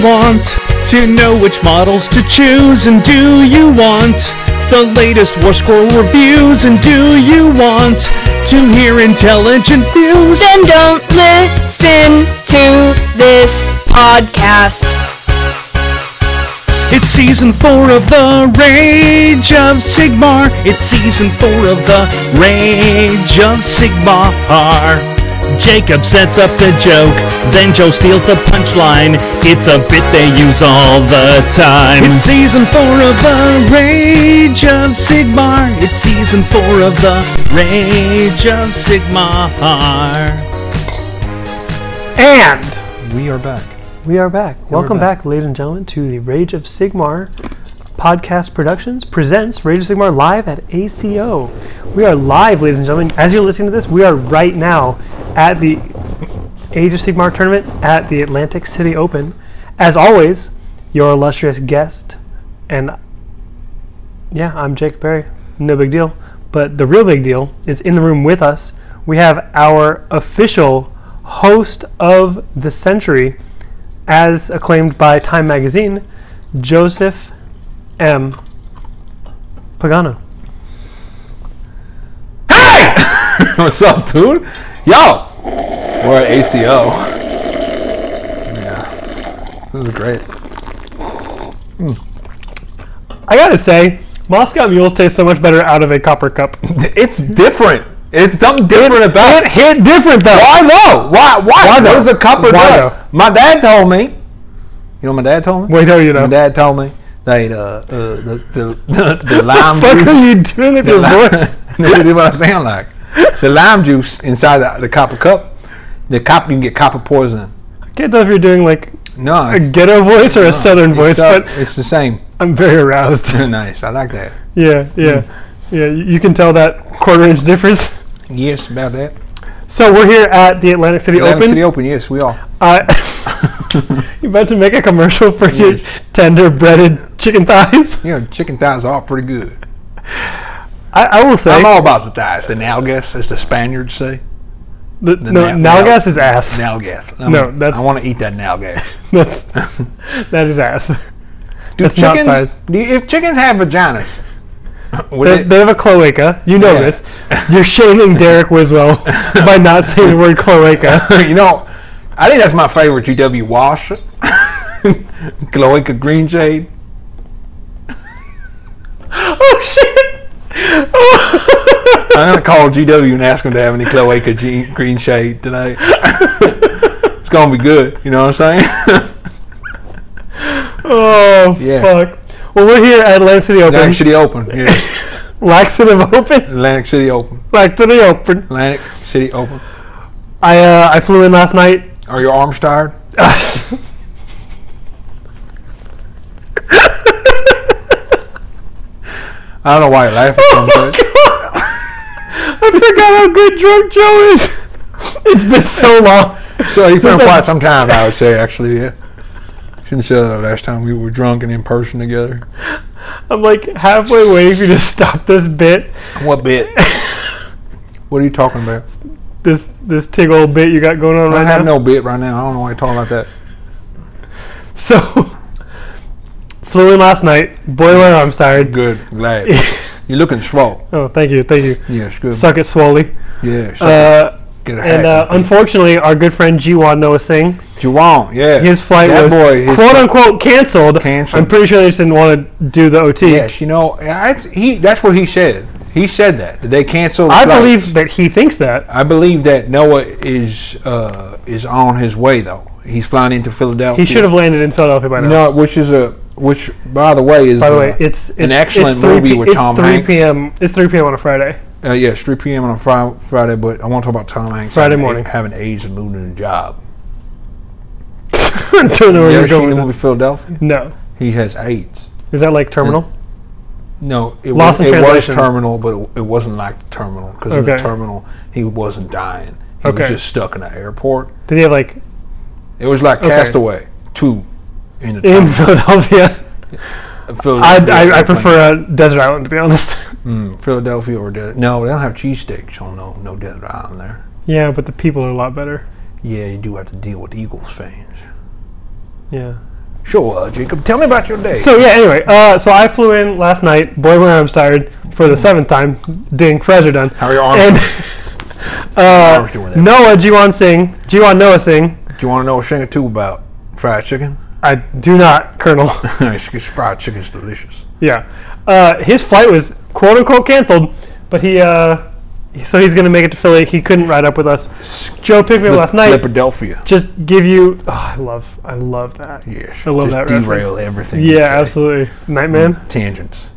want to know which models to choose? And do you want the latest War Score reviews? And do you want to hear intelligent views? Then don't listen to this podcast. It's season four of the Rage of Sigmar. It's season four of the Rage of Sigmar. Jacob sets up the joke, then Joe steals the punchline. It's a bit they use all the time. It's season four of the Rage of Sigmar. It's season four of the Rage of Sigmar. And We are back. we are back. Welcome back. back. ladies and gentlemen, to the Rage of Sigmar podcast productions presents Rage of Sigmar live at ACO. We are live, ladies and gentlemen. As you're listening to this, we are right now at the Age of Sigmar tournament at the Atlantic City Open. As always, your illustrious guest, and yeah, I'm Jake Berry. No big deal. But the real big deal is in the room with us, we have our official host of the century, as acclaimed by Time Magazine, Joseph M. Pagano. What's up, dude? Yo! We're at ACO. Yeah. This is great. I gotta say, Moscow mules taste so much better out of a copper cup. It's different. It's something different about Hit, it. hit different though. Why though? Why? Why? Why What though? does a copper Why do? though? My dad told me. You know what my dad told me? Wait, no, you know. My dad told me that uh, uh, the, the, the, the lime What the fuck juice. are you doing with the your lime, voice? That's what I sound like. The lime juice inside the, the copper cup. The cop, you can get copper poison. Can't tell if you're doing like No, a it's- ghetto voice or a no, southern it's voice, up- but it's the same. I'm very aroused. nice. I like that. yeah, yeah, yeah. You you can tell that quarter inch difference. Yes, about that. So we're here at the Atlantic City Atlantic Open. City Open. Yes, we are. I- you about to make a commercial for your tender breaded chicken thighs? You know, chicken thighs are pretty good. I, I will say, I'm all about the thighs. The nalgas, as the Spaniards say. the, the no, nal- nalgas is ass. Nalgas. i No, that's- I want to eat that nalgas. That's, that is ass. Do That's not chickens? thighs. do you- if chickens have vaginas, would They, it- they have a cloaca. You know Yeah. this. You're shaming Derek Wiswell by not saying the word cloaca. you know, I think that's my favorite GW wash. Cloaca green shade. oh shit! I'm gonna call GW and ask them to have any cloaca G- green shade tonight. it's gonna be good. You know what I'm saying? oh Yeah. fuck! Well, we're here at Atlantic City Open. Atlantic City Open. Yeah. Laxative Open. Atlantic City Open. Laxative Open. Atlantic City Open. I uh, I flew in last night. Are your arms tired? Oh, I don't know why you're laughing so much. I forgot how good drunk Joe is. It's been so long. So you've been Since I- quite some time, I would say, actually. Yeah. Shouldn't have said that last time we were drunk and in person together. I'm like halfway waiting for you to stop this bit, What bit? What are you talking about? this this tig old bit you got going on I right have now. no bit right now. I don't know why you're talking about that. So flew in last night. Boy, were I'm tired. Good. Glad. You're looking swole. oh, thank you, thank you. Yes, good. Suck it, Swally. Yeah, suck it. Uh, Get a and uh, hack. unfortunately, our good friend Jiwan Noah Singh Juwan, yeah. his flight that was boy, his quote unquote canceled. Canceled. I'm pretty sure they just didn't want to do the OT. Yes, you know, that's, he, that's what he said. He said that. that They canceled. I flights. believe that he thinks that. I believe that Noah is uh, is on his way though. He's flying into Philadelphia. He should have landed in Philadelphia by now. You know, which is a which by the way is by the way, uh, it's, it's an excellent it's 3 movie p- with it's Tom 3 Hanks. p.m. It's 3 p.m. on a Friday. Uh, yeah, it's 3 p.m. on a Friday, Friday, but I want to talk about Tom Hanks. Friday having morning. a- having AIDS and losing a job. I don't know where you you're ever seen going. the with movie Hmm. Philadelphia? that. No, He has AIDS. is that like Terminal? No, it Lost was in it was Translation. terminal, but it, it wasn't like the terminal because in Okay. the terminal he wasn't dying. He Okay. was just stuck in an airport. Did he have like It was like Okay. Castaway two in the in terminal. Philadelphia? I, Philadelphia I, I airplane. prefer a desert island to be honest. Mm, Philadelphia or Desert. No, they don't have cheesesteaks on no no Desert Island there. yeah, but the people are a lot better. Yeah, you do have to deal with Eagles fans. Yeah, Sure, uh, Jacob. Tell me about your day. So yeah, anyway, uh, so I flew in last night, boy when I was tired, for the seventh time, ding, treasure done. Hmm. How are your arms? And uh, Arms doing that. Noah Jiwan Singh, Jiwan Noah Singh, Do you want to know a thing or two about fried chicken? I do not, Colonel. It's- it's fried chicken's delicious. yeah, uh, his flight was quote unquote canceled, but he uh, so he's gonna make it to Philly. He couldn't ride up with us. Joe picked me up last night. Philadelphia. Just give you. Oh, I love, I love that. Yes. I love just that reference. derail everything. you Yeah, say. absolutely. Nightman. Tangents.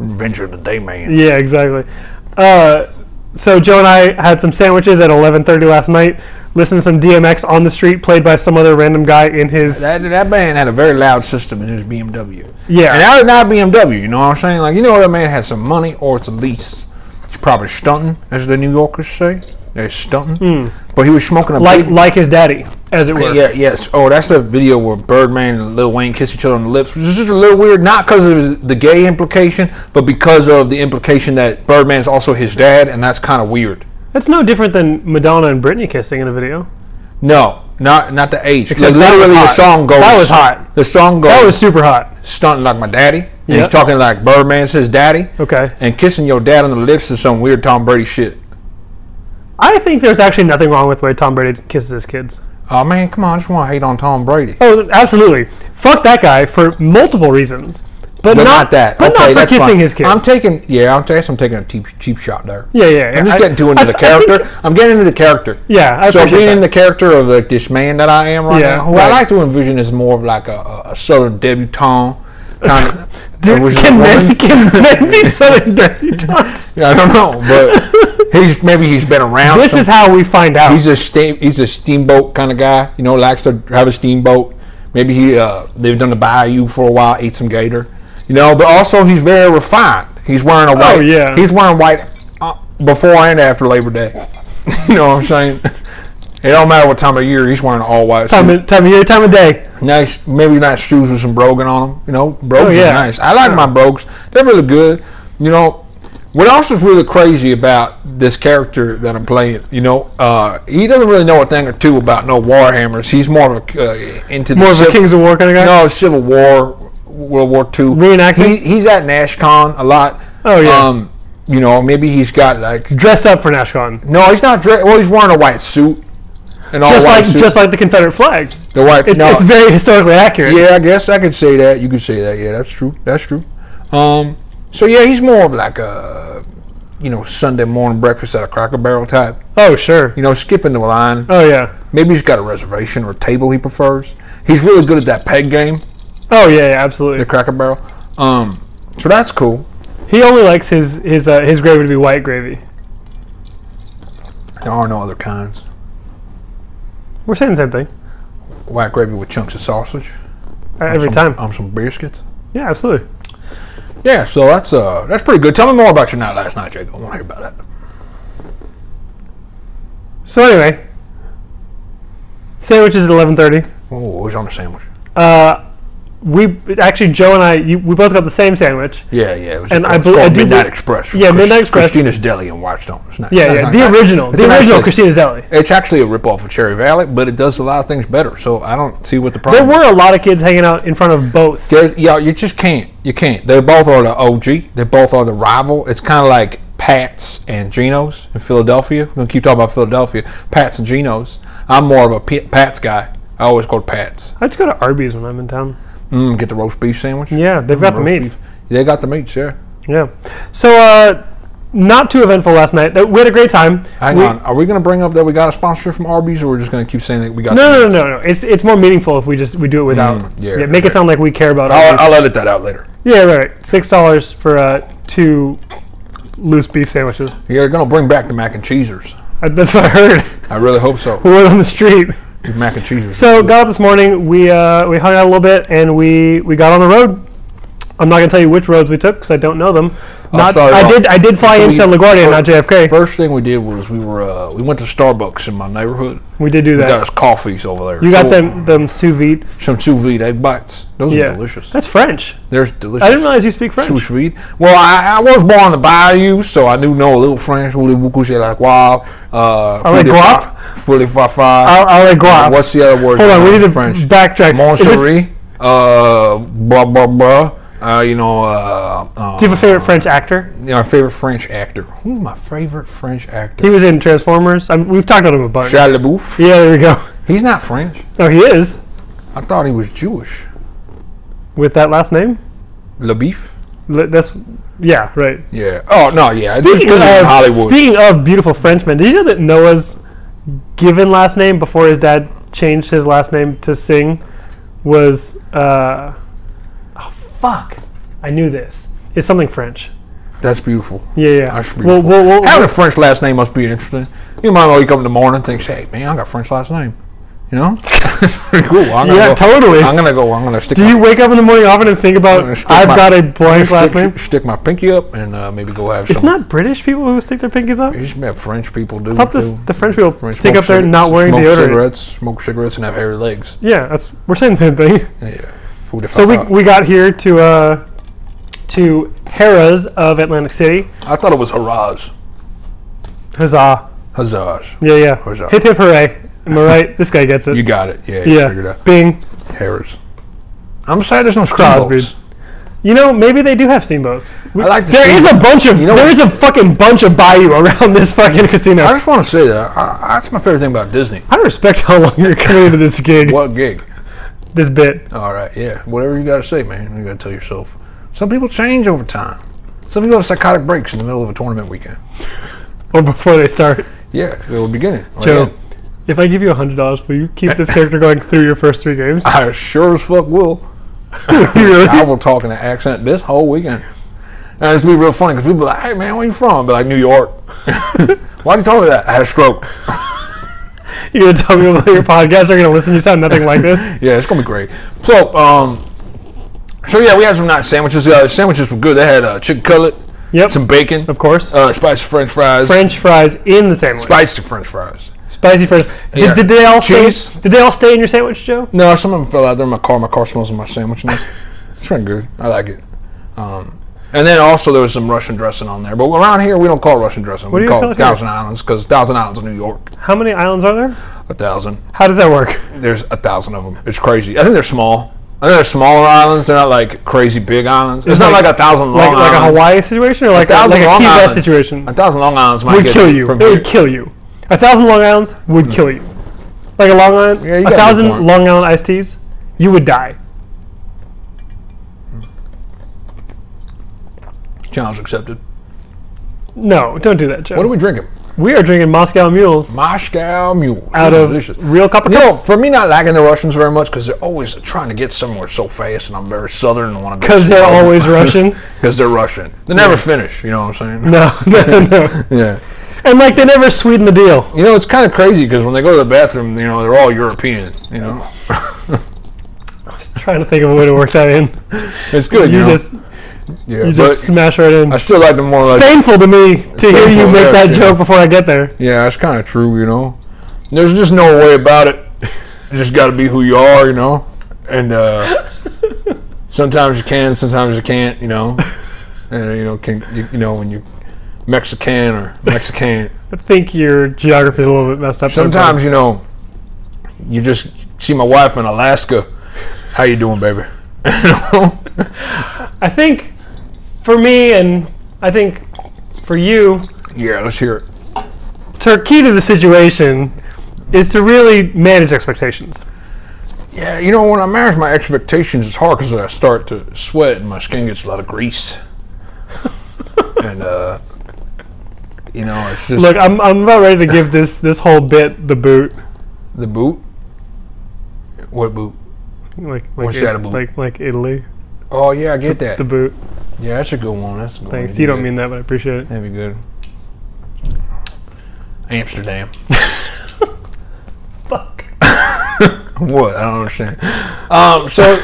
Adventure of the day, man. Yeah, exactly. Uh, so Joe and I had some sandwiches at 11:30 last night. Listened to some DMX on the street, played by some other random guy in his. That, that man had a very loud system in his BMW. yeah, And that was not BMW, you know what I'm saying? Like, you know, that man had some money or it's a lease. He's probably stunting, as the New Yorkers say. They're stunting. Mm. But he was smoking a like big- like his daddy, as it were. Yeah, yes. Oh, that's the video where Birdman and Lil Wayne kiss each other on the lips, which is just a little weird, not because of his- the gay implication, but because of the implication that Birdman's also his dad, and that's kind of weird. That's no different than Madonna and Britney kissing in a video. No, not not the age. Except Like, that literally, was the hot. song goes. That was hot. The song goes. That was super hot. stunting like my daddy. And Yeah. He's talking like Birdman says daddy. Okay. And kissing your dad on the lips is some weird Tom Brady shit. I think there's actually nothing wrong with the way Tom Brady kisses his kids. Oh man, come on! I just want to hate on Tom Brady. Oh, absolutely. Fuck that guy for multiple reasons, but, But not, that. But okay, not for that's kissing fine. his kids. I'm taking. Yeah, I'm, I guess I'm taking a cheap, cheap shot there. yeah, yeah, yeah. I'm just I- getting too into I- the I think- character. I'm getting into the character. yeah, I so appreciate being that. in the character of like this man that I am right Yeah, now, who I right. like to envision as more of like a, a, a southern debutante. Kind of, Dude, can men, can men be selling dirty dogs? I don't know, but he's maybe he's been around. This some- is how we find out. he's a steam, he's a steamboat kind of guy. You know, likes to have a steamboat. Maybe he uh, lived on the bayou for a while, ate some gator. You know, but also he's very refined. He's wearing a white. Oh, yeah. He's wearing white uh, before and after Labor Day. you know what I'm saying? It don't matter what time of year he's wearing an all white. time, Suit. of, time of year, time of day. Nice, maybe nice shoes with some brogan on them. You know, brogan Oh, yeah. are nice. I like my brogues. They're really good. You know, what else is really crazy about this character that I'm playing? You know, uh, he doesn't really know a thing or two about no warhammers. He's more of a, uh, into the More of a civ- Kings of War kind of guy. no Civil War, World War Two He, Reenactment? he's at NashCon a lot. Oh, yeah. Um, you know, maybe he's got like Dressed up for NashCon, no, he's not. Dre- well, he's wearing a white suit. An all just white like suit. just like the Confederate flag. the white. It's, no, it's very historically accurate. yeah, I guess I could say that. You could say that. Yeah, that's true. That's true. Um, so yeah, he's more of like a, you know, Sunday morning breakfast at a Cracker Barrel type. Oh sure. You know, skipping the line. Oh yeah. Maybe he's got a reservation or table he prefers. He's really good at that peg game, Oh yeah, yeah the absolutely. Cracker Barrel. Um, so that's cool. He only likes his his uh, his gravy to be white gravy. There are no other kinds. We're saying the same thing White gravy with chunks of sausage. uh, every Some- time. On some biscuits. Yeah, absolutely. Yeah, so that's uh that's pretty good. Tell me more about your night last night, Jacob. I want to hear about it. So anyway, sandwiches at 11:30. Oh, it was on the sandwich. Uh, we actually Joe and I you, we both got the same sandwich. Yeah, yeah. It was And it's I bel- called I do Midnight bel- Express. yeah, Midnight Express. Christina's Deli in Whitestone. It's not, Yeah, not- yeah, not- the not- original, it's the a nice original place. Christina's Deli. It's actually a ripoff of Cherry Valley, but it does a lot of things better. So I don't see what the There problem. were a lot of kids hanging out in front of both. There, yeah, you just can't. You can't. They both are the OG. They both are the rival. It's kind of like Pats and Geno's in Philadelphia. We're gonna keep talking about Philadelphia. Pats and Geno's. I'm more of a P- Pats guy. I always go to Pats. I just go to Arby's when I'm in town. Mm, get the roast beef sandwich. Yeah, they've got the roast meats. beef. They got the meats. Yeah. Yeah. So uh, not too eventful last night. Th- We had a great time. Hang We- on. Are we gonna bring up that we got a sponsor from Arby's, or we're just gonna keep saying that we got? No, the no, meats? no, no, no. It's it's more meaningful if we just we do it without. Mm, yeah, Make yeah. it sound like we care about. I'll, Arby's. I'll edit that out later. Yeah, right. right. Six dollars for uh, two loose beef sandwiches. You're gonna bring back the mac and cheesers. Uh, That's what I heard. I really hope so. we were on the street. The mac and cheesers. So got up this morning. We uh, we hung out a little bit and we we got on the road. I'm not gonna tell you which roads we took because I don't know them. Not, Oh, sorry, I Rob. did I did fly So we- into LaGuardia, not JFK. First thing we did was we were uh, we went to Starbucks in my neighborhood. we did do We got that. us coffees over there. You got So- them them sous vide. some sous vide egg bites. Those Yeah, are delicious. That's French. They're delicious. I didn't realize you speak French. sous vide. Well, I, I was born on the bayou, so I do know a little French. Voulez vous coucher la guave? Uh, Ah, la guave? Fully fa fa. I'll, I'll let go. Uh, What's the other word? Hold on, we need to French. backtrack. Is this- Moncherie. uh, blah blah blah. Uh, you know, uh, uh, Do you have a favorite French actor? you know, our favorite French actor. Who's my favorite French actor? He was in Transformers. I mean, we've talked about him a bunch. Shia LaBeouf. Yeah, there we go. He's not French. Oh, he is I thought he was Jewish. with that last name. LaBeouf. L- That's yeah, right. Yeah. Oh no, yeah. This Speaking is of Hollywood. Speaking of beautiful Frenchmen, did you know that Noah's given last name before his dad changed his last name to Singh was uh, oh fuck, I knew this. It's something French. That's beautiful. Yeah, yeah. That's Well, beautiful. well, well, Having a French last name must be interesting. You might wake up in the morning and think, "Hey, man, I got a French last name." You know? it's pretty cool. I'm gonna Yeah, go- totally. I'm gonna go. I'm gonna stick. do my, you wake up in the morning often and think about I'm gonna stick I've my- got a blank stick, last name? Stick my pinky up and uh, maybe go have It's some. not British people who stick their pinkies up. You just met French people do. I thought this, too. the French people French stick smoke up there cig- not wearing smoke deodorant. cigarettes, smoke cigarettes, and have hairy legs. Yeah, that's, we're saying the same thing. Yeah. Who the So fuck we, thought? we got here to uh, to Harrah's of Atlantic City. I thought it was Haraz. Huzzah! Hazaj. Yeah, yeah. Huzzah. Hip hip hooray! Am I right? this guy gets it. You got it. Yeah. You figured yeah. out. Bing. Harris. I'm sad there's no Crosby. steamboats. You know, maybe they do have steamboats. We- I like the there is steamboat. a bunch of You know there is what- a fucking bunch of bayou around this fucking casino. I I, just want to say that I, I- that's my favorite thing about Disney. respect how long you're coming into this gig, What gig? this bit. All right, yeah. Whatever you gotta say, man. You gotta tell yourself. Some people change over time. Some people have psychotic breaks in the middle of a tournament weekend. Or before they start, Yeah, they were beginning. Like, Joe. Oh, yeah, If I give you a hundred dollars, will you keep this character going through your first three games? I sure as fuck will. Really? I will talk in an accent this whole weekend. And it's be real funny because people be like, "Hey, man, where you from?" But like New York. Why do you tell me that? I had a stroke. You're gonna tell me about your podcast. They're gonna listen. You sound nothing like this. yeah, it's gonna be great. So, um, so yeah, we had some nice sandwiches. Uh, sandwiches were good. They had uh, chicken cutlet, Yep. some bacon, of course. uh, spicy French fries, French fries in the sandwich. spicy French fries. Spicy French. Did, Yeah. did they all Cheese. stay? Did they all stay in your sandwich, Joe? No, some of them fell out there in my car. My car smells of my sandwich now. it's pretty good. I like it. Um, and then also there was some Russian dressing on there, but around here we don't call it Russian dressing. do we you call call it it here? Thousand Islands because Thousand Islands, is New York, How many islands are there? a thousand. How does that work? There's a thousand of them. It's crazy. I think they're small. I think they're smaller islands. They're not like crazy big islands. It's, not like- like, a thousand Like long like a islands. Hawaii situation or like a, thousand like a Long Key West Islands. situation? A thousand Long Islands might Would get kill you. From It here. Hmm. would kill you. A thousand Long Islands would kill you. Like a Long Island, Yeah, you got a a good thousand point. Long Island iced teas, you would die. Challenge accepted. No, don't do that, Joe. What are we drinking? we are drinking Moscow Mules Moscow Mule. out This is of delicious. real copper You know, cups for me, not liking the Russians very much because they're always trying to get somewhere so fast, and I'm very southern and want to. because they're always Russian. Because they're Russian. They never finish. You know what I'm saying? No, no, no. Yeah. And like they never sweeten the deal. You know, it's kind of crazy because when they go to the bathroom, you know, they're all European. You know. Trying to think of a way to work that in. it's good. You, You know? just yeah. you but just smash right in. I still like them more like. painful to me to hear you painful, make yeah, that yeah. joke before I get there. Yeah, that's kind of true, you know. There's just no way about it. You just got to be who you are, you know. And uh, sometimes you can, sometimes you can't, you know. And you know, can you, you know when you Mexican or Mexican. I think your geography is a little bit messed up. Sometimes you know, you just see my wife in Alaska. How you doing, baby? You know? I think for me and I think for you, yeah, let's hear it. the key to the situation is to really manage expectations. Yeah, you know when I manage my expectations, it's hard because I start to sweat and my skin gets a lot of grease. and uh, you know, it's just Look, I'm, I'm about ready to give this this whole bit the boot. the boot. What boot? Like like, What's that it- about? like like Italy, Oh yeah, I get that. the boot. yeah, that's a good one. That's a good Thanks. You don't mean that, but I appreciate it. That'd be good. Amsterdam. Fuck. what? I don't understand. Um, so,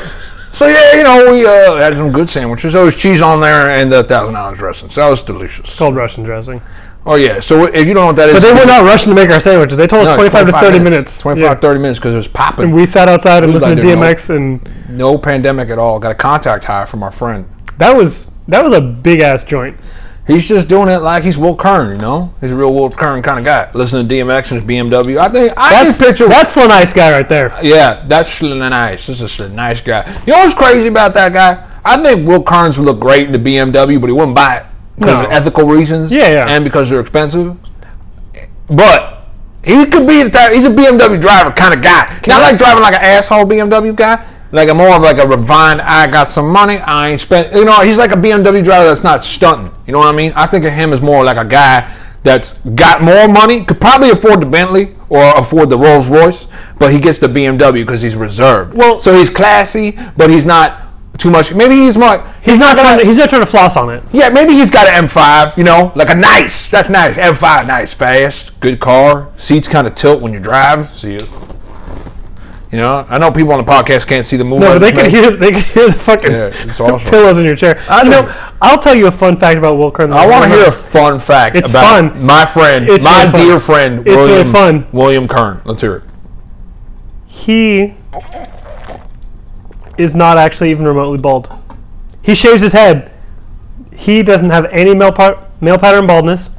so yeah, you know, we uh, had some good sandwiches. There was cheese on there and the Thousand Island dressing. So that was delicious. Called Russian dressing. Oh yeah. So if you don't know what that is, But they were not rushing to make our sandwiches. They told us No, 25, to 30 minutes. 25, Yeah. 30 minutes because it was popping. And we sat outside and It was listened to like they're DMX, and no pandemic at all. Got a contact high from our friend. that was that was a big ass joint. He's just doing it like he's Will Kern, you know? He's a real Will Kern kind of guy. Listening to DMX and his BMW. I think I That's, just picture that's one nice guy right there. Yeah, that's nice. This is a nice guy. You know what's crazy about that guy? I think Will Kearns would look great in the BMW, but he wouldn't buy it because No. of ethical reasons. Yeah, yeah. And because they're expensive. But he could be the type. He's a BMW driver kind of guy. Not I- like driving like an asshole BMW guy. Like a more of like a refined. I got some money. I ain't spent. You know, he's like a BMW driver that's not stunting. You know what I mean? I think of him as more like a guy that's got more money, could probably afford the Bentley or afford the Rolls Royce, but he gets the BMW because he's reserved. Well- so he's classy, but he's not too much. Maybe he's more. He's not trying to, he's not trying to floss on it. Yeah, maybe he's got an M5, you know, like a nice. That's nice. M5, nice, fast, good car. Seats kind of tilt when you drive. See it. You know, I know people on the podcast can't see the movie. No, I but they just can made. hear they can hear the fucking Yeah, it's awesome. pillows in your chair. I you know. know, I'll tell you a fun fact about Will Kern. I want to hear a fun fact It's about fun. my friend, It's my really fun. dear friend, It's really William fun. William Kern. Let's hear it. he is not actually even remotely bald. He shaves his head. He doesn't have any male par- male pattern baldness.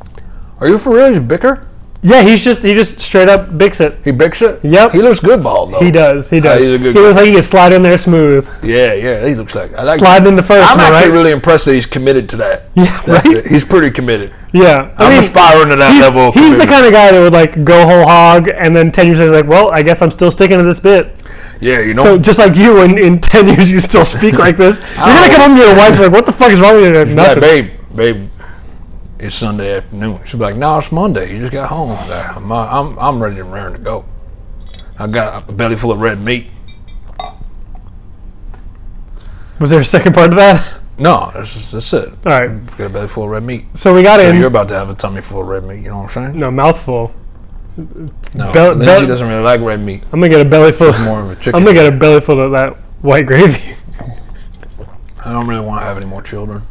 Are you for real? You bicker? Yeah, he's just he just straight up bicks it. He bicks it? Yep. He looks good bald though. He does. He does. Ah, he's he a good looks guy. like he can slide in there smooth. Yeah, yeah. He looks like. I like. Slide in the first, am I'm I actually right? really impressed that he's committed to that. Yeah, That's right? it. He's pretty committed. Yeah. I I'm mean, aspiring to that he's, level. Of he's the commitment. kind of guy that would like go whole hog and then 10 years later like, well, I guess I'm still sticking to this bit. Yeah, you know. So just like you, in, in 10 years you still speak like this. You're Oh. going to come home to your wife and be like, what the fuck is wrong with you? She's like, Nothing. babe, babe, it's Sunday afternoon. She'll be like, no, it's Monday. You just got home. I'm, like, "I'm- I'm, I'm ready and raring to go. I got a belly full of red meat. Was there a second part to that? No, that's, is that's it. All right. Got a belly full of red meat. So we got So in. you're about to have a tummy full of red meat. You know what I'm saying? no, mouthful. No. bel- Lindsay bel- doesn't really like red meat. I'm going to get a belly full. She's more of a chicken. I'm going to get a belly full of that white gravy. I don't really want to have any more children.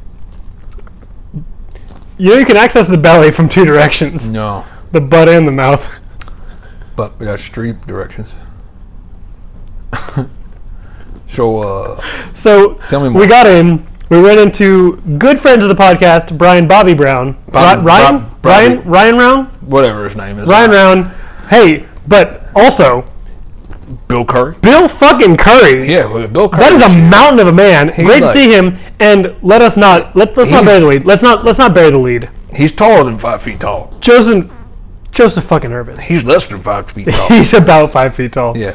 You know, you can access the belly from two directions No. the butt and the mouth. But we got street directions. so, uh, So Tell me we more. got in. We ran into good friends of the podcast, Brian Bobby Brown. Bobby- Ri- Ryan? Bob- Bobby. Ryan? Ryan Round? whatever his name is. Ryan Round. Hey, but also, Bill Curry. Bill fucking Curry. Yeah, well, Bill Curry. That is a mountain of a man. Great like- to see him. And let us not let let's not He's- bury the lead. Let's not let's not bury the lead. He's taller than five feet tall. Joseph Joseph fucking Urban. He's less than five feet tall. He's about five feet tall. yeah.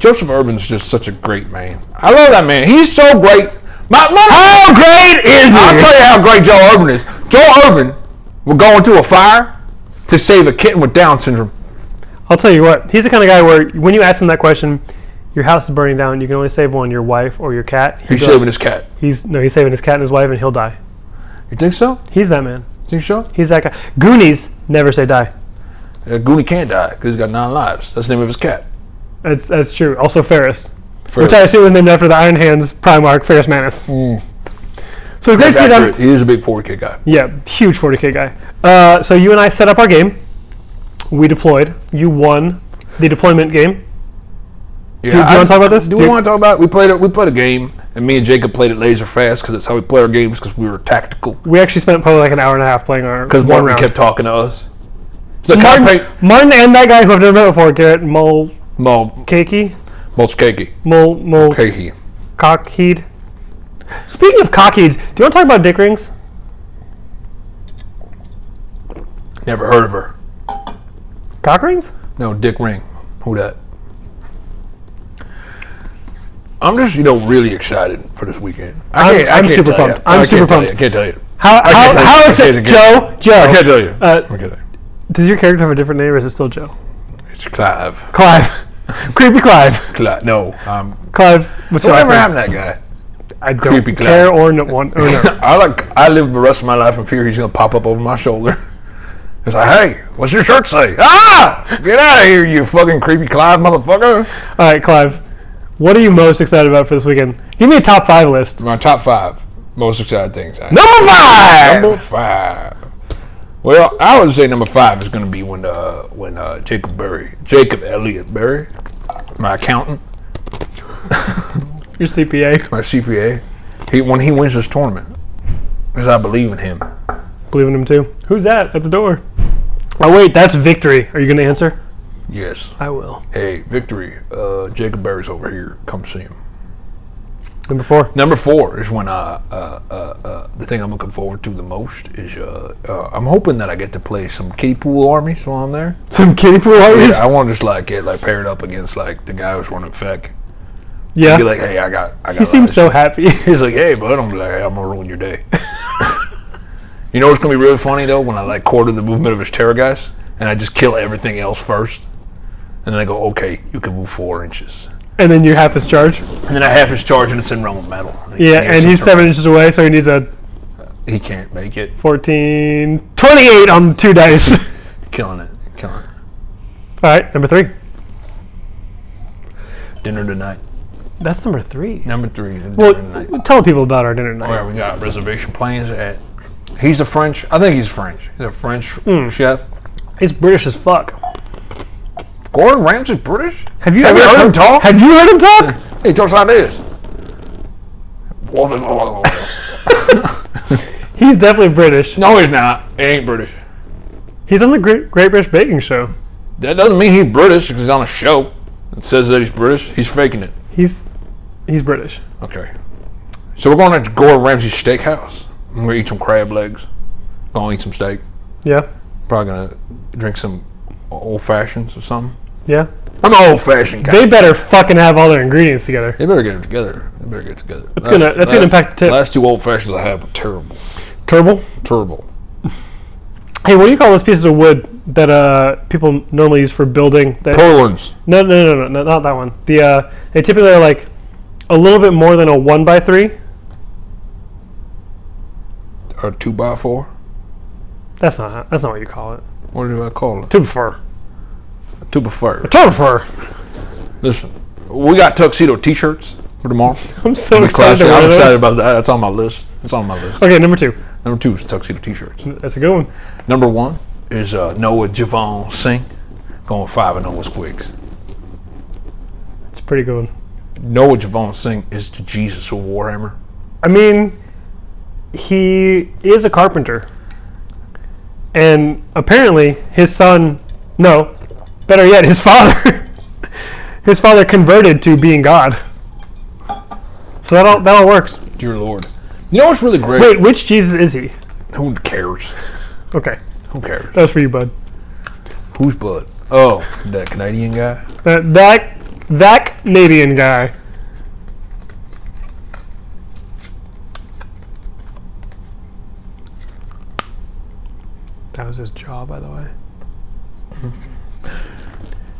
Joseph Urban's just such a great man. I love that man. He's so great. My, my, How great is he? I'll tell you how great Joe Urban is. Joe Urban will go into a fire to save a kitten with Down syndrome. I'll tell you what. He's the kind of guy where when you ask him that question, your house is burning down. You can only save one, your wife or your cat. He's He'd be like, saving his cat. He's no, he's saving his cat and his wife, and he'll die. You think so? He's that man. Think so? He's that guy. Goonies never say die. Uh, Goonie can't die because he's got nine lives. That's the name of his cat. That's that's true. Also Ferris, For which I assume was named after the Iron Hands Primarch Ferris Manus. Mm. So great to see them. He is a big 40 kid guy. Yeah, huge 40k guy. Uh, so you and I set up our game. We deployed. You won the deployment game. Yeah, Do you I- wanna talk about this? Do Do we you- want to talk about? We played it. We played a game, and me and Jacob played it laser fast because that's how we play our games because we were tactical. We actually spent probably like an hour and a half playing our Because one Martin round. kept talking to us. So Martin, Martin, Martin and that guy who I've never met before, Garrett Mulcakey, Mul Mulchakey. Mul Mul Mulchakey. Cockheed. Speaking of cockheeds, do you want to talk about dick rings? Never heard of her. Cock rings? No, Dick Ring. Who that? I'm just, you know, really excited for this weekend. I I'm- can't, I I'm can't super tell pumped. You. I I'm can't super tell pumped. You. I can't tell you. How how I can't- I how can't excited? get Joe Joe. I can't tell you. Uh, I can't tell you. Does your character have a different name, or is it still Joe? It's Clive. Clive. Creepy Clive. Clive. No. Um, Clive. What's your whatever last happened name? to that guy? I don't Creepy Clive. care or no one or no. I like I live the rest of my life in fear he's gonna pop up over my shoulder. It's like, hey, what's your shirt say? Ah, get out of here, you fucking creepy Clive motherfucker. All right, Clive. What are you most excited about for this weekend? Give me a top five list. My top five most exciting things. Number five. Number five. Well, I would say number five is gonna be when uh when uh Jacob Berry, Jacob Elliott Berry, my accountant, Your CPA. my CPA, he when he wins this tournament, because I believe in him. Believe in him too. Who's that at the door? Oh wait, that's Victory. Are you gonna answer? Yes. I will. Hey, Victory. Uh, Jacob Berry's over here. Come see him. Number four. Number four is when I, uh, uh, uh, the thing I'm looking forward to the most is uh, uh, I'm hoping that I get to play some kiddie pool armies while I'm there. Some kiddie pool armies. Yeah, I want to just like get like paired up against like the guy who's running feck. Yeah. Be like, hey, I got, I got. he seems so happy. He's like, hey, bud. I'm like, hey, I'm gonna ruin your day. you know what's gonna be really funny though when I like quarter the movement of his terror guys and I just kill everything else first, and then I go, okay, you can move four inches, and then you're half his charge. and then I have his charge and it's in realm of metal. And he Yeah, can't and he's turn- seven inches away, so he needs a He can't make it. 14, 28 on the two dice. All Killing it. Killing it. right, number three. Dinner tonight. That's number three. Number three. is Dinner Well, tonight. tell people about our dinner Where night. Oh, we got reservation plans at. He's a French. I think he's French. He's a French chef. He's British as fuck. Gordon Ramsay's British. Have you Have ever you heard him talk? Have you heard him talk? He talks like this. He's definitely British. no, he's not. He ain't British. He's on the Great, Great British Baking Show. That doesn't mean he's British because he's on a show that says that he's British. He's faking it. He's he's British. Okay. So we're going to Gordon Ramsay's steakhouse. I'm gonna eat some crab legs. Gonna eat some steak. Yeah, Probably gonna drink some old fashions or something. yeah. I'm an old fashioned guy. They better fucking have all their ingredients together. They better get it together. They better get it together. That's, gonna- that's gonna impact the tip. Last two old fashions I had were terrible. Turble. Terrible. Hey, what do you call those pieces of wood that uh, people normally use for building? That, Portlands. no, no, no, no, no, not that one. The uh, they typically are like a little bit more than a one by three. Or two by four. That's not that's not what you call it. What do I call it? Two fur. Two by four. Turtle fur. Listen, we got tuxedo t-shirts for tomorrow. I'm so excited. I'm excited, to wear I'm those. excited about that. That's on my list. That's on my list. Okay, number two. Number two is tuxedo t-shirts. That's a good one. Number one is uh, Noah Javon Singh going five and oh Noah's Quicks. It's a pretty good one. Noah Javon Singh is the Jesus of Warhammer. I mean, he is a carpenter. And apparently, his son, no, better yet, his father, his father converted to being God. So that all, that all works. Dear Lord. You know what's really great? Wait, which Jesus is he? Who cares? Okay, Who cares? that was for you, bud. Who's Bud? Oh, that Canadian guy. That Uh, that, that Canadian guy. That was his jaw, by the way.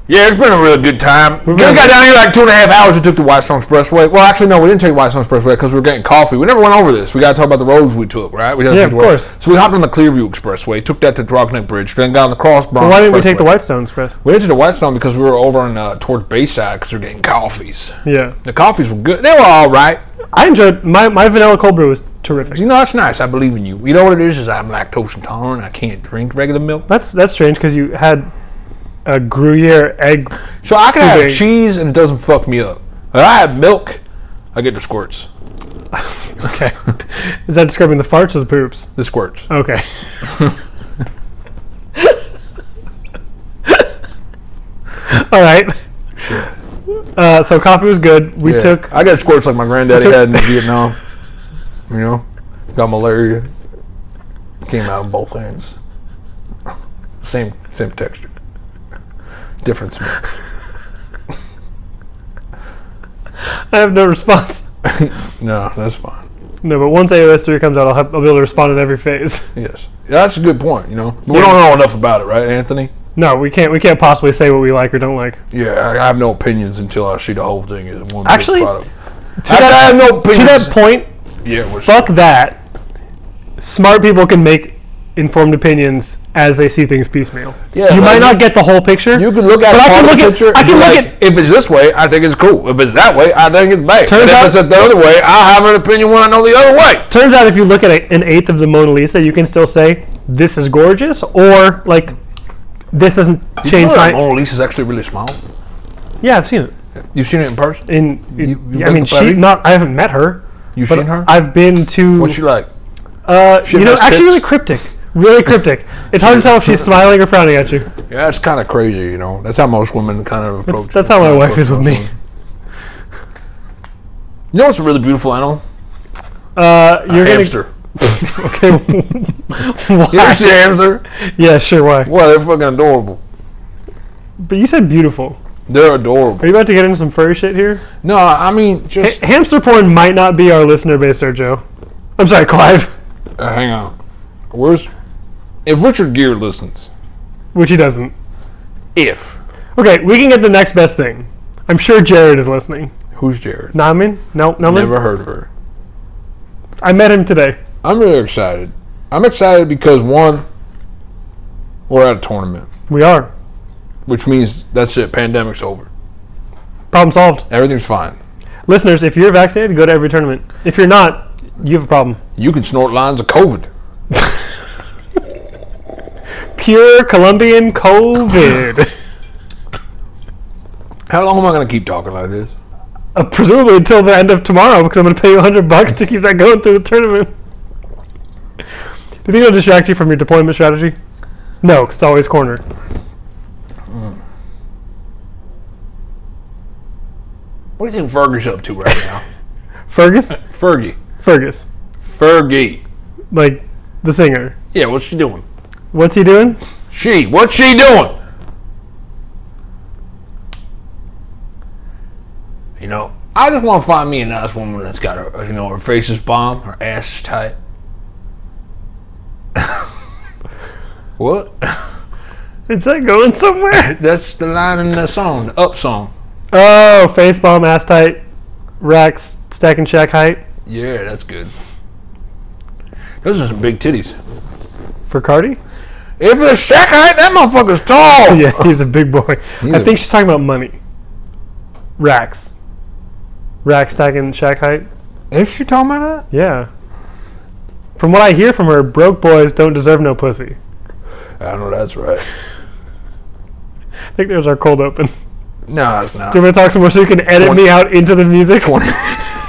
Yeah, it's been a real good time. We been- got down here like two and a half hours. We took the Whitestone Expressway. Well, actually, no, we didn't take Whitestone Expressway because we were getting coffee. We never went over this. We got to talk about the roads we took, right? We didn't Yeah, take of the roads. course. So we hopped on the Clearview Expressway, took that to the Rockneck Bridge, then got on the Cross Bronx. Why didn't we take the Expressway. Whitestones, Chris? We didn't take the Whitestone because we were over on uh, towards Bayside because we were getting coffees. Yeah, The coffees were good. They were all right. I enjoyed my my vanilla cold brew was terrific. You know, that's nice. I believe in you. You know what it is? Is I'm lactose intolerant. I can't drink regular milk. That's that's strange because you had a Gruyere egg. So I can Sous have vide. cheese and it doesn't fuck me up. If I have milk, I get the squirts. Okay, is that describing the farts or the poops? The squirts. Okay, all right. Uh, so coffee was good. We Yeah. took I got squirts like my granddaddy had in Vietnam. You know, got malaria. Came out in both hands. Same same texture. Different smell. I have no response. no, that's fine. No, but once AOS three comes out, I'll, have, I'll be able to respond at every phase. Yes, that's a good point. You know, we don't know enough about it, right, Anthony? No, we can't. We can't possibly say what we like or don't like. Yeah, I I have no opinions until I see the whole thing as one big Actually, product. To I, I have no to opinions. that point, yeah, we're fuck that. Smart people can make informed opinions as they see things piecemeal. Yeah, you like might you- not get the whole picture. You can look at But I can part of the look at- picture. I can and be look like, if it's this way, I think it's cool. If it's that way, I think it's bad. Turns And if out- it's the other way, I have an opinion when I know the other way. Turns out if you look at a, an eighth of the Mona Lisa, you can still say this is gorgeous, or like this doesn't You change know that my. Mona Lisa's actually really small. Yeah, I've seen it. You've seen it in person. In, You- you I went mean, to she Paris? not. I haven't met her, You've but seen her. I've been to. What's she like? uh, you know, has actually, tits? really cryptic. Really cryptic. It's hard to tell if she's smiling or frowning at you. Yeah, it's kind of crazy, you know. That's how most women kind of That's, approach. that's it. how my wife is with me. You know, it's a really beautiful animal. Uh, you're gonna- hamster. Okay. You ever why? see a hamster? Yeah, sure. Why? Well, they're fucking adorable. But you said beautiful. They're Are adorable. you about to get into some furry shit here? No, I mean Ha- just hamster porn might not be our listener base, Sergio. I'm sorry, Clive. uh, hang on. Where's if Richard Gere listens? Which he doesn't. If Okay, we can get the next best thing. I'm sure Jared is listening. who's Jared? Namin? No, Namin? Never heard of her. I met him today. I'm really excited. I'm excited because one, we're at a tournament, We are. which means that's it. Pandemic's over. Problem solved. Everything's fine. Listeners, if you're vaccinated, go to every tournament. If you're not, you have a problem. You can snort lines of COVID. Pure Colombian COVID. How long am I gonna keep talking like this? uh, presumably until the end of tomorrow, because I'm going to pay you 100 bucks to keep that going through the tournament. Do you think it'll distract you from your deployment strategy? No, 'cause it's always cornered. What do you think Fergie's up to right now? Fergus? Fergie. Fergus. Fergie. Like, the singer. Yeah, what's she doing? What's he doing? She. What's she doing? You know, I just want to find me a nice woman that's got her, you know, her face is bomb, her ass is tight. what? Is that going somewhere? That's the line in the song, the up song. Oh, face bomb, ass tight, Rex, stack and shack height Yeah, that's good. Those are some big titties. for Cardi? If it's Shaq height, that motherfucker's tall. Yeah, he's a big boy. He's I a- think she's talking about money. Racks. Rack, stack and shack height? Is she talking about Yeah. From what I hear from her, broke boys don't deserve no pussy. that? I know that's right. I think there's our cold open. No, it's not. Do you want to talk some more so you can edit me out into the music?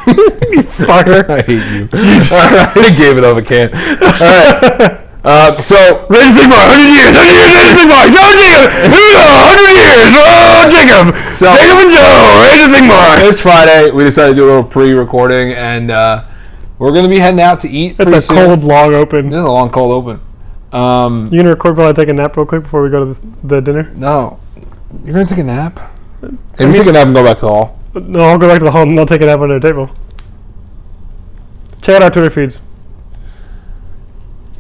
You fucker. I hate you. All right, I gave it up. I can't. All right. Uh, so, Red Sigma, 100 years, 100 years, Red Sigma, John Jacob, here we go, 100 years, oh, Jacob, Jacob and Joe, Red Sigma. It's Friday. We decided to do a little pre-recording, and uh, we're gonna be heading out to eat. That's pretty a soon. cold, long open. This is a long cold open. Um, You gonna record while I take a nap real quick before we go to the, the dinner? no, you're gonna take a nap. If you take a nap and go back to the hall. No, I'll go back to the hall and I'll take a nap under the table. Check out our Twitter feeds.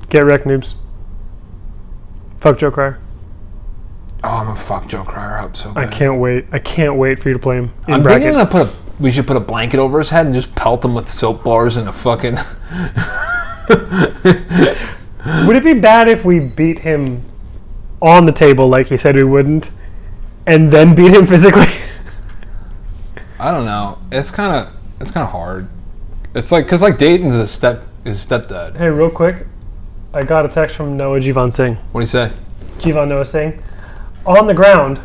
Get wrecked, noobs. Fuck Joe Cryer. Oh, I'm gonna fuck Joe Cryer up so I bad. can't wait. I can't wait for you to play him. In I'm bracket. thinking I put a, we should put a blanket over his head and just pelt him with soap bars and a fucking. Would it be bad if we beat him on the table like he said we wouldn't, and then beat him physically? I don't know. It's kind of it's kind of hard. It's like because like Dayton's his step his stepdad. hey, real quick, I got a text from Noah Jivan Singh. What do you say? Jivan Noah Singh, on the ground,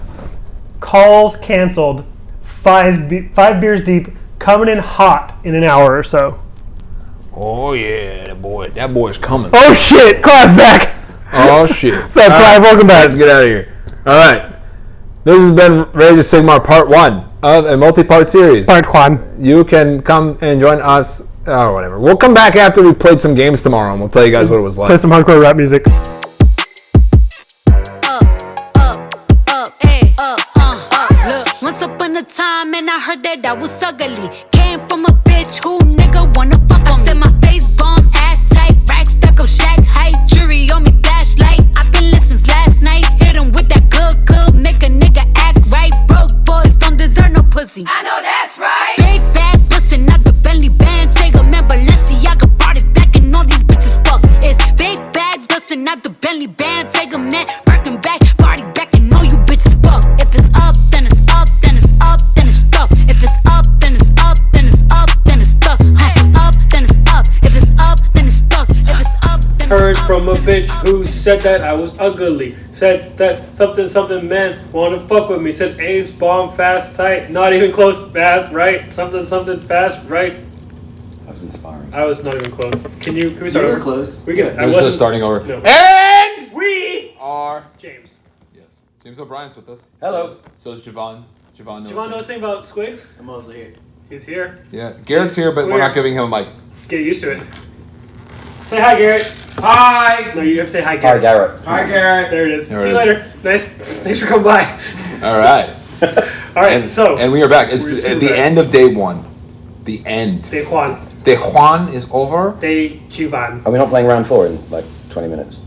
calls canceled, five be- five beers deep, coming in hot in an hour or so. Oh yeah, that boy, that boy's coming. Oh shit! Class back. Oh shit. So, All Clive, welcome back. Let's get out of here. All right. This has been Rage of Sigmar Part One of a multi-part series. Part Juan. You can come and join us or whatever. We'll come back after we played some games tomorrow and we'll tell you guys what it was like. Play some hardcore rap music. up, up, up, ay, up, uh, up. Look, once upon a time, and I heard that I was ugly. Came from a bitch who nigga wanna fuck on me. Said my face bomb, ass tight, rack stuck up, shack height, jury on me, flashlight. I've been lit since last night. Hit 'em with that good, good, make a nigga act right. Broke boys don't deserve no pussy. I know that's right. Big bag, pussy, not the Bentley band. Take a man, Balenciaga brought it back, and all these bitches fuck. It's big bags, busting out the Bentley band. Take a man, working back, party back, and all you bitches fuck. If it's up, then it's up, then it's up, then it's stuck. If it's up, then it's up, then it's up, then it's stuck. Huh. Up, then it's up. If it's up, then it's stuck. If it's up, then it's heard up, from a then bitch it's up, who then it's said that I was ugly. Said that something something man wanna fuck with me. Said Ace bomb fast tight, not even close fast right. Something something fast right. That was inspiring. I was not even close. Can you? Can we start You were over? close. We can. Yeah, I There's no wasn't starting over. No. And We are James. yes, James O'Brien's with us. Hello. So is Javon. Javon knows. Do you want to know him. something about Squigs? I'm also here. He's here. Yeah, Garrett's here, but we're not Weird. giving him a mic. Get used to it. Say hi, Garrett. Hi. No, you have to say hi, Hi, Garrett. Garrett. Hi, Garrett. There it is. There See it you is. later. Nice. Thanks for coming by. All right. All right. And so and we are back. It's we're the, so at the back. end of day one. The end. De Juan, The Juan is over. De Juvan. Are we not playing round four in like 20 minutes?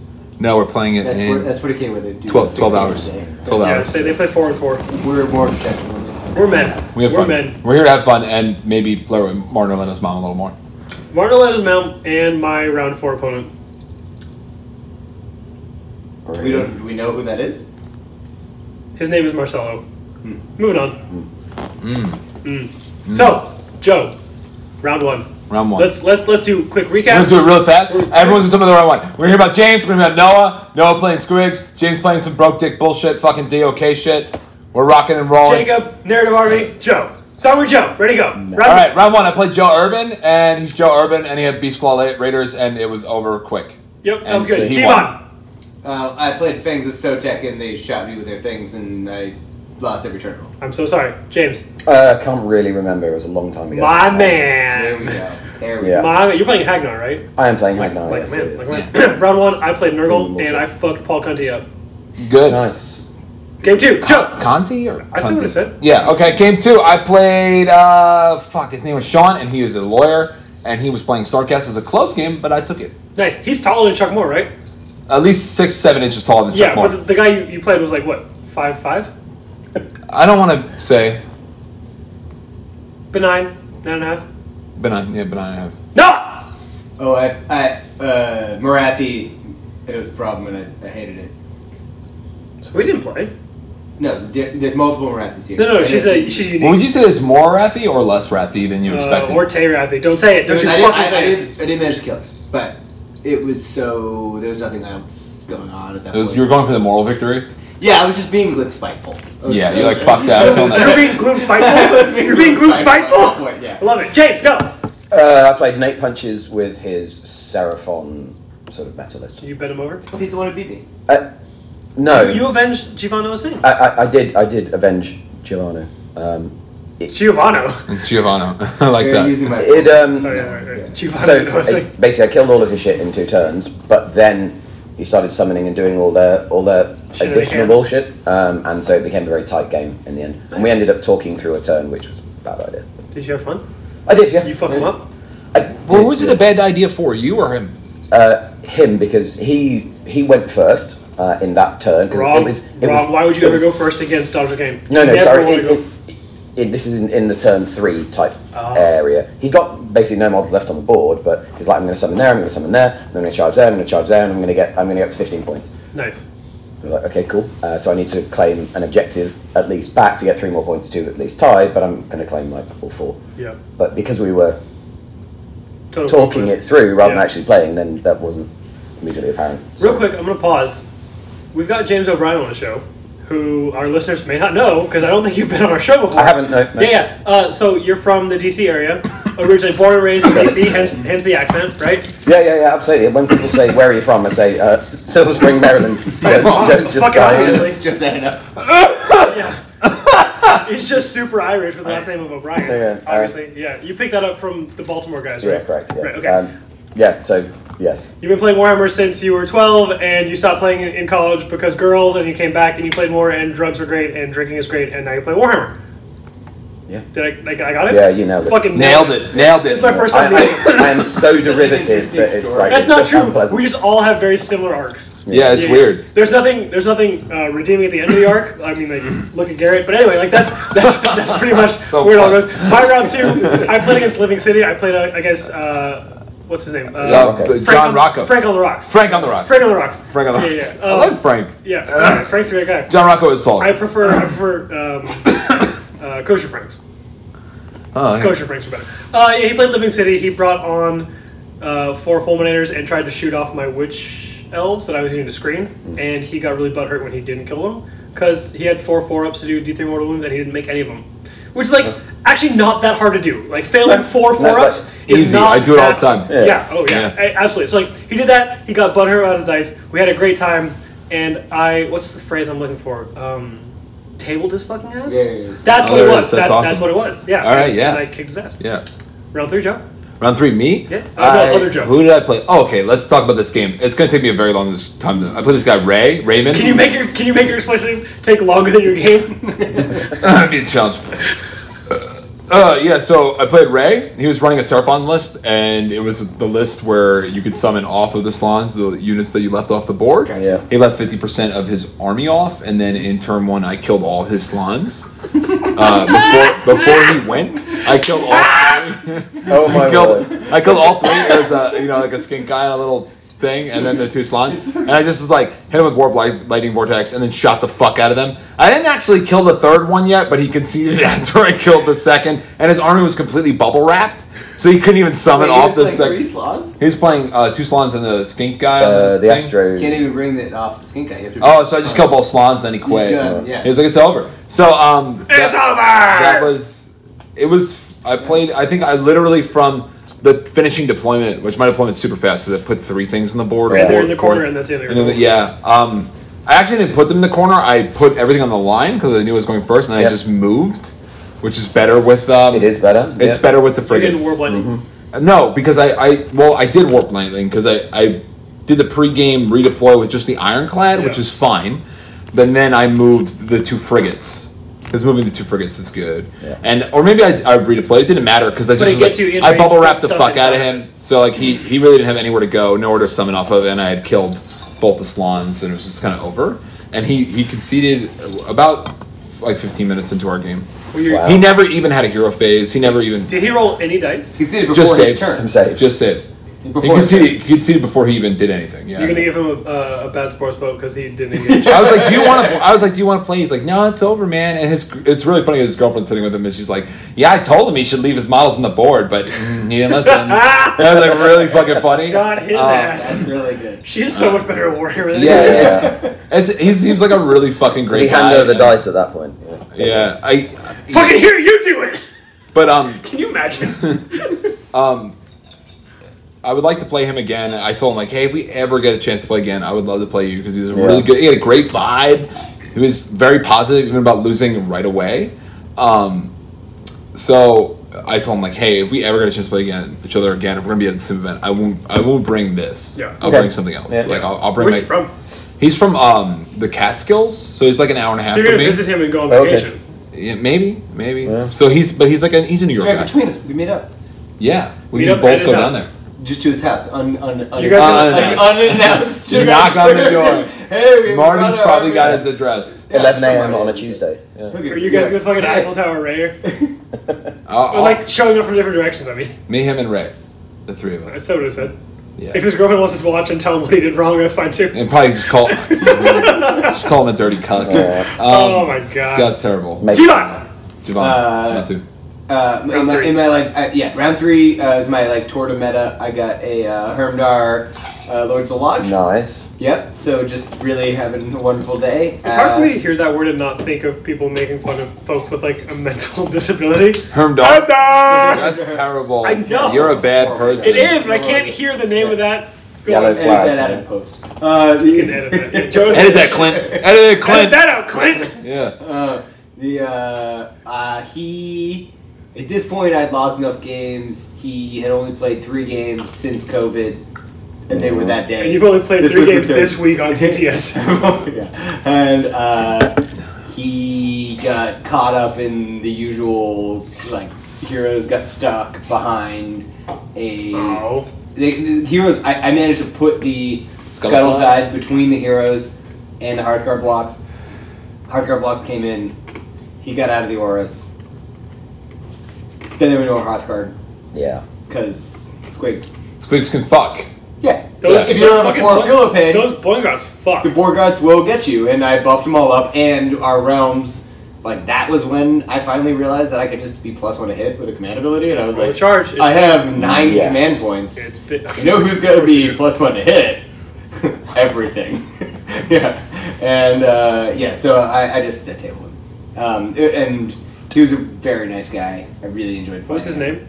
No, we're playing it That's, in where, that's what it came with it. dude. 12, 12 16 hours. today. 12 Yeah, hours. they, they play four and four. We're more objective. than We're men. We have are fun. men. We're here to have fun and maybe flirt with Martin Orlando's mom a little more. Martin Orlando's mom and my round four opponent. that. We don't. Do we know who that is? His name is Marcelo. Hmm. Moving on. Mm. Mm. So, Joe, round one. Round one. Let's let's let's do quick We're recap. gonna do it real fast. We're- Everyone's gonna talk about the right one. We're here about James. We're gonna about Noah. Noah playing Squiggs. James playing some broke dick bullshit. Fucking DOK shit. We're rocking and rolling. Jacob, narrative army, Joe. Summary Joe, ready to go. Round All right, one. round one. I played Joe Urban, and he's Joe Urban, and he had Beast Claw Ra- Raiders, and it was over quick. Yep, sounds And so good. he Javon. Uh, I played Fangs with Sotek, and they shot me with their things, and I lost every turn roll. I'm so sorry. James. Uh, I can't really remember. It was a long time ago. My There man. we go. There we Yeah. My man. You're playing Hagnar, right? I am playing Hagnar. like yes, a man. it Like is. a man. round one, I played Nurgle, Mm, and I fucked Paul Conti up. Good. Nice. Game two, Joe. Conti or I said what I Conti? said. Yeah, okay. Game two, I played. Uh, fuck, his name was Sean, and he was a lawyer, and he was playing Starcast. It was a close game, but I took it. Nice. He's taller than Chuck Moore, right? At least six, seven inches taller than yeah, Chuck Moore. but the, the guy you, you played was like what, five five? I don't want to say Benign, nine and a half. benign. Yeah, benign. I have. No. Oh, I, I, uh, Marathi, it was a problem, and I, I hated it. So we didn't play. No, it's di- there's multiple Marathis here. No, no, And she's it's- a she's Well, would unique. you say there's more Rathy or less Rathy than you Uh, expected? or Tay Rathy. Don't say it. I, Don't you didn't, fucking I, I, say it. didn't, I didn't manage to kill it, but it was so there was nothing else going on at that It was- point. you were going for the moral victory. yeah, I was just being like spiteful. I Oh, was- Yeah, I you're was- like, fuck that, I don't like You're being gloom spiteful. You're being gloom spiteful. At that point, I yeah. love it. James, no. Uh, I played Nate Punches with his Seraphon sort of metalist. You bent him over. Well, He's the one who beat me. Uh, no. You avenged Giovanni Sin. I, I, I did I did avenge Giovanni. Um, it, Giovanno. Giovanna, I like They're that. using my- it um. Oh yeah, right, right. So Giovanni I, Sin. basically, I killed all of his shit in two turns, but then he started summoning and doing all their all their Shit additional against. bullshit, um, and so it became a very tight game in the end. And we ended up talking through a turn, which was a bad idea. Did you have fun? I did, yeah. You fuck him up. I Well, did, was it yeah. a bad idea for you or him? Uh, him because he he went first uh, in that turn. 'cause Rob, it was, it Rob, was- why would you it ever was- go first against Dr. Kane? No, no, Never sorry. wanna It, go- it, it- this is in, in the turn three type Ah. area. He got basically no models left on the board, but he's like, I'm going to summon there, I'm going to summon there, I'm going to charge there, I'm going to charge there, and I'm going to get I'm going to get to 15 points. Nice. I was like, okay, cool. Uh, so I need to claim an objective at least back to get three more points to at least tie, but I'm going to claim like all four. Yeah. But because we were Total talking it focus. through rather Yeah. than actually playing, then that wasn't immediately apparent. Real So- quick, I'm going to pause. We've got James O'Brien on the show, who our listeners may not know because I don't think you've been on our show before. I haven't, no, no. Yeah, yeah. Uh, so you're from the DC area, originally born and raised in DC, hence, hence the accent, right? Yeah, yeah, yeah, absolutely. When people say, where are you from? I say, uh, S- Silver Spring, Maryland. Joe's- Joe's just Fucking dying. obviously. Just, just added up. It's just super Irish with the last name of O'Brien. Yeah, yeah. obviously, yeah. You picked that up from the Baltimore guys, right? Yeah, correct. Yeah. Right. Okay. Um, yeah. So yes. You've been playing Warhammer since you were 12, and you stopped playing in- in college because girls, and you came back and you played more, and drugs are great, and drinking is great, and now you play Warhammer. Yeah. Did I, like, I got it? Yeah, you nailed it. Fucking Nailed it. It's my first I, time. doing it. I, I am so derivative interesting that it's story. like That's it's not just true. unpleasant. We just all have very similar arcs. Yeah, it's Yeah, yeah. weird. There's nothing. There's nothing uh, redeeming at the end of the arc. I mean, like, look at Garrett. But anyway, like that's that's, that's pretty much So where it all fun. goes. My round two, I played against Living City. I played uh, against uh, what's his name? Uh, Uh, okay. but Frank John on- Rocco. Frank on the Rocks. Frank on the Rocks. Frank on the Rocks. Frank on the Yeah, Rocks. yeah. I Um, like Frank. Yeah, sorry, Frank's a great guy. John Rocco is tall. Oh, I prefer I prefer um, uh, kosher Franks. oh, yeah. Kosher Franks are better. Uh, yeah, he played Living City. He brought on uh, four fulminators and tried to shoot off my witch elves that I was using to screen, Hmm. and he got really butthurt when he didn't kill them because he had four four ups to do D3 mortal wounds and he didn't make any of them, which is like actually not that hard to do. Like failing No, four no, four ups that's is easy. not I do it all that- the time. Yeah. Yeah. Oh yeah. Yeah. A- Absolutely. So like he did that. He got butthurt out of his dice. We had a great time. And I, what's the phrase I'm looking for? Um, tabled his fucking ass. Yeah, yeah, yeah. That's Oh, what there it it was. is. That's That's, that's awesome. what it was. Yeah. All right, And yeah. I kicked his ass. Yeah. Round three, Joe. Round three, me? Yeah. Uh, no, other Joe. Who did I play? Oh, okay. Let's talk about this game. It's gonna take me a very long s- time. To, I played this guy Ray Raymond. Can you make your Can you make your explanation take longer than your game? I'm being challenged. Uh, yeah, so I played Ray. He was running a Seraphon list, and it was the list where you could summon off of the Slans the units that you left off the board. Yeah. He left 50% of his army off, and then in turn one, I killed all his Slans. uh, before, before he went, I killed all three. Oh I my killed, god. I killed all three as a you know like a skink guy and a little thing, and then the two slons, and I just was like hit him with warp light, lightning vortex, and then shot the fuck out of them. I didn't actually kill the third one yet, but he conceded after I killed the second, and his army was completely bubble wrapped, so he couldn't even summon Wait, off you're the playing second. three slots. He was playing uh, two slons and the skink guy. on Uh, the thing. Astro. You can't even bring that off the skink guy. You have to Oh, so I just killed both slons, then he quit. Yeah, yeah. He was like, "It's over." So um, it's over! That was, it was. I played. I think I literally from the finishing deployment, which my deployment's super fast, because I put three things on the board. Yeah, they're Four- in the corner, four- and that's the other. and then- yeah. Um, I actually didn't put them in the corner. I put everything on the line because I knew I was going first, and I Yeah. just moved, which is better with. Um, It is better. It's yeah. better with the You did frigates. war lightning. mm-hmm. No, because I, I well I did warp lightning because I, I did the pregame redeploy with just the ironclad, which Yeah. is fine. But then I moved the two frigates. Because moving the two frigates is good, Yeah. and or maybe I, I redeployed. It didn't matter because I But just it was gets like- you in I range bubble to wrapped the stuff fuck out of inside. him, so like he, he really didn't have anywhere to go, nowhere to summon off of, and I had killed both the slons, and it was just kind of over. And he he conceded about like 15 minutes into our game. Were you- Wow. He never even had a hero phase. He never even Did he roll any dice? You conceded before just his saves. turn. Some saves. Just saves. Before You can his see, turn. you can see it before he even did anything. Yeah. You're gonna give him a, uh, a bad sports vote because he didn't engage. I was like, "Do you want to?" I was like, "Do you want to play?" He's like, "No, it's over, man." And his it's really funny. His girlfriend's sitting with him, and she's like, "Yeah, I told him he should leave his models on the board, but mm, he didn't listen." and that was like really fucking funny. Got his Uh, Oh, That's ass. really good. She's so much better at warrior than Yeah, he is. it's- It's, he seems like a really fucking Did he great guy. hand over the dice at that point? Yeah, I. Fucking here, you do it. But um, Can you imagine? um, I would like to play him again. I told him like, hey, if we ever get a chance to play again, I would love to play you because he was a really Yeah. good. He had a great vibe. He was very positive even about losing right away. Um, so I told him like, hey, if we ever get a chance to play again each other again, if we're gonna be at the same event, I won't. I won't bring this. Yeah. I'll Okay. bring something else. Yeah. Like I'll, I'll bring Where's my. he from? He's from um the Catskills, so he's like an hour and a half So you're from gonna me. visit him and go on Okay. vacation. Yeah, maybe, maybe. Yeah. So he's but he's like an he's a New It's York right guy. between us. We meet up. Yeah, we Meet can up at both his go house. down there. Just to his house, un, un, un, You are- guys like, unannounced. You Just knock on the door. Hey, Marty's we brought our- probably got his address. Yeah, 11 it's a.m. on Marty. a Tuesday. Yeah. Okay, Are you guys yeah. gonna fucking Eiffel Tower Ray? Or I'll, or, I'll- like showing up from different directions? I mean, me, him, and Ray, the three of that's us. what I would've said. Yeah. If his girlfriend wants to watch and tell him what he did wrong, that's fine too. and probably just call just call him a dirty cuck. Yeah. Um, oh my god. That's terrible. Maybe- Gina! Javon, Uh, me too. Uh, in, my, three. in my like uh, yeah, round three uh, is my like tour de meta. I got a uh, Hermdar uh, Lords of the Lodge. Nice. Yep. So just really having a wonderful day. Uh, It's hard for me to hear that word and not think of people making fun of folks with like a mental disability. Hermdog. It That's terrible. I know. You're a bad person. is, but I can't hear the name of that. Yellow Edit that out in post. Uh, the, You can edit that. Joe- Edit that, Clint. Edit it, Clint Clint. that out, Clint. Yeah. Uh, the uh, uh, he at this point I'd lost enough games. He had only played three games since COVID, and they were that day. And you've only played This three was the games third. this week on TTS. yeah. And uh, he got caught up in the usual like heroes got stuck behind a Oh. they, the heroes. I, I managed to put the Scuttle scuttle Tide. tide between the heroes and the hearthguard blocks. Hearthguard blocks came in. He got out of the auras. Then there were no hearthguard Yeah. because squigs. Squigs can fuck. Yeah. Those- if you don't have a fucking four bo- pillow pin, Those boy guards fuck. the Borgots will get you. And I buffed them all up, and our realms, like, that was when I finally realized that I could just be plus one to hit with a command ability, and I was Roll like, the charge. I have nine Yes. command points. It's been- You know who's going to be plus one to hit? Everything. yeah. And, uh, yeah, so I, I just I tabled him. Um, i- and He was a very nice guy. I really enjoyed. What was his name?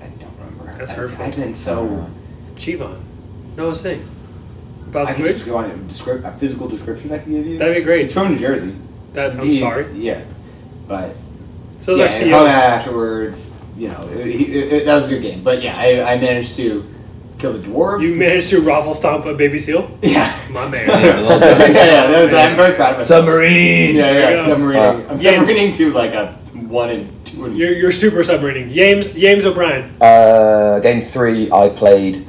I don't remember. That's I've- hurtful. I've been so. Chivon. No, Singh. About I could just Squid? go on a, descrip- a physical description I can give you. That'd be great. He's from New Jersey. That, I'm He's- sorry. Yeah, but So it was yeah, actually and hung out afterwards. You know, it, it, it- that was a good game. But yeah, I, I managed to kill the dwarves. you managed to raffle stomp a baby seal. Yeah. My man. yeah, well done. yeah, that was, I'm very proud of myself. Submarine. Yeah, There you yeah, go. submarining. I'm Yes. submarining to like a one and two. And You're, you're super submarining. James James O'Brien. Uh, game three, I played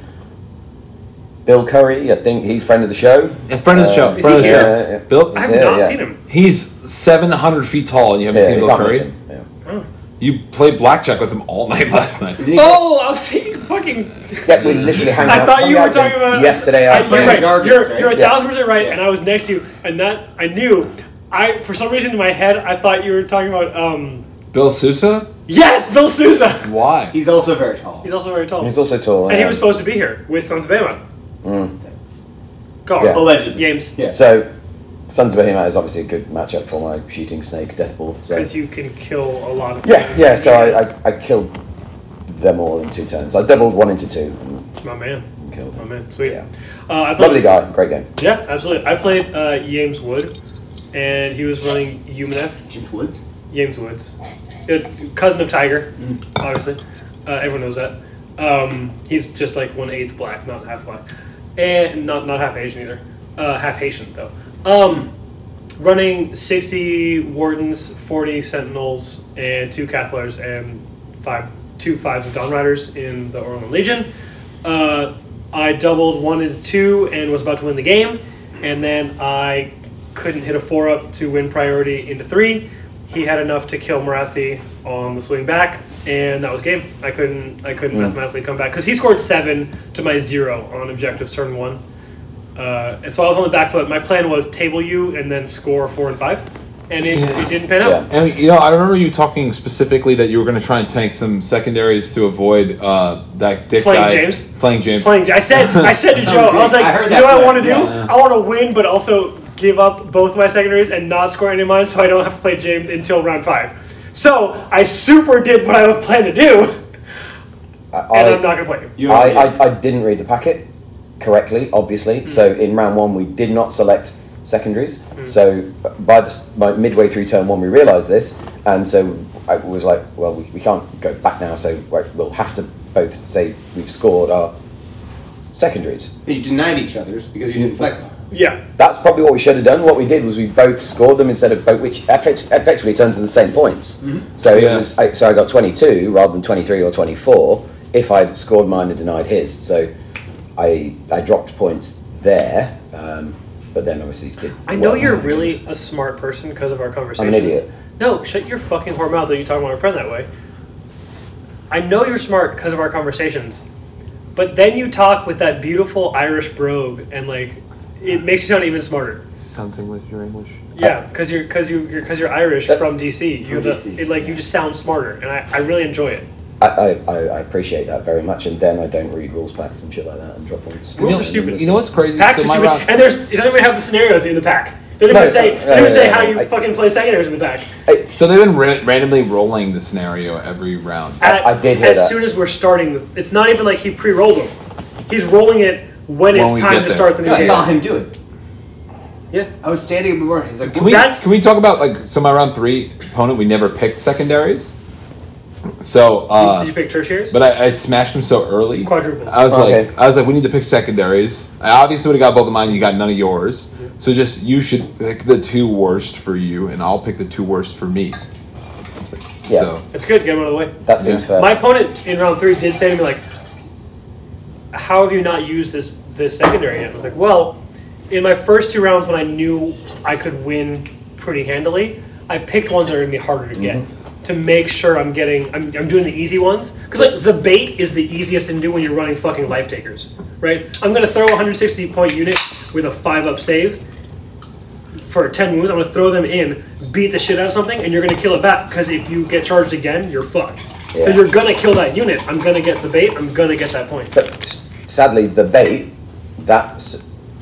Bill Curry. I think he's friend of the show. In front of the show. Uh, friend of the yeah, show. yeah. Bill. I have Yeah, not yeah. seen him. He's 700 feet tall, and you haven't Yeah, seen you Bill can't Curry. miss him, yeah. Oh, You played blackjack with him all night last night. Isn't he- oh I'm seeing fucking. Yeah, Mm. we literally hung I out- thought you hung were out talking about yesterday. I, afternoon. you're right. Gargans, you're, right? you're a Yeah. thousand percent right. Yeah. And I was next to you, and that I knew. I for some reason in my head I thought you were talking about um. Bill Sousa? Yes, Bill Sousa. Why? He's also very tall. He's also very tall. He's also tall. and yeah. he was supposed to be here with Sons of Anarchy. Mm. That's- Go Yeah. on. Allegedly. James. Yeah. So, Sons of Behemoth is obviously a good matchup for my shooting snake deathball. So. Because you can kill a lot of Yeah, things. yeah. So I, I, I killed them all in two turns. I doubled one into two and My man. killed My them. man. Sweet. Yeah. Uh, I played, Lovely guy, great game. Yeah, absolutely. I played uh, James Wood, and he was running Umanef. Jim Woods. James Woods. Uh, cousin of Tiger, Mm. obviously. Uh, everyone knows that. Um, he's just like one eighth black, not half black. And not, not half Asian either. Uh, half Haitian, though. Um, running 60 Wardens, 40 Sentinels, and two Cattlers, and five, two fives of Dawn Riders in the Orlean Legion. Uh, I doubled one and two and was about to win the game, and then I couldn't hit a four up to win priority into three. He had enough to kill Marathi on the swing back, and that was game. I couldn't, I couldn't mathematically come back because he scored seven to my zero on objectives turn one. Uh, and so I was on the back foot. My plan was table you and then score four and five, and it, it didn't pan out. Yeah. And you know, I remember you talking specifically that you were going to try and tank some secondaries to avoid uh, that dick Playing guy James? playing James. playing. I said, I said to Sounds Joe, I was great. like, I heard you that know what I play. want to do? Yeah. I want to win, but also give up both my secondaries and not score any of mine, so I don't have to play James until round five. So I super did what I was planning to do, and I, I, I- am not gonna play him. You I, I, I didn't read the packet correctly, obviously. So in round one, we did not select secondaries. So by the s- by midway through turn one, we realised this, and so I was like, well, we, we can't go back now. So we're- we'll have to both say we've scored our secondaries. But you denied each other's because you didn't select them. Yeah, That's probably what we should have done. What we did was we both scored them instead of both, which effect- effectively turned to the same points. Mm-hmm. So Yeah. it was I, so I got 22 rather than 23 or 24 if I'd scored mine and denied his. So I I dropped points there, um, but then obviously did I know well. you're really a smart person because of our conversations. idiot. No, shut your fucking whore mouth that you talk about my friend that way. I know you're smart because of our conversations, but then you talk with that beautiful Irish brogue, and like, it makes you sound even smarter. Sounds English. You're English. Yeah, because you're because you because you're Irish That- from DC. You From have DC, a, it, like you just sound smarter, and I, I really enjoy it. I, I, I I appreciate that very much, and then I don't read rules packs and shit like that and drop points. Rules you are know, stupid. You know what's crazy? Packs So are my stupid, round- and there's they don't even have the scenarios in the pack. They don't No, even say no, they don't even no, say no, how no, you I- fucking play secondaries in the pack. It's- so they've been ra- randomly rolling the scenario every round. At- I did hear as that. soon as we're starting. the- It's not even like he pre-rolled them. He's rolling it when, When we it's time get to there. start the new No, I game. saw him do it. Yeah. I was standing in the morning. He's like, Can we, That's- can we talk about like so my round three opponent? We never picked secondaries. So uh, Did you pick tertiaries? But I, I smashed him so early. Quadruples. I was Okay. like, I was like, we need to pick secondaries. I obviously would have got both of mine. You got none of yours. So just you should pick the two worst for you, and I'll pick the two worst for me. yeah, So That's good. Get him out of the way. that seems Yeah. fair. My opponent in round three did say to me like, "How have you not used this this secondary?" yet?" I was like, "Well, in my first two rounds when I knew I could win pretty handily, I picked ones that are gonna be harder to get to make sure I'm getting I'm, I'm doing the easy ones because like the bait is the easiest thing to do when you're running fucking life takers, right? I'm gonna throw a 160 point unit with a five up save." For 10 wounds, I'm gonna throw them in, beat the shit out of something, and you're gonna kill it back. Because if you get charged again, you're fucked. So Yeah. you're gonna kill that unit. I'm gonna get the bait. I'm gonna get that point. But s- sadly, the bait that s-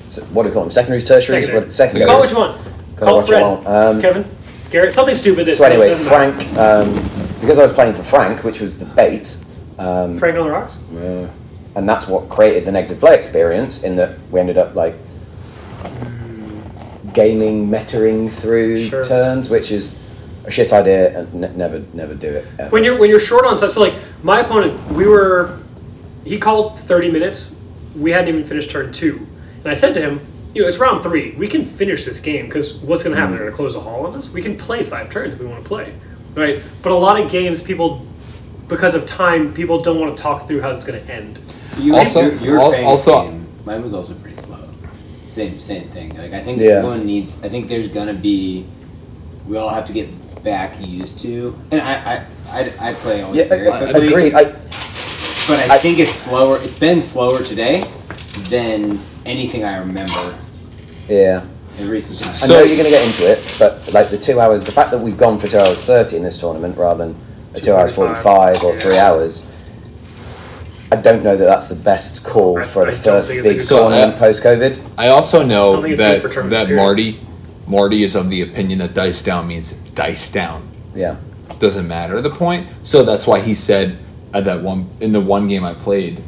s- what do you call them? Secondaries, tertiaries, Secondary. what, secondaries. Call which one? Call Call what you Fred. want. Um, Kevin. Garrett, something stupid. That So anyway, doesn't matter. Frank, um, because I was playing for Frank, which was the bait, um, Frank on the rocks. yeah, and that's what created the negative play experience. In that we ended up like gaming, metering through Hmm. Sure. turns, which is a shit idea, and ne- never, never do it. ever. When you're when you're short on time, so like my opponent, we were, he called 30 minutes. We hadn't even finished turn two, and I said to him, you know, it's round three. We can finish this game because what's going to Mm-hmm. happen? They're going to close the hall on us. We can play five turns if we want to play, right? But a lot of games, people, because of time, people don't want to talk through how it's going to end. So you Also- you're, you're al- playing also- the same. mine was also pretty slow. Same same thing. Like I think Yeah. everyone needs. I think there's gonna be. We all have to get back used to. And I I, I, I play always yeah, very a- a- quickly, agreed. I, But I, I- think it's slower. It's been slower today than anything I remember yeah. in recent times. I So- know you're going to get into it, but like the two hours, the fact that we've gone for two hours thirty in this tournament rather than a two hours forty-five or three hours, I don't know that that's the best call I- for I don't the first think it's a big good call. tournament So, uh, post-COVID. I also know don't think it's that good for tournament that period. Marty Marty is of the opinion that dice down means dice down. Yeah, doesn't matter at the point. So that's why he said at that one in the one game I played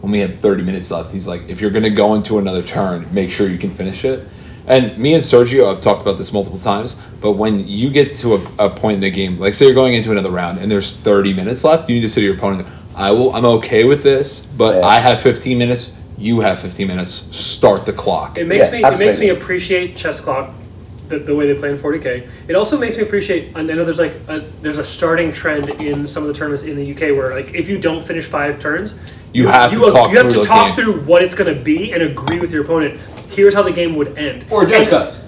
when we had 30 minutes left, he's like, if you're gonna go into another turn, make sure you can finish it. And me and Sergio have talked about this multiple times, but when you get to a, a point in the game, like say you're going into another round and there's 30 minutes left, you need to say to your opponent, I will, I'm okay with this, but Yeah. I have 15 minutes, you have 15 minutes, start the clock. It makes Yeah, me it makes absolutely. me appreciate chess clock, the, the way they play in 40k. It also makes me appreciate. I know there's like a, there's a starting trend in some of the tournaments in the UK where like if you don't finish five turns, You have you, to talk you have through to those talk games. through what it's going to be and agree with your opponent. Here's how the game would end. or judge And- goes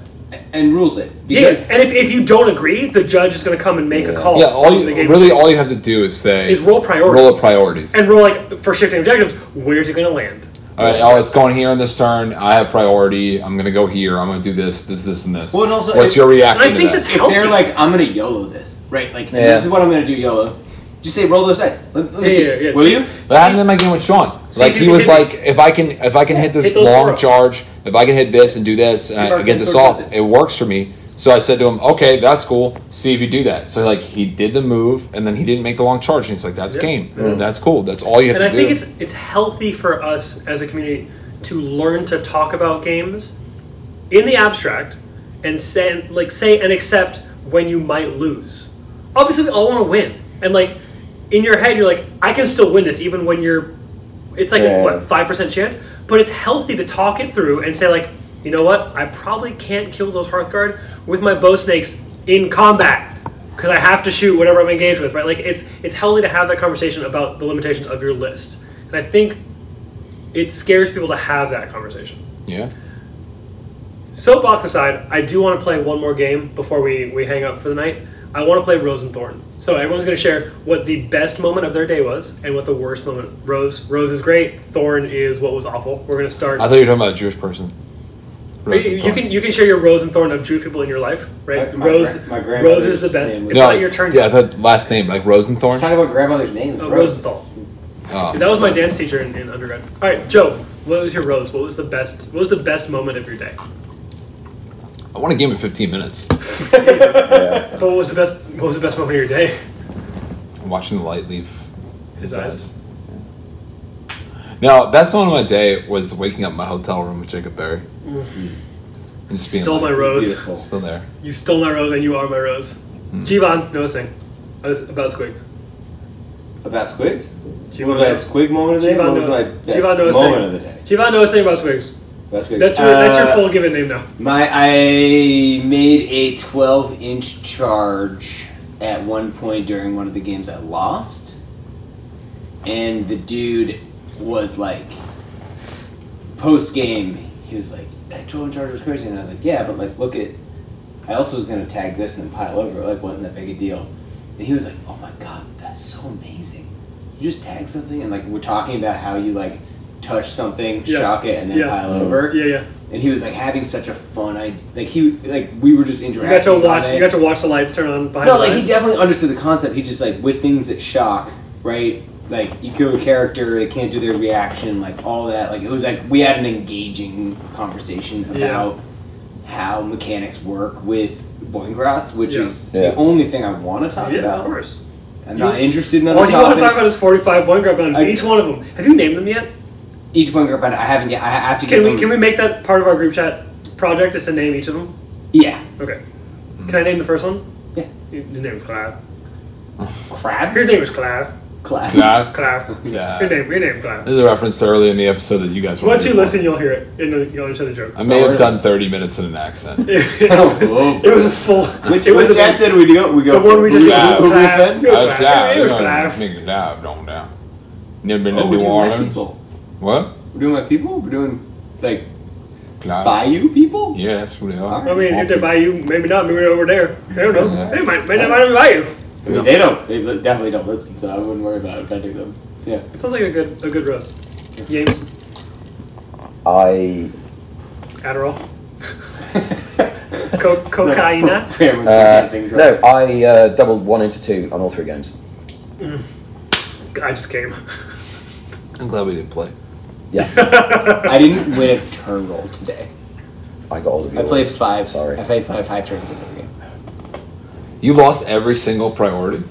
and rules it because Yes, and if, if you don't agree, the judge is going to come and make a call. yeah, all on you the game. really all you have to do is say Is roll priority. Roll of priorities. and we're like for shifting objectives, where's it going to land? All right, oh, it's going here on this turn. I have priority. I'm gonna go here. I'm gonna do this, this, this, and this. Well, and also what's if- your And I reaction think to that's that? if healthy. they're like, I'm gonna YOLO this, right? Like, Yeah. this is what I'm gonna do YOLO. Just say roll those dice. Let, let me Yeah, see. yeah, yeah. Will See- you? That happened in my game with Sean. like if he you was hit- like, if I can, if I can hit this hit those long throws. charge, if I can hit this and do this, and if I our get this control off, does it. it works for me. So I said to him, okay, that's cool. See if you do that. So like he did the move, and then he didn't make the long charge. And he's like, that's Yeah. game. That's cool. That's all you have and to I do. think it's it's healthy for us as a community to learn to talk about games in the abstract and say like say and accept when you might lose. Obviously, we all want to win, and like in your head, you're like, I can still win this even when you're. It's like a, Yeah. what five percent chance, but it's healthy to talk it through and say like, you know what, I probably can't kill those Hearthguard with my bow snakes in combat because I have to shoot whatever I'm engaged with, right? Like it's it's healthy to have that conversation about the limitations of your list, and I think it scares people to have that conversation. yeah. Soapbox aside, I do want to play one more game before we, we hang up for the night. I want to play Rose and Thorn. So everyone's going to share what the best moment of their day was and what the worst moment. Rose Rose is great. Thorn is what was awful. We're going to start. I thought you were talking about a Jewish person. you, you can you can share your Rose and Thorn of Jew people in your life, right? My- my Rose gra- my Rose is the grandmother's best. name It's was- no, not your turn. yeah, I thought last name like Rosenthorn. Let's talk about grandmother's name. Uh, Rose. Rosenthal. Oh. That was my dance teacher in, in undergrad. All right, Joe. What was your Rose? What was the best? What was the best moment of your day? I want a game in 15 minutes. yeah. What was the best? What was the best moment of your day? I'm watching the light leave His eyes. No, best one of my day was waking up in my hotel room with Jacob Berry. And just being Mm-hmm. Stole my like, Rose. Beautiful. Still there. You stole my rose and you are my rose. Hmm. Jivon, no thing. About squigs. About squigs? Jivon, What was my squig moment of the day? What was my best knows moment of the day? Jivon knows thing about squigs. That's, good. That's your, that's your Uh, full given name now. My I made a 12 inch charge at one point during one of the games I lost, and the dude was like, post game, he was like, that 12 inch charge was crazy, and I was like, yeah, but like look at, I also was gonna tag this and then pile over, it like wasn't that big a deal, and he was like, oh my god, that's so amazing, you just tag something and like we're talking about how you like touch something, Yeah. shock it, and then Yeah. pile over, Yeah, yeah. and he was like having such a fun idea. Like he, like we were just You interacting. got to watch. on it. You got to watch the lights turn on behind. No, the like he eyes. definitely understood the concept. He just like with things that shock, right? Like you kill a character, they can't do their reaction, like all that. Like it was like we had an engaging conversation Yeah. about how mechanics work with Boingrats, which Yeah. is Yeah. the only thing I want to talk Yeah, about. of course. I'm You- not interested in other All you want to topics. talk about is 45 one grab guns. I- Each one of them. Have you named them yet? Each Boingrap, but I haven't yet. I have to get Can we them- can we make that part of our group chat project? Is to name each of them. Yeah. Okay. Hmm. Can I name the first one? Yeah. Your name was Clive. Crab? Your name was Clive. Clap. Clive? Clive. Yeah. Your name. Your name Clive. This is a reference to early in the episode that you guys were Once you before. listen, you'll hear it and you'll understand the joke. I may Oh, have really? done 30 minutes in an accent. Oh, it, whoa. was, it was a full. Which, it was which a- accent we do? We go. The one we just who- did. who- who we Clap. said? It was That's Clive. Clive. It was You know, Clive. Niggas Clive, don't down. Never been Oh, to we're New doing black Orleans. people. What? We're doing my people. We're doing like Clive. Bayou people. Yeah, that's who they are. Alright. I mean, if they're by you, maybe not. Maybe they're over there. I don't know. Yeah. They might. Maybe they might not be by you. I mean, they don't. They li- definitely don't listen, so I wouldn't worry about it if I do them. Yeah. It sounds like a good a good roast. James I Adderall. So, cocaina? performance uh, enhancing no, drugs. I uh, doubled one into two on all three games. I just came. I'm glad we didn't play. Yeah, I I didn't win a turn roll today. I got all of I yours. played five. Sorry. I played five five turns in the game. You lost every single priority.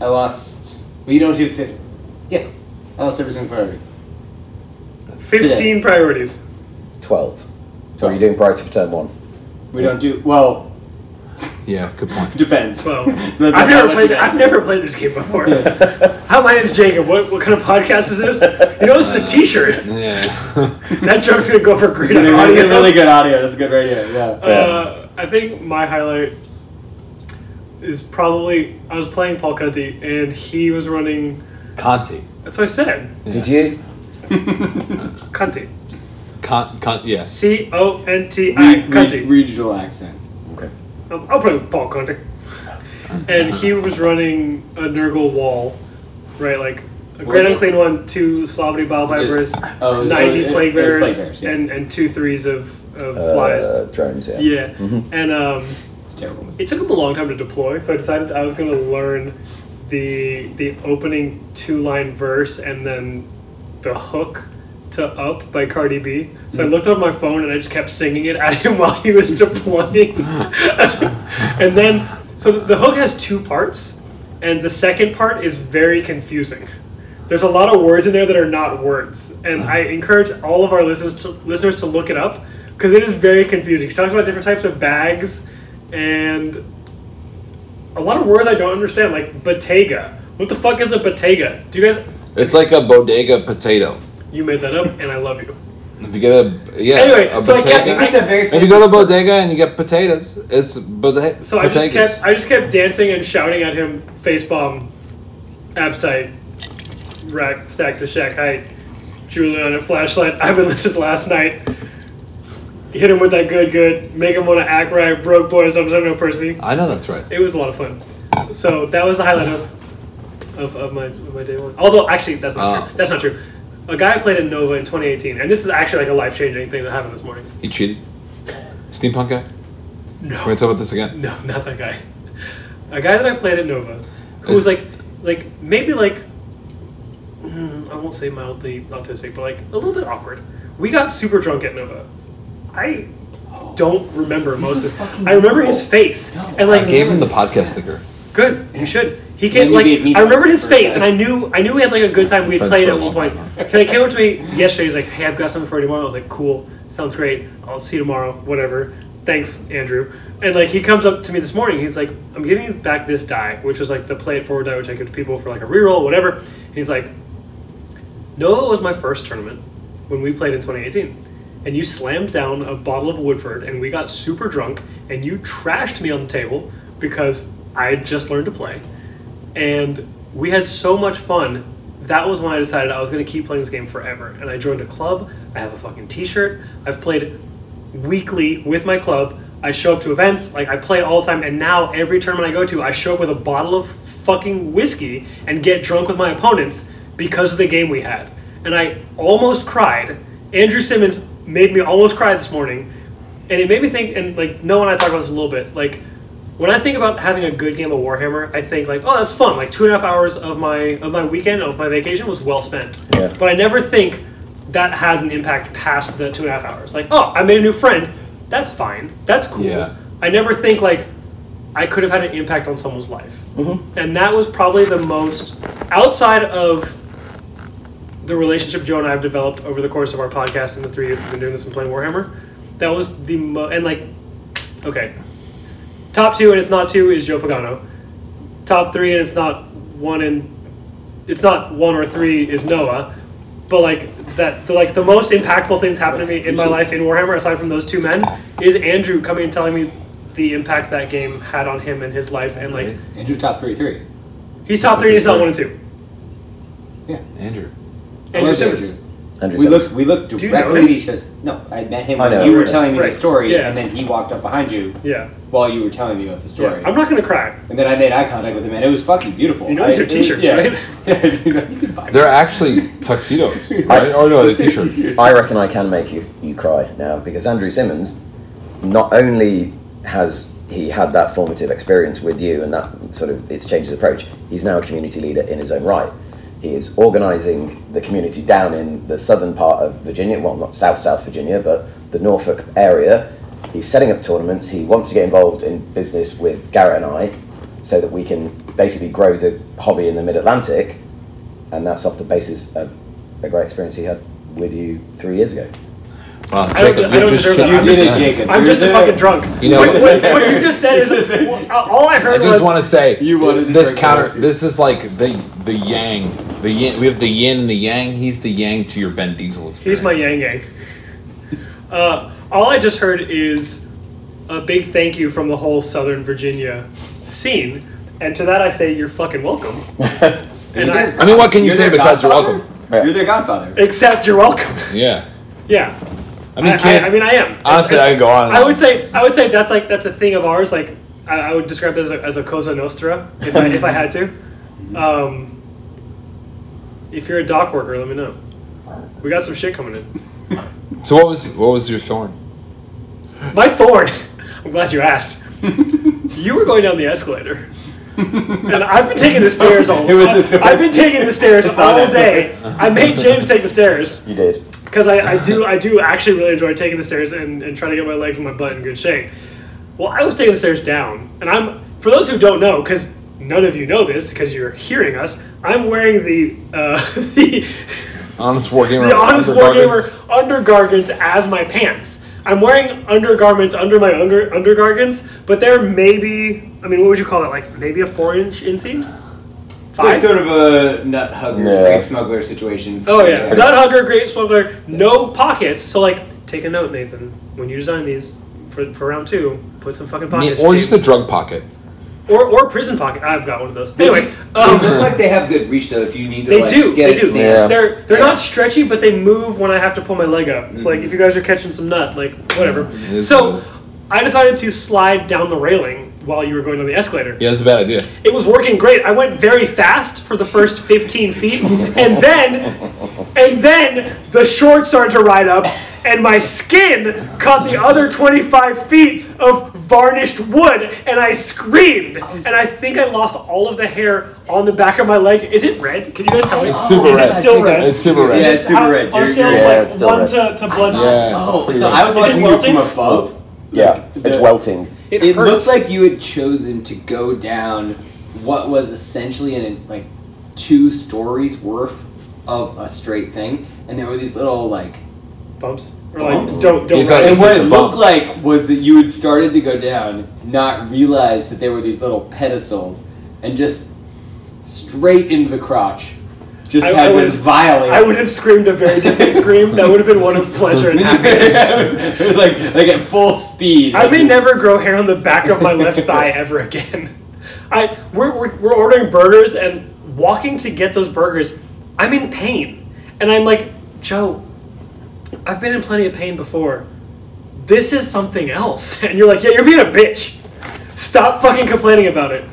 I lost. We don't do fifty. Yeah. I lost every single priority. Fifteen priorities. Twelve. So are you doing priority for turn one? We don't do well. Yeah, good point. Depends. Twelve. I've Depends on how never much played. you I've got. never played this game before. Hi, my name's Jacob. What what kind of podcast is this? You know, this is a T-shirt. Yeah. That joke's gonna go for great Really, on really, audio. really good audio. That's good radio. Yeah. Uh, I think my highlight is probably I was playing Paul Cunty and he was running. Conti. That's what I said. Did you? Uh, Cunty. Con, con, yes. C O N T I. Re- re- Cunty. regional accent. Okay. I'll, I'll play with Paul Conte. And he was running a Nurgle wall, right? Like a was Great it? Unclean One, two Slobby Bile Vipers, Oh, it was- 90 it- Plague it- it was Plague Bearers, Bears, yeah. and, and two threes of, of Uh, flies. Drones. Yeah. Yeah. mm-hmm. Mhm. And um, It's terrible. it took him a long time to deploy, so I decided I was going to learn the the opening two line verse and then the hook to Up by Cardi B. So I looked on my phone and I just kept singing it at him while he was deploying. and then, so the hook has two parts, and the second part is very confusing. There's a lot of words in there that are not words, and I encourage all of our listeners to, listeners to look it up because it is very confusing. She talks about different types of bags and a lot of words I don't understand, like Bottega. What the fuck is a Bottega? Do you guys? It's like a bodega potato. You made that up, and I love you. If you get a yeah, uh, Anyway, a so I bodega. kept- I think it's a very. if you go to bodega and you get potatoes, it's bodega. So I just kept I just kept dancing and shouting at him, face bomb, abs tight, rack stack to shack height, Juliana flashlight. I've been since last night. Hit him with that good good, make him want to act right. Broke boys, I'm no Percy. I know that's right. It was a lot of fun. So that was the highlight of of, of my of my day one. Although actually that's not Ah. true. That's not true. A guy I played in Nova in 2018, and this is actually like a life changing thing that happened this morning. He cheated. Steampunk guy. No. We're gonna talk about this again. No, not that guy. A guy that I played at Nova, who was like, like maybe like, mm, I won't say mildly autistic, but like a little bit awkward. We got super drunk at Nova. I don't remember most was of. fucking I remember cool. his face, No, and like I gave him the podcast sticker. good. You should. He And came you like gave me I remembered one his for face, that. and I knew I knew we had like a good time. We Friends played for a at long one point. time. He like, came up to me yesterday. He's like, "Hey, I've got something for you tomorrow." I was like, "Cool, sounds great. I'll see you tomorrow. Whatever. Thanks, Andrew." And like he comes up to me this morning. He's like, "I'm giving you back this die, which is like the play it forward die, which I give to people for like a reroll, whatever." And he's like, "Nova was my first tournament when we played in 2018." And you slammed down a bottle of Woodford, and we got super drunk, and you trashed me on the table because I had just learned to play and we had so much fun. That was when I decided I was going to keep playing this game forever. And I joined a club. I have a fucking T-shirt. I've played weekly with my club. I show up to events. Like I play all the time. And now every tournament I go to, I show up with a bottle of fucking whiskey and get drunk with my opponents because of the game we had. And I almost cried. Andrew Simmons made me almost cry this morning. And it made me think. And like Noah and I talked about this a little bit. Like when I think about having a good game of Warhammer, I think like, oh, that's fun. Like two and a half hours of my of my weekend of my vacation was well spent. Yeah. But I never think that has an impact past the two and a half hours. Like, oh, I made a new friend. That's fine. That's cool. Yeah. I never think like, I could have had an impact on someone's life. Oh. Mm-hmm. And that was probably the most, outside of the relationship Joe and I have developed over the course of our podcast and the three of us have been doing this and playing Warhammer, that was the mo- and like, okay, top two and it's not two is Joe Pagano. Top three and it's not one and it's not one or three is Noah. But like that, the, like the most impactful things happened to me in my life in Warhammer, aside from those two men, is Andrew coming and telling me the impact that game had on him and his life, and like Andrew's top three three. he's top three and he's not one and two. Yeah. Andrew. I Andrew love Simmons. Andrew We Simmons. looked. We looked you know directly him? at each other. No, I met him I when know, you were right. telling me Right. the story, Yeah. and then he walked up behind you Yeah. while you were telling me about the Yeah, story. I'm not gonna cry. And then I made eye contact with him, and it was fucking beautiful. You know I- these are it was- t-shirts, yeah. right? Yeah, you know, you could buy They're them. actually tuxedos, right? oh, Or no, they're t-shirts. I reckon I can make you, you cry now because Andrew Simmons, not only has he had that formative experience with you and that sort of it's changed his approach, he's now a community leader in his own right. He is organising the community down in the southern part of Virginia, well, not South South Virginia, but the Norfolk area. He's setting up tournaments. He wants to get involved in business with Garrett and I so that we can basically grow the hobby in the mid Atlantic and that's off the basis of a great experience he had with you three years ago. Wow, I don't- Jacob, I don't you just deserve that. you I'm just- You did just- it, Jacob. I'm You're just a there. fucking drunk. You know- what, what- what you just said is all I I heard just was. want to say You wanted to this drink counter. the whiskey. This is like the the yang, the yin. We have the yin and the yang. He's the yang to your Vin Diesel experience. He's my yang yang. Uh, all I just heard is a big thank you from the whole Southern Virginia scene, and to that I say you're fucking welcome. and I, I mean, what can you You're say their besides you're godfather? welcome? Yeah. You're their godfather. except you're welcome. Yeah. Yeah. I mean, I, kid, I, I mean, I am. honestly, It's- I could go on. and I on. would say, I would say that's like that's a thing of ours. Like, I, I would describe that as a, as a cosa nostra if I, if I had to. Um, if you're a dock worker, let me know. We got some shit coming in. So what was what was your thorn? My thorn. I'm glad you asked. You were going down the escalator, and I've been taking the stairs all. It was a thorn. I've been taking the stairs I saw all that. day. I made James take the stairs. You did. because I, I do I do actually really enjoy taking the stairs and, and trying to get my legs and my butt in good shape. Well, I was taking the stairs down, and I'm for those who don't know, because none of you know this because you're hearing us. I'm wearing the uh, the Honest war gamer. the honest war gamer undergarments. undergarments as my pants. I'm wearing undergarments under my under, undergarments, but they're maybe I mean what would you call it like maybe a four inch inseam? It's like sort of a nut hugger, Yeah. grape smuggler situation. Oh yeah, not hunger, great smuggler, no pockets. So like, take a note, Nathan. When you design these for, for round two, put some fucking I mean, pockets. or just a James. drug pocket. or, or prison pocket. I've got one of those. Anyway, um, It looks like they have good reach though. If you need to, they like, do, get they a do. Yeah. stance. They're they're not stretchy, but they move when I have to pull my leg up. So like, if you guys are catching some nut, like whatever. is what Mm-hmm. it So is. I decided to slide down the railing while you were going on the escalator. Yeah, that's a bad idea. It was working great. I went very fast for the first 15 feet, and then, and then the shorts started to ride up, and my skin caught the other 25 feet of varnished wood, and I screamed, and I think I lost all of the hair on the back of my leg. Is it red? Can you guys tell me? It's super Is red. it Oh, still red? It's super red. Yeah, it's super How- red. On a You're- scale you're- of, Yeah, like, it's still one red. to, to blood. Yeah. Oh, so I was Is it watching you wilting? from above. Yeah, it's the- welting. It, It hurts. looks like you had chosen to go down what was essentially an like two stories worth of a straight thing, and there were these little like. bumps. Or like, Bumps? don't don't. You got run. And It's what like it a looked bump. like was that you had started to go down, not realize that there were these little pedestals, and just straight into the crotch. Just I- I had would- been violated. I would have screamed a very different scream. That would have been one of pleasure and happiness. it was like like at full speed. I like may just- never grow hair on the back of my left thigh ever again. I we're, we're, we're ordering burgers and walking to get those burgers. I'm in pain, and I'm like, Joe, I've been in plenty of pain before. This is something else, and you're like, yeah, you're being a bitch. Stop fucking complaining about it.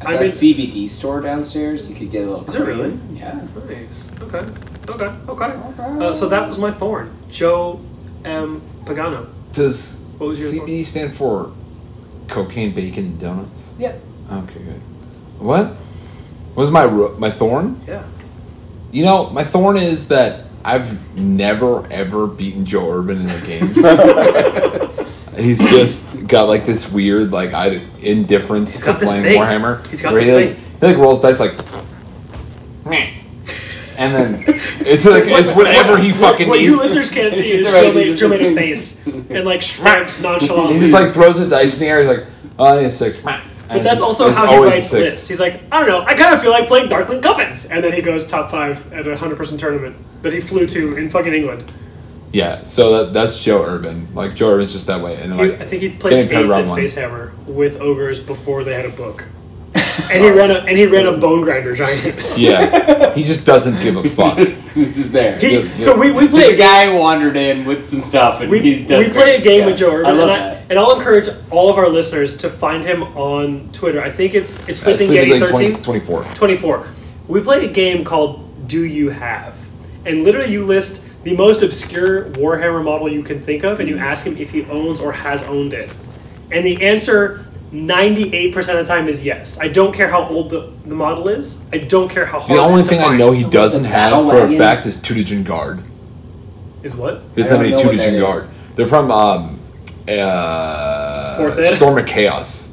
I I saw mean- a CBD store downstairs. You could get a little. Is it cream. really? Yeah. Nice. Okay. Okay. Okay. Uh, so that was my thorn, Joe M. Pagano. Does What was your CBD stand for cocaine, bacon, and donuts? Yep. Okay, good. What? What was my ro- my thorn? Yeah. You know, my thorn is that I've never ever beaten Joe Urban in a game. He's just got like this weird like I, indifference He's to got this playing thing. Warhammer. He's got where this he, like, thing. He like rolls dice like, meh. and then it's like it's whatever he fucking What you needs. listeners can't see is It's Joe right, made, it's Joe made a just- face and like shrugged He nonchalantly. just like throws his dice in the air. He's like, oh, I need a six. But but that's also how he writes lists. He's like, I don't know, I kind of feel like playing Darkling Gubbins, and then he goes top five at a hundred person tournament that he flew to in fucking England. Yeah, so that, that's Joe Urban. Like Joe Urban's just that way, and He, like I think he placed didn't play eighth round at one. Facehammer with ogres before they had a book, and he ran a and he ran a bone grinder giant. yeah, he just doesn't give a fuck. It's just there. He, Yeah, So yeah. we, we This play a game. guy wandered in with some stuff, and We, he's we desperate. play a game Yeah. with Joe Urban, I love and, I, that. and I'll encourage all of our listeners to find him on Twitter. I think it's it's Uh, Sleeping Sleeping Getty Giant 20, thirteen. 24. 24. We play a game called Do You Have? And literally, you list the most obscure Warhammer model you can think of, and you ask him if he owns or has owned it. And the answer 98% of the time is yes. I don't care how old the, the model is, I don't care how The hard it only is to thing I find. know he doesn't have for a Battle-wagon. fact is Tutigen Guard. is what? He doesn't I have any don't know what that Tutigen is. Guard. They're from um, uh, Fourth Ed? Storm of Chaos.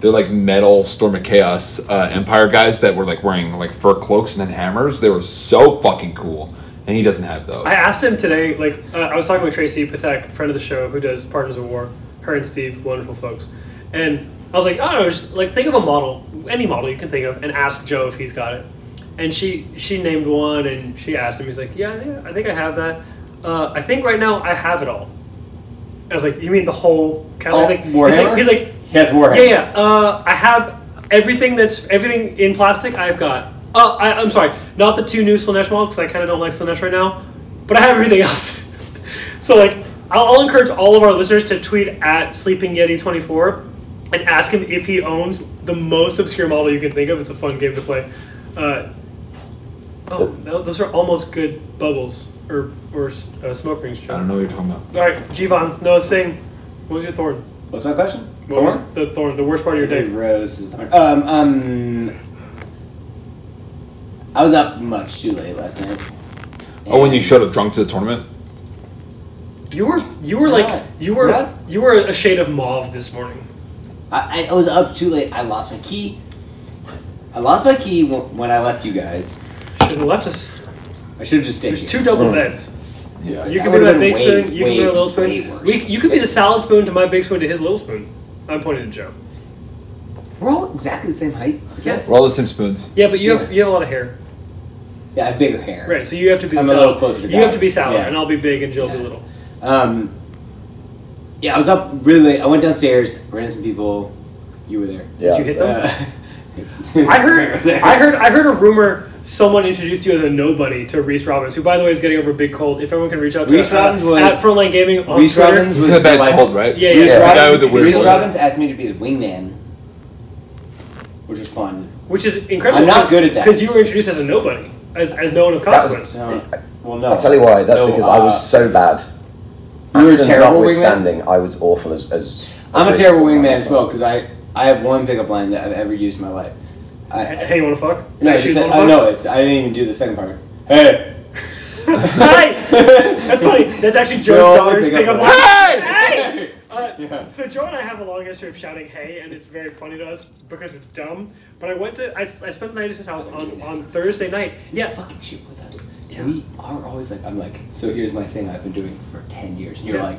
They're like metal Storm of Chaos uh, Empire guys that were like wearing like fur cloaks and then hammers. They were so fucking cool, and he doesn't have those. I asked him today, like, uh, I was talking with Tracy Patek, friend of the show who does Partners of War, her and Steve, wonderful folks. And I was like, I don't know, just like think of a model, any model you can think of, and ask Joe if he's got it. And she she named one, and she asked him. He's like, yeah, yeah I think I have that. Uh, I think right now I have it all. I was like, you mean the whole catalog? Oh, He's like- Warhammer? He's like, he's like He has Warhammer. yeah, yeah. Uh, I have everything that's everything in plastic. I've got. Uh, I, I'm sorry, not the two new Slanesh models because I kind of don't like Slanesh right now, but I have everything else. so like, I'll, I'll encourage all of our listeners to tweet at Sleeping Yeti 24 and ask him if he owns the most obscure model you can think of. It's a fun game to play. Uh, oh, tho- those are almost good bubbles or or uh, smoke rings. I don't know what you're talking about. All right, Jivon, no, sing. What was your thorn? What's my question? What was the thorn? The worst part of your day. Rose is not- Um, um. I was up much too late last night. Oh, when you showed up drunk to the tournament. You were you were Not. like you were Not. you were a shade of mauve this morning. I, I- I was up too late. I lost my key. I lost my key wh- when I left you guys. Should have left us. I should have just stayed. There's here. two double beds. Yeah. You That can be my would've been big way- spoon. You can way- be my little way spoon. worse. We, you could be the salad spoon to my big spoon to his little spoon. I'm pointing to Joe. We're all exactly the same height. Is Yeah. that- We're all the same spoons. Yeah, but you have Yeah. you have a lot of hair, Yeah, I have bigger hair. right? So you have to be. The I'm a salad. little closer to You God. have to be salad, Yeah. and I'll be big, and Joe'll be Yeah. little. Um, yeah, I was up really late. I went downstairs, ran into some people. You were there. Uh, Yeah. Did you hit so- them? I heard I heard I heard a rumor. Someone introduced you as a nobody to Reese Robbins, who, by the way, is getting over a big cold. If everyone can reach out to Reese uh, Robbins was- at Frontline Gaming on Reese Twitter. Robbins He's was got a bad like- cold, right? Yeah, He's yeah. the Reese guy with the Robbins- weird Reese voice. Robbins asked me to be his wingman, which was fun. Which is incredible. I'm not good at that. Because you were introduced as a nobody, as, as no one of That was- consequence. No, well, no. I'll tell you why. That's No, because uh, I was so bad. You were a Accent terrible wingman. notwithstanding, I was awful as. as I'm a as terrible racist wingman as as well because I I have one pickup line that I've ever used in my life. I, hey, you want to fuck? no, Hey, she shoes said, wanna oh no, it's I didn't even do the second part. Hey. fuck? hey! That's funny. That's actually Joe, Joe's daughter's pick pickup up line. line. Hey! Uh, Yeah. So Joe and I have a long history of shouting "Hey," and it's very funny to us because it's dumb. But I went to I, I spent the night at his house on, on Thursday night. yeah. fucking shit with us. We are always like, I'm like, so here's my thing I've been doing for 10 years. And you're Yeah. like,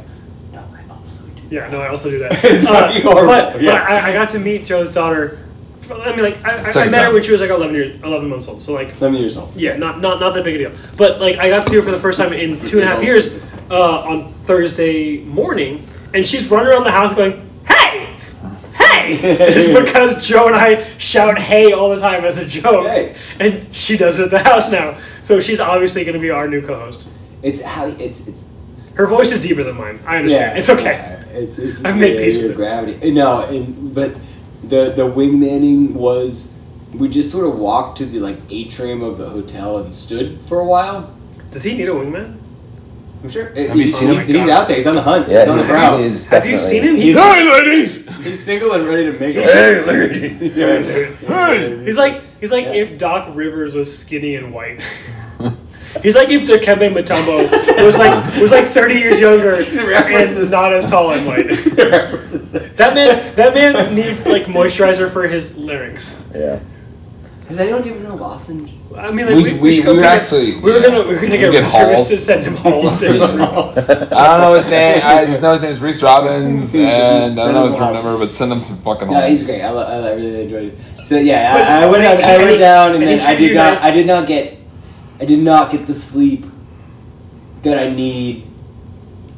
no, I also do. Yeah, no, I also do that. It's Uh, fucking horrible, But, yeah. but I, I got to meet Joe's daughter. I mean, like I, I, I Second met her time. when she was like 11 years, 11 months old. So like 11 years old. Yeah, not not not that big a deal. But like I got to see her for the first time in two and a half years uh, on Thursday morning, and she's running around the house going, "Hey, hey!" Just because Joe and I shout "Hey" all the time as a joke, Hey. and she does it at the house now. So she's obviously going to be our new co-host. It's how, it's, it's, Her voice is deeper than mine. I understand. yeah. it's okay. yeah, It's, it's, I've made peace your with it. gravity. No, and, but the, the wingmanning was, we just sort of walked to the like atrium of the hotel and stood for a while. Does he need a wingman? I'm sure. Have you seen him? he's, He's out there. He's on the hunt. well. he's on the Yeah, prowl. he is Have you definitely. seen him? He's- Hey, ladies! He's single and ready to make it. Hey, lady. Yeah. Hey! He's like he's like Yeah. if Doc Rivers was skinny and white. He's like if Dikembe Mutombo was like was like 30 years younger and is not as tall and white. That man, that man needs like moisturizer for his larynx. Yeah. Has anyone given a lozenge? I mean, like, We- we, we- should go we get- actually- we were gonna we were gonna get, get get hauls. to send him holes. I don't know his name. I just know his name is Reese Robbins, and I don't know his room number, but send him some fucking. No, he's great. I, lo- I really enjoyed it. So yeah, I, I went down, I went down, and then I did not. I did not get. I did not get the sleep that I need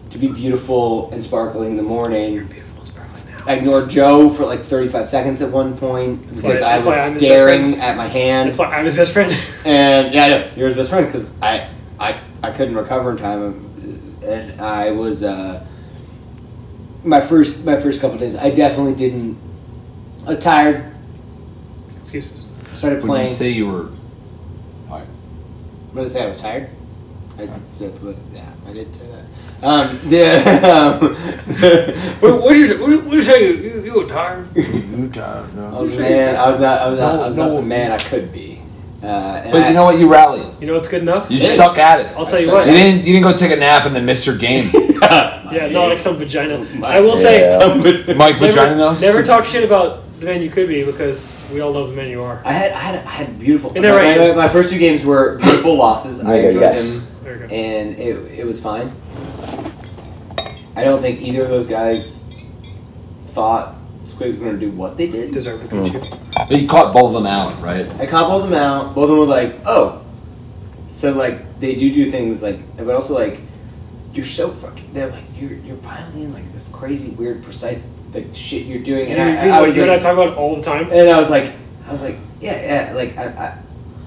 to be beautiful and sparkling in the morning. You're beautiful and sparkling now. I ignored Joe for like 35 seconds at one point why- because I that's why I'm was his best staring friend. at my hand. That's why I'm his best friend. And yeah, I know you're his best friend because I, I, I couldn't recover in time, and I was uh, my first my first couple days. I definitely didn't. I was tired. Excuses. Started Would you playing. say you were? Alright. what did I say? I was tired. I did say- but, yeah, I did say that. Um, the, um, What, what is it? What, what is it? You, you were tired. I was the Oh, man. I was not. I was not. I was No, not no. the man I could be. Uh, and But I- you know what? You rallied. You know what's good enough? You stuck at it. I'll tell you I what. You didn't. You didn't go take a nap and then miss your game. Yeah, not like some vagina. I will say, Yeah. Mike never, vagina nose. never talk shit about the man you could be because we all know the man you are. I had I had I had beautiful. And they're my, right. my, my first two games were beautiful losses. I There you enjoyed go, yes. them, There you go. and it, it was fine. I don't think either of those guys thought Squigs were gonna do what they did. Deserve to Hmm. beat you. You caught both of them out, right? I caught both of them out. Both of them were like, oh. So like they do do things like, but also like, you're so fucking. They're like you're you're piling in like this crazy weird precise like shit you're doing, You, and you, I, I, I what was you and I like, talk about all the time. and I was like, I was like, yeah, yeah, like I,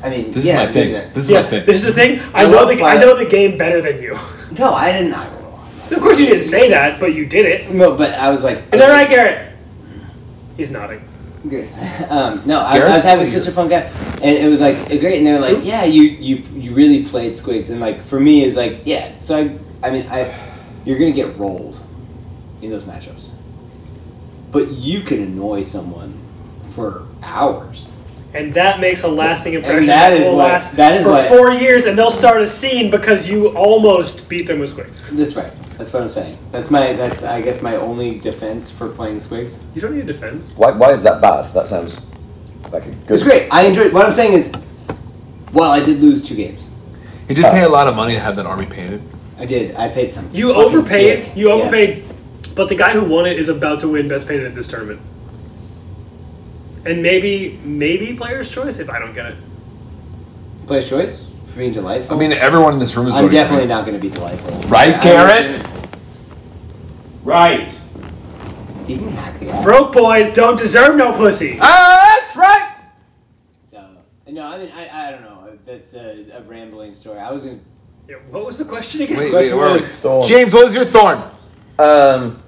I, I mean, This yeah, is my thing. yeah. This is Yeah, my thing. this is the thing. I, I know love the I fire. know the game better than you. No, I did not go along. Of course, you didn't say that, but you did it. No, but I was like, Is that right, Garrett? He's nodding. um, no, I, I Garrett's was having clear. such a fun guy, and it was like eh, great. And they were like, yeah, you you you really played Squigs, and like for me, it's like yeah. So I, I mean, I, you're gonna get rolled in those matchups, but you can annoy someone for hours. And that makes a lasting impression. that is will what- last that is for what- four years, and they'll start a scene because you almost beat them with squigs. That's right. That's what I'm saying. That's my that's I guess my only defense for playing Squigs. You don't need a defense. Why, why is that bad? That sounds like a good. It's great. I enjoyed. What I'm saying is, while I did lose two games, He did pay a lot of money to have that army painted. I did. I paid some. You fucking overpaid. dick. You Yeah. overpaid. But the guy who won it is about to win best painted at this tournament. And maybe maybe player's choice if I don't get it. Player's choice for being delightful. I mean, everyone in this room is. I'm voting definitely for it. not going to be delightful. Right, I'm- Garrett? Right. You can hack the app. Broke boys don't deserve no pussy. Ah, that's right. So, no, I mean, I, I don't know. That's a, a rambling story. I was in. Yeah, what was the question again? Wait, wait, Question where are we? was- Thorn. James, what was your thorn? Um,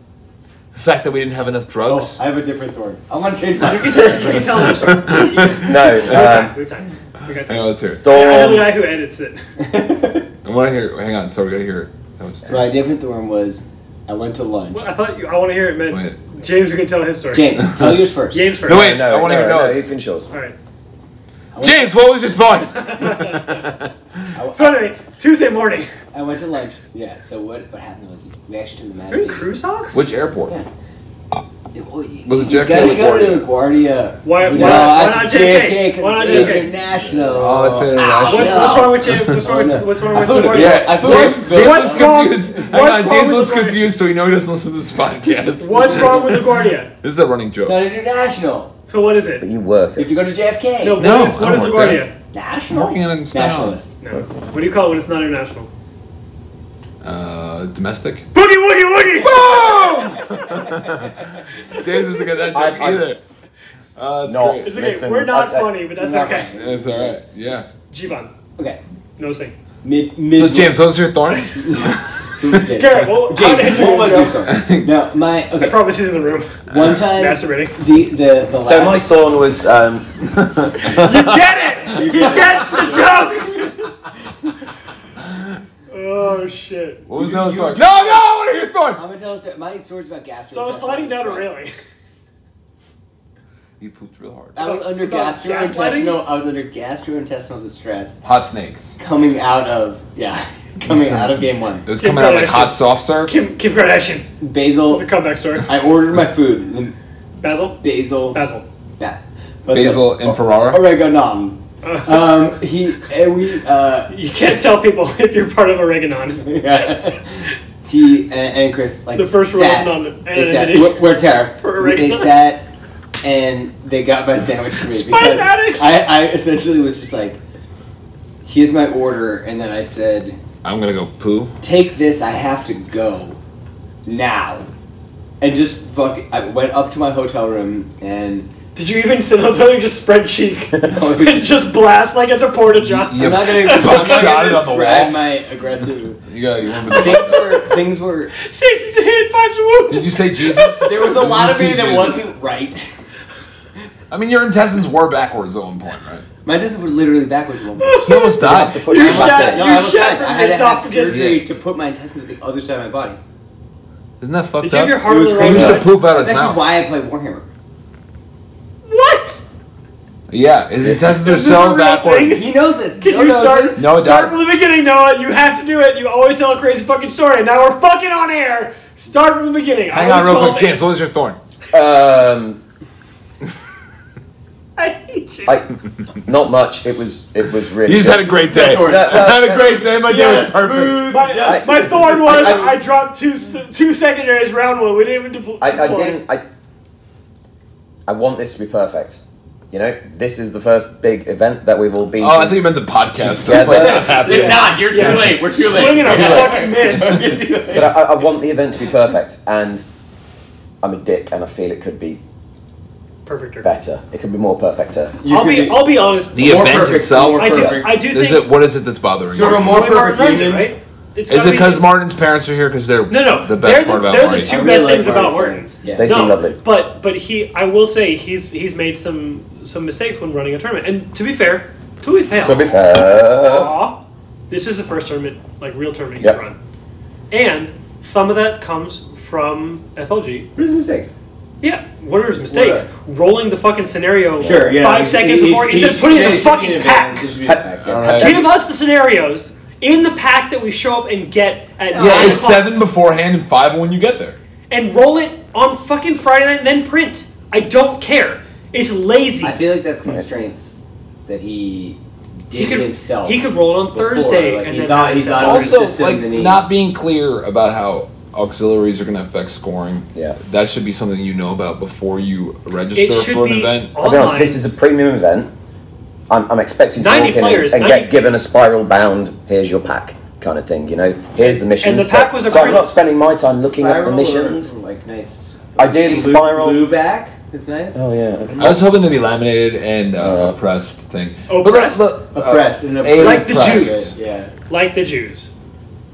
The fact that we didn't have enough Oh, drugs. I have a different thorn. I want to change my. You can tell them. no. We got Um, we got time. We Hang got time. on, let's hear it. I know the Storm. guy who edits it. I want to hear. it. Hang on, so we gotta hear it. That was so my different thorn was, I went to lunch. Well, I thought you, I want to hear it, man. Wait. James is gonna tell his story. James, tell yours first. James first. No wait, No, I want to no, hear no, yours. he finished yours. All right. James, what was your thorn? I, So anyway, Tuesday morning. I went to lunch. Yeah. So what? What happened was we actually took the match. Are you in day. crew socks? Which airport? Yeah. Oh, you- Was it you JFK gotta or go to LaGuardia. Why- No, why not- why that's not JFK? because Why not it's JFK? International. Oh, it's Ah, What's, international. what's wrong with James? What's Oh, wrong no. with what's wrong I with thought it- the yeah, I thought it James, was- James What's looks wrong- confused. Hang what's on, wrong James with looks LaGuardia? confused, so he knows he doesn't listen to this podcast. What's wrong with LaGuardia? This is a running It's not joke. international. So what is But it? you work You have at to go to JFK. No, what No, is, I what is don't work LaGuardia? National. Working in Nationalist. No. What do you call it when it's not international? Uh, domestic. Boogie woogie James doesn't get that joke I- I- either. Uh, that's No. great. It's okay. Listen, We're not I- I- funny, but that's We're not okay. That's all right. Yeah. Jivan, Okay. no thing. Mid. mid So James, what was your thorn? So James. Garrett, well, how did James, you what was your story? No, my I okay. probably see in the room. One time, Masturbating. the the the So my last. thorn was um, You get it! You get the joke! oh shit. what was Noah's thorn? No, no, I want to hear your thorn. I'm gonna tell a story. My story's about gastro. So I was sliding down a railing. You pooped real hard. I was About- under about gastrointestinal. gaslighting? I was under gastrointestinal distress Hot snakes. coming out of yeah, coming out of game one. It was coming out like hot soft serve. Kim, Kim Kardashian. It's Basil. a comeback story. I ordered my food. And then Basil. basil. Oh, Basil. Ba- Basil and Ferrara. Oregano. Um, he and we uh, Uh, you can't tell people if you're part of Oreganon. he and, and Chris like The first rule sat, is non- they sat anonymity. we're, we're terror. For Oregano. They sat and they got my sandwich for me Spice because addicts! I, I essentially was just like, here's my order, and then I said, I'm gonna go poo. take this, I have to go now, and just fuck. I went up to my hotel room and. Did you even sit on the toilet and just spread cheek? and just blast like it's a porta john? You I'm not gonna, I'm buckshot not it gonna on the wall. describe my aggressive. You got you remember the Things were things were. Six to hit, five to Did you say Jesus? There was a Did lot you of see me that Jesus? wasn't right. I mean, your intestines were backwards at one point, right? My intestines were literally backwards at one point. He almost have to died. put You're your mouth shot- in. No, you're I was shot fine. from I had your to have esophagus. surgery Yeah. to put my intestines on the other side of my body. Isn't that fucked Did you have your up? heart on It was the He wrong crazy. used to side? poop out That's his actually mouth. why I play Warhammer. What? Yeah, his intestines are Is this a so real backwards. thing? He knows this. Can Joe you knows start? this. No, it start died. from the beginning, Noah. You have to do it. You always tell a crazy fucking story, and now we're fucking on air. Start from the beginning. Hang I on was real quick, told- James. What was your thorn? Um, I hate you. I, not much. It was it was really. You just good. had a great day. Don't worry. had a great day. My day was Yes, perfect. my, Justice. my thorn was I, I- I- dropped two s- two secondaries round one. We didn't even depl- I, I deploy. didn't. I I want this to be perfect. You know, this is the first big event that we've all been. Oh, I to. think you meant the podcast. Yeah, That's like that- not happening. yeah. not. You're too Yeah. late. We're too Swinging a fucking miss. We're too late. But I, I I want the event to be perfect, and I'm a dick, and I feel it could be Perfecter. better. It could be more perfecter. You I'll could be I'll be honest. The more event perfect, itself. more I do perfect. I do Is think it what is it that's bothering You're a you? more Roy Martin perfect earns it, human. right? It's Is gotta it be- because Martin's parents are here? Because they're No, no, the best they're part the- about they're the Marty. two- I best really things like about Warhammer Warhammer. Yeah. They seem lovely. But but he, I will say he's he's made some some mistakes when running a tournament. And to be fair, to be fair, To be fair, aw, this is the first tournament like real tournament he's Yep. run, and some of that comes from FLG. What is the mistakes? Yeah, what are his mistakes? Right. Rolling the fucking scenario Sure. Yeah. five he's- seconds he's- before he's- instead of putting it in the he's- fucking he's- pack. he's- he's- pack, yeah. All right. Give us the scenarios in the pack that we show up and get at Yeah, nine it's o'clock. seven beforehand and five when you get there. and roll it on fucking Friday night and then print. I don't care. It's lazy. I feel like that's constraints that he did he could himself. he could roll it on before, Thursday like, and he's then not- he's not Well, always- Also, system like than he- not being clear about how auxiliaries are going to affect scoring. Yeah. that should be something you know about before you It register should for an be event. I'll be honest. This online. is a premium event. I'm, I'm expecting to 90 walk in players, and 90 get given a spiral bound. Here's your pack, kind of thing. You know, here's the mission. And the so, pack was a so I'm print- not spending my time looking at spiral the or, missions. like nice. Ideally, Blue- spiral. Blue back is nice. Oh yeah. Okay. I was hoping to be laminated and uh, Uh-huh. Uh, oppressed thing. oppressed? But look, Oppressed and alien Uh, oppressed. Like the press. Jews. Yeah. like the Jews.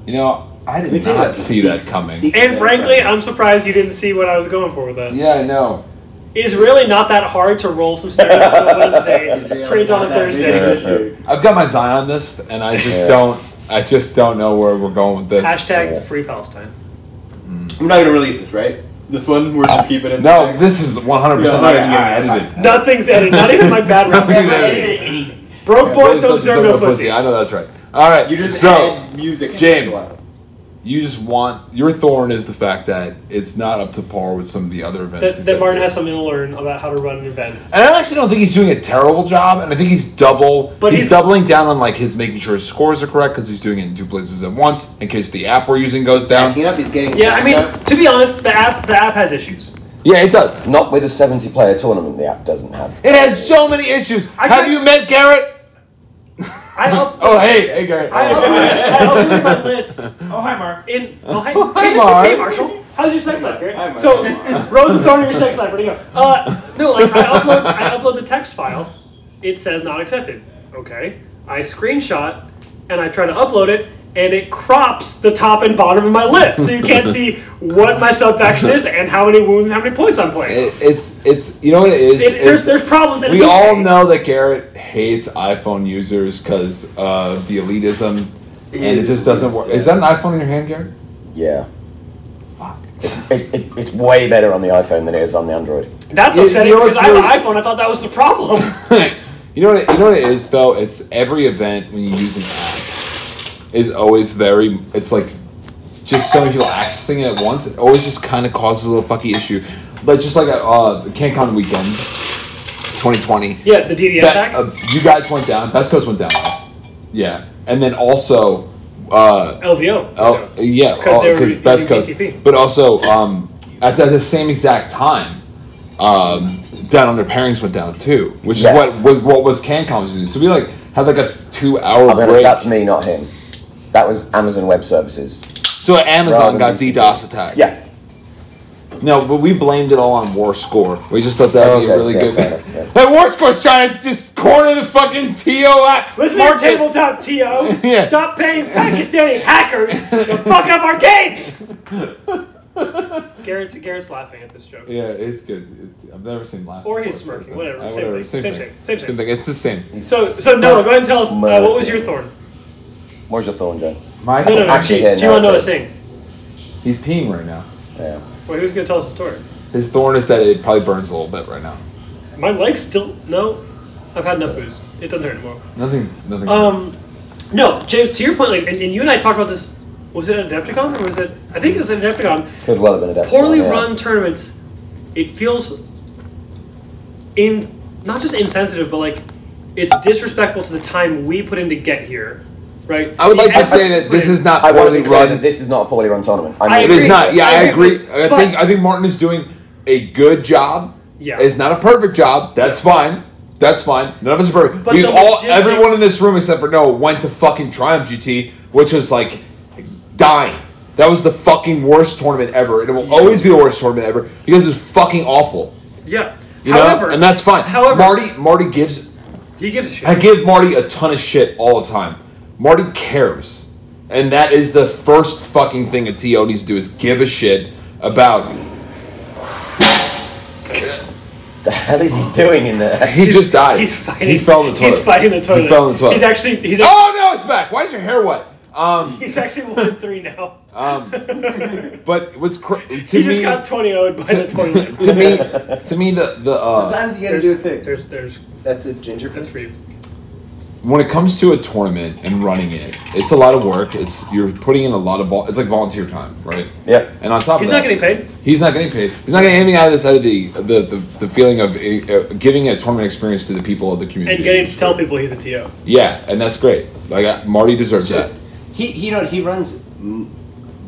You know, I me did tell you not about the see that Sikhs. coming. Sikhs- And frankly, I'm surprised you didn't see what I was going for with that. Yeah, I know. It's really not that hard to roll some scenarios on He's Wednesday, really print not on that big of Thursday. an Yeah. issue. I've got my Zion list, and I just Yeah. don't. I just don't know where we're going with this. Hashtag free Palestine. I'm not gonna release this, right? This one, we're just keeping it. No, this is 100 percent not Yeah, even yeah, getting edited. Nothing's edited. Not even my bad Nothing's rap. edited. Broke Yeah, boys don't those deserve no pussy. I know that's right. All right. You just so add music. James. you just want your thorn is the fact that it's not up to par with some of the other events. That, he's that been Martin to. has something to learn about how to run an event. And I actually don't think he's doing a terrible job, and I think he's double. But But he's, he's- doubling down on like his making sure his scores are correct because he's doing it in two places at once in case the app we're using goes down. Backing up, he's getting. Yeah, I mean, to be honest, the app the app has issues. Yeah, it does. Not with a 70 player tournament, the app doesn't have. It has so many issues. I Have got- you met Garrett? I up, Oh hey, hey Garrett. I uploaded, I uploaded my list. Oh hi Mark. In oh hi, hey, Mark. hey Marshall. How's your sex life, Gary? Hi, Mark. So Rose and Thorn are your sex life. Where do you go? Uh, no, like I upload I upload the text file. It says not accepted. Okay. I screenshot and I try to upload it. And it crops the top and bottom of my list, so you can't see what my subfaction is and how many wounds and how many points I'm playing. It- it's it's you know what it is. It- It's- there's, there's problems. and We it's all okay. know that Garrett hates iPhone users because of the elitism, and it just doesn't work. Is that an iPhone in your hand, Garrett? Yeah. Fuck. It, it, it's way better on the iPhone than it is on the Android. That's You- you upsetting know because what's I have an really- iPhone. I thought that was the problem. you know what? It, you know what it is though. It's every event when you use an app is always very. It's like just so many people accessing it at once. It always just kind of causes a little fucky issue. But just like at uh, the CanCon weekend, 2020. yeah, the Be- DDS hack. uh, you guys went down. Best Coast went down. Yeah, and then also. Uh, LVO. Oh yeah, Because they were because using best coast. PCP. But also, um, at, the- at the same exact time, um, down under pairings went down too, which Yeah. is what was what was CanCon was doing. So we like had like a two hour I'll be honest, break. that's me, not him. That was Amazon Web Services. so Amazon Rather got than- DDoS attacked. Yeah. No, but we blamed it all on War Score. We just thought that would be a Okay, really yeah, good. fair enough, yeah. Hey, War Score's trying to just corner the fucking TO app. Listen market. to your tabletop TO. Yeah. Stop paying Pakistani hackers to fuck up our games. Garrett's, Garrett's laughing at this joke. Yeah, it's good. It, I've never seen him laugh. Or he's before, so smirking, it's- whatever, uh, Same, same thing, same thing. thing, same thing. It's the same. So, so Noah, go ahead and tell us uh, what was your thorn? Where's your thorn, John? My No, no, no. Actually, Actually, yeah, do you want no, Noah it- Singh? He's peeing right now. Yeah. Well, who's gonna tell us the story? His thorn is that it probably burns a little bit right now. My leg's still no. I've had enough booze. It doesn't hurt anymore. Nothing. Nothing. Um, no, James. To your point, like, and, and you and I talked about this. Was it an Adepticon or was it? I think it was an Adepticon. Could well have been a death Poorly storm, yeah. run tournaments. It feels in not just insensitive, but like it's disrespectful to the time we put in to get here, right? I would The like to effort say that put this in. is not I want to poorly be clear run. that this is not a poorly run tournament. I mean, I it is agree. not. Yeah, I I agree, agree. I but- think I think Martin is doing a good job. Yeah. It's not a perfect job. That's fine. That's fine. None of us are perfect. But We've the all, logistics- everyone in this room except for Noah went to fucking Triumph GT, which was like dying. That was the fucking worst tournament ever, and it will always be the worst tournament ever because it was fucking awful. Yeah. You however, know, and that's fine. However, Marty, Marty gives he gives a shit. I give Marty a ton of shit all the time. Marty cares. And that is the first fucking thing a TO needs to do is give a shit about. the hell is he doing in there? He just died. He's fighting. He fell in the toilet. He's fighting the toilet. He fell in the toilet. He's actually. He's, oh no, it's back. Why is your hair wet? Um, he's actually one in three now. um, but what's cra- to he me? just got 20 0 by the toilet. to me, to me, the the uh, Sometimes you gotta do a thing. There's, there's, That's a ginger. that's for you. when it comes to a tournament and running it, it's a lot of work. It's you're putting in a lot of vol- it's like volunteer time, right? Yeah. And on top He's of that, not getting paid. He's not getting paid. He's not getting anything out of this other the the, the, the feeling of uh, giving a tournament experience to the people of the community. And getting to tell people he's a TO. Yeah, and that's great. Like uh, Marty deserves that. He he don't he runs m-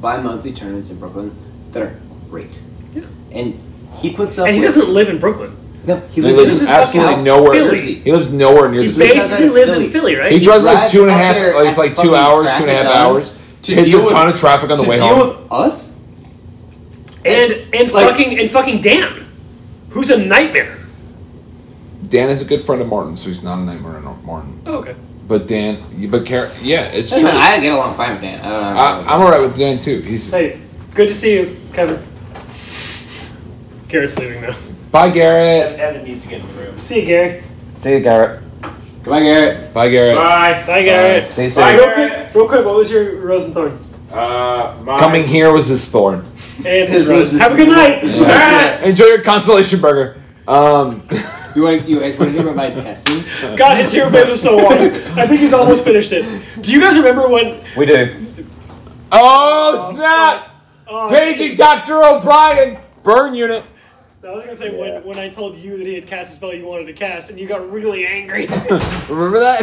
bi-monthly tournaments in Brooklyn that are great, Yeah. and he puts up. And he with- doesn't live in Brooklyn. No, He he lives, this lives is in absolutely South nowhere. Jersey. He lives nowhere near He the city. basically- basically lives in Philly, right? He drives like drives two and a up half, there like, at it's like two fucking hours, two and a crack half of dawn hours. to hits deal a with- ton of traffic on the to way deal home. with us. and and Like- fucking and fucking Dan, who's a nightmare. Dan is a good friend of Martin, so he's not a nightmare on Martin. Oh, okay. But Dan, but Karen, yeah, it's true. Listen, I get along fine with Dan. I don't know. Uh, I, I'm alright with Dan too. He's Hey, good to see you, Kevin. Garrett's leaving now. bye Garrett, Evan needs to get in the room. See you, Gary. Dear Garrett, Goodbye, Garrett. bye Garrett. Bye. Bye, Garrett. see you soon. Bye, Real Garrett. quick, real quick, what was your rose and thorn? Uh, my- Coming here was his thorn. And his rose. roses Have a good night. Ah! Enjoy your consolation burger. Um, You want you guys want to hear about my intestines? God, his hero fans are so long. I think he's almost finished it. Do you guys remember when? We do. oh snap! Oh, Paging Doctor O'Brien, burn unit. I was gonna say Yeah. when, when I told you that he had cast a spell you wanted to cast, and you got really angry. Remember that?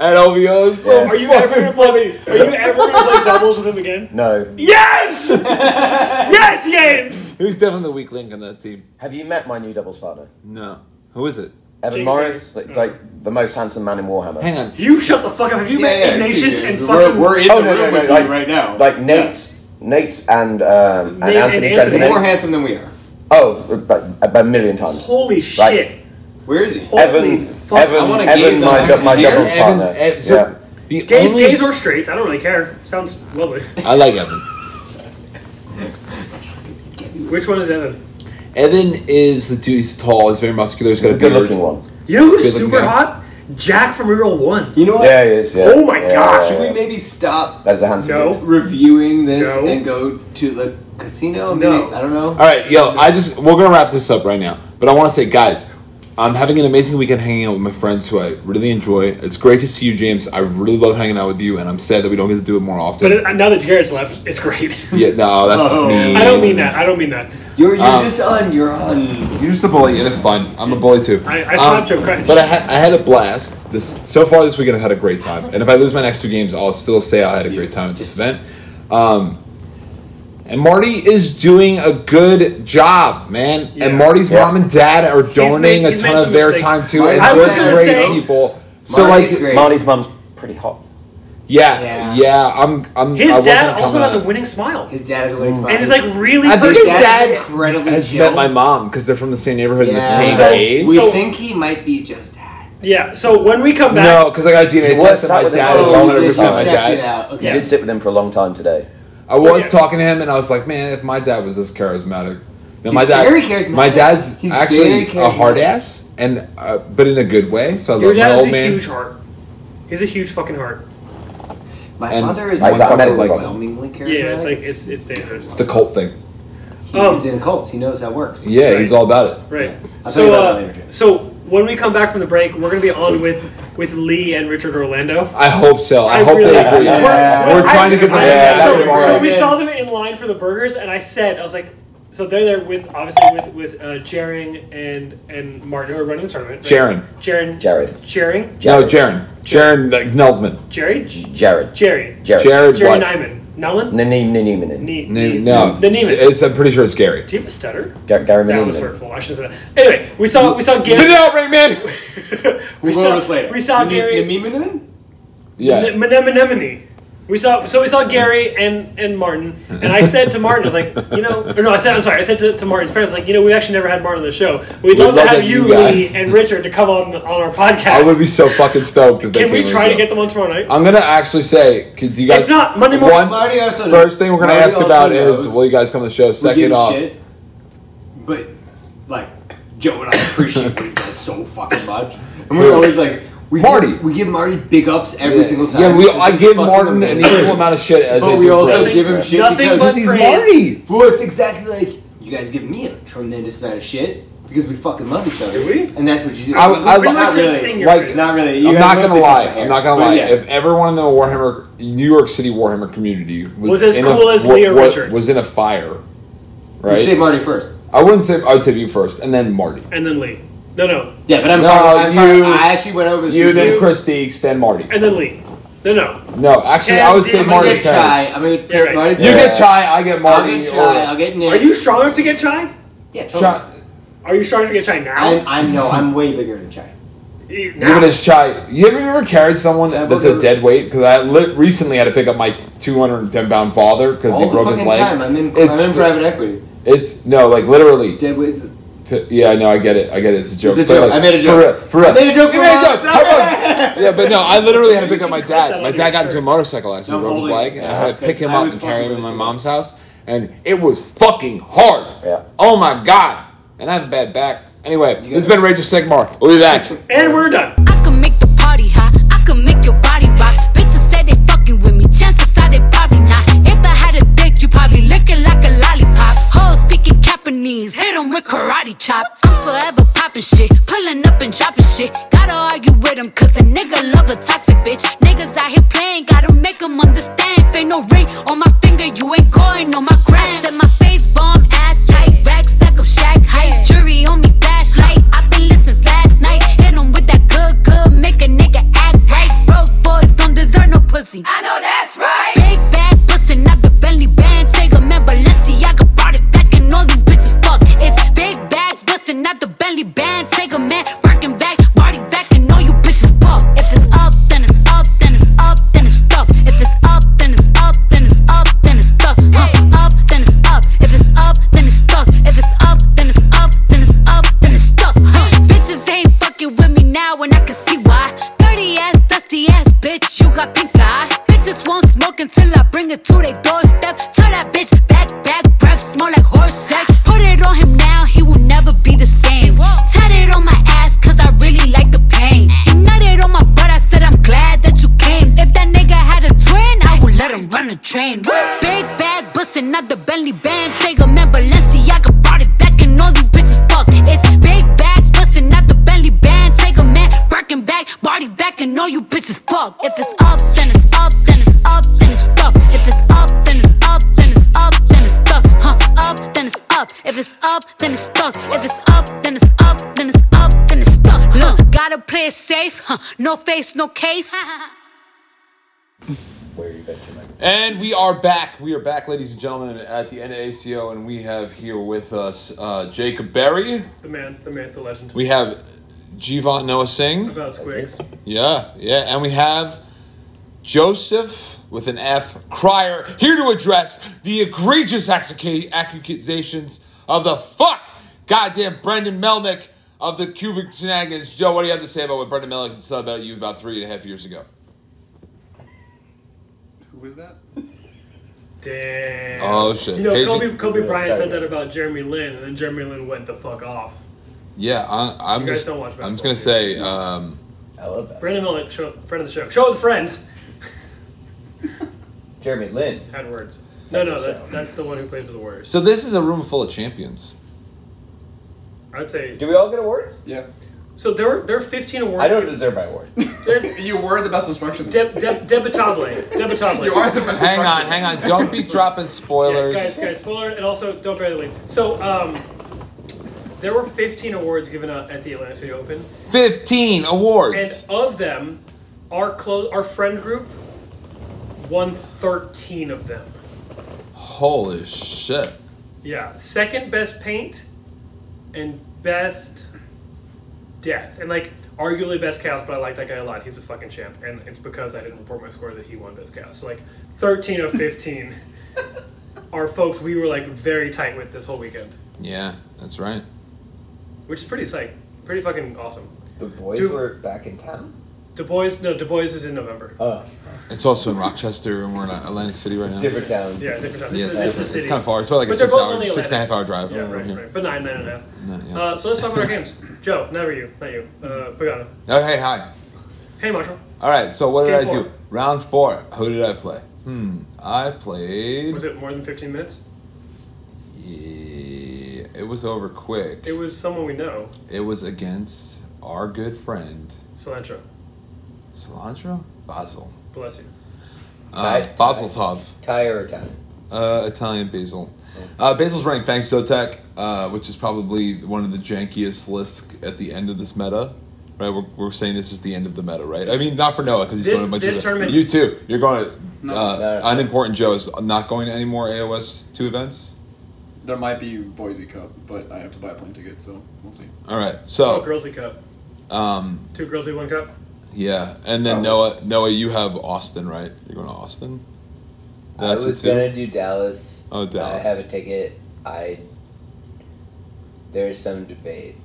At OVO, it's so Yes. Are you ever fucking gonna play? Are you ever gonna play doubles with him again? No. Yes! yes, James. Who's definitely the weak link on that team? Have you met my new doubles partner? No. Who is it? Evan Jake Morris, Barry. like, like the most handsome man in Warhammer. Hang on. You shut the fuck up. Have you met Ignatius and we're, fucking we're in Oh, the no, no, room no, with like- you right now. Like Nate, Nate and um, Nate and and Anthony Anthony. He's more Trenton. handsome than we are. Oh, by, by a million times. holy Like, shit? Where is he? Holy Evan, fuck, I Evan, wanna Evan, gaze on my, him. my Here, doubles Evan, partner. Ev- so yeah. the Gays, only- gays or straights? I don't really care. Sounds lovely. I like Evan. Which one is Evan? Evan is the dude. He's tall. He's very muscular. He's got He's a a good beard. looking one. You know who's Good-looking super guy. hot? Jack from Real Ones. You know what? Yeah, he is. Yeah. Oh my yeah, gosh, yeah, Should we yeah. maybe stop That is a handsome. No. dude. reviewing this No. and go to the casino? Maybe No. I don't know. All right, yo. I just we're gonna wrap this up right now. But I want to say, guys, I'm having an amazing weekend hanging out with my friends who I really enjoy. It's great to see you, James. I really love hanging out with you, and I'm sad that we don't get to do it more often. But it, now that Jared's left, it's great. yeah, no, that's Oh. me. I don't mean that. I don't mean that. You're, you're Um, just on. You're on. You're just a bully, and it's fine. I'm a bully too. Um, I- I slapped your crotch. But I, ha- I had a blast. This so far this weekend, I've had a great time. And if I lose my next two games, I'll still say I had a great time at this event. Um, and Marty is doing a good job, man. Yeah. And Marty's Yeah. mom and dad are donating made- a he's ton made of some their mistakes. time too, Marty's and was they're gonna great say- people. So Marty's like, great. Marty's mum's pretty hot. yeah, yeah, Yeah. I'm, I'm. His I wasn't dad also coming has a out. winning smile. His dad is a winning smile. Mm. and it's like really I think his personal. His dad's dad incredibly has chill. met my mom because they're from the same neighborhood and the Yeah. same So- age. we so- think he might be Joe's dad. Yeah. So when we come back, No, because I got a DNA was test and sat my with dad him. is Oh, you 100 did percent my check checked it dad. out. Okay. Yeah. I did sit with him for a long time today. I was Yeah. talking to him and I was like, man, if my dad was this charismatic, now my He's dad, very charismatic. my dad's He's actually very a hard charismatic. ass, and uh, but in a good way. So I your love my dad is old a man. huge heart. He's a huge fucking heart. My And father is I thought like medical overwhelmingly charismatic. Yeah, it's like it's it's dangerous. the cult thing. He um, was in a cult. He knows how it works. Yeah, he's all about it. Right. I'll tell you So about that later, uh, Jim. so when we come back from the break, we're gonna be on Sweet. with with Lee and Richard Orlando. I hope so. I, I hope really- they agree. Yeah. We're trying to get the I- yeah, that's so, what we're we're so alright. we saw them in line for the burgers, and I said, I was like, so they're there with obviously with with uh, Jering and and Martin who are running the tournament. Right? Jaren. Jaren. Jared. Jering. No, Jaron. Jaron Neldman. Jerry. Jared. Jerry. Jared. Jared Jerry White. Nyman. Nolan. Naneem Naneemanin. Ne- No, Ne- no. The It's- Neiman. it's- I'm pretty sure it's Gary. Do you have a stutter? Ga- Gary That was Naneemanin. hurtful. I should have said that. Anyway, we saw we saw Spit it Gary. out, Rain Man. we We'll go over this saw later. we saw Neme- Gary. Nememinen? Yeah. Menemone. We saw so we saw Gary and and Martin, and I said to Martin, I was like, you know, or no, I said I'm sorry, I said to, to Martin's parents, like, you know, we actually never had Martin on the show. We'd, love, to have you, Lee, guys- and Richard to come on on our podcast. I would be so fucking stoked if they Can we came try to over. get them on tomorrow night? I'm gonna actually say, could do you guys? It's not Monday morning. One, Marty also knows- First thing we're gonna Marty ask also about knows. is will you guys come to the show? We give Second him off, shit, but like Joe and I appreciate what he does so fucking much, and we're Who? always like we Marty. Give, we give Marty big ups every single time. yeah, we because I he's give fucking Martin an amazing. equal amount of shit as But I we do also Chris. give him shit Nothing because but He's praise. Marty. Well, it's exactly like you guys give me a tremendous amount of shit because we fucking love each other. Do we? And that's what you do. I- I- Not Pretty much just really. sing your Like, praises. Not really. You I'm guys not gonna mostly talk lie. about I'm hair. not gonna But lie. yeah. If everyone in the Warhammer, New York City Warhammer community was, Was as in cool a, as wa- Leah wa- Richard. was in a fire, You right? say Marty first. I wouldn't say I would say you first, and then Marty. and then Lee. No, no, Yeah, but I'm, No, fucking- I'm you- fucking- I actually went over this. You with then Chris Deeks, then Marty. and then Lee. No, no. No, actually, I would And say I'm I'm gonna Marty's get Chai. parents. I'm gonna Yeah, right. Marty's You parents. get Chai, I get I'll Marty. get Chai. I'll or- get Nick. Are you strong enough to get shy? Yeah, totally. Chai. Are you strong enough to get shy now? I'm, I'm no, I'm way bigger than Chai. You- now. Even as chai, you ever ever carried someone That that's booger- a dead weight? Because I li- recently had to pick up my 210 pound father because All he the broke his fucking leg. time. I'm in, it's, I'm in private equity. It's no, like literally. Dead weights. is- P- Yeah, I know. I get it. I get it. It's a joke. It's a but, joke. like, I made a joke. For real. For real. I made a joke, You made a come joke. on. How about- yeah, but no, I literally had to pick up my that dad. My on dad your got into a shirt. motorcycle accident, No, broke his holy- leg, and I had to pick him I up was and carry fucking him in with my you. mom's house, and it was fucking hard. Yeah. Oh my god. And I have a bad back. Anyway, this has got been Rachel Sigmar. We'll be back. and we're done. I can make the party hot. I can make your body rock. Bitches say they fucking with me. Chances are they probably not. If I had a dick, you probably looking like a lollipop. Hoes picking Japanese. Hit 'em with karate chops. I'm forever popping shit. Pulling up and dropping shit. Gotta argue with 'em 'cause a nigga love a toxic bitch. Niggas out here playing. Gotta make 'em understand. If ain't no ring on my finger, you ain't going on my gram. I Said my face bomb, ass tight. Rack stack up shack height. Jury on me, flashlight. I've been lit since last night. Hit 'em with that good, good, make a nigga act right. Broke boys don't deserve no pussy. I know that's right. Big bag, pussy, not the Bentley band. Take a man, Balenciaga brought it back, and all these bitches fuck. It's big bags, bustin', not the Bentley band. Take a man, working back, body back, and all you bitches fuck. If it's up, then it's up, then it's up, then it's stuff. If it's up, then it's up, then it's up, then it's stuff. Huh, up, then it's up. If it's up, then it's stuck. If it's up, then it's up, then it's up, then it's stuck. Huh. Bitches ain't fucking with me now, and I can see why. Dirty ass, dusty ass, bitch, you got pink eye. Bitches won't smoke until I bring it to their doorstep. Tell that bitch back, back, breath, smell like horse sex. Put it on him now, he will never be the same. Tatted on my ass, cause I really like the pain. He nutted on my butt, I said I'm glad that you came. If that nigga had a twin, I would let him run a train. Big bag, bustin', not the Bentley band. Take a man, Balenciaga brought it back, and all these bitches fuck. It's big up, then it's stuck. If it's up, then it's up, then it's up, then it's stuck. Huh. Gotta play it safe, huh? No face, no case. And we are back. We are back, ladies and gentlemen, at the end of ACO, and we have here with us uh, Jacob Berry. The man, the myth, the legend. We have Jivant Noah Singh. About squigs. Yeah, yeah. And we have Joseph with an F Crier here to address the egregious accu- accusations of the fuck goddamn Brendan Melnick of the Cuban Shenanigans. Joe, what do you have to say about what Brendan Melnick said about you about three and a half years ago? Who was that? Damn. Oh shit. You know, Casey? Kobe, Kobe Yeah, Bryant said sorry. that about Jeremy Lin, and then Jeremy Lin went the fuck off. Yeah, I, I'm You guys just. don't watch I'm just basketball, gonna say. Um, I love that. Brandon Miller, show, friend of the show. Show with a friend. Jeremy Lin. Had words. No, no, that's that's the one who played for the Warriors. so this is a room full of champions. I'd say. Do we all get awards? Yeah. So there were there are 15 awards. I don't deserve my award. you were the best instruction. Deb, deb, debitable. Debitable. you are the best Hang on, instructor. hang on. Don't be dropping spoilers. Yeah, guys, guys, spoiler, and also don't try to leave. So, um, there were 15 awards given out at the Atlanta City Open, 15 awards. and of them, our close, our friend group won 13 of them. Holy shit. Yeah, second best paint, and best death, and like arguably best cast, but I like that guy a lot. He's a fucking champ, and it's because I didn't report my score that he won best cast. So like 13 of 15 are folks we were like very tight with this whole weekend. Yeah, that's right. which is pretty psych, pretty fucking awesome. The boys Do- were back in town. Du Bois, no, Du Bois is in November. Oh, It's also in Rochester, and we're in Atlantic City right now. different town. Yeah, different time. This Yeah, is, it's, this is different. the it's city. kind of far. It's about like a But they're six both hour, only six and a half hour Atlantic. drive. Yeah, right, right. But nine, nine and a half. No, yeah. Uh, so let's talk about our games. Joe, never you, not you. Uh, Pagano. oh, hey, hi. Hey, Marshall. All right, so what did Game I do? four. Round four. Who did I play? Hmm, I played. Was it more than 15 minutes? Yeah, it was over quick. It was someone we know, It was against our good friend Cilantro. Cilantro Basil. Bless you. Uh, Tied- Basil tied. Tov. Tire town. Uh, Italian basil. Uh, basil's running Fang Zotac, uh, which is probably one of the jankiest lists at the end of this meta. Right, we're, we're saying this is the end of the meta, right? I mean, not for Noah because he's This- going to a bunch this of tournament- You too. You're going to No. uh, No. unimportant Joe is not going to any more AOS two events. There might be Boise Cup, but I have to buy a plane ticket, so we'll see. All right, Oh, so Girlsy Cup. um, Two Girlsy, one cup. yeah, and Oh. then Noah, Noah, you have Austin, right? You're going to Austin. That's I was it too. gonna do Dallas. Oh, I Dallas. have a ticket. I. There's some debate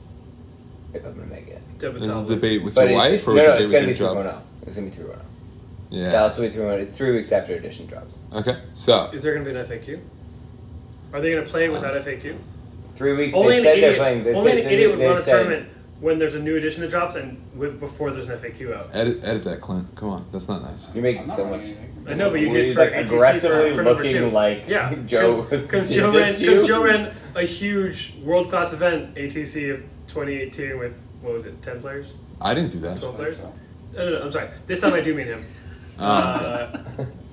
if I'm gonna make it. This is Debitable. a debate with But your it- wife or no, a no, debate it's with gonna be your three job? one zero. It's gonna be three one zero. Yeah. Dallas will be three one zero. It's three weeks after edition drops. Okay, so Is there going to be an FAQ? Are they going to play it Uh, without FAQ? Three weeks. Only they an said they're idiot, playing. They only said an they, idiot would they run a said- tournament when there's a new edition that drops and with, before there's an FAQ out. edit edit that, Clint. Come on, that's not nice. You're making I'm not so running much. anything. I know, but you Were did you, for like, NTC aggressively for, for number looking two. like yeah, Joe because did Joe this ran to you? because Joe ran a huge world class event ATC of 2018 with what was it 10 players I didn't do that. 12 Um, players. No, no, no, I'm sorry. This time I do mean him. Um, Uh,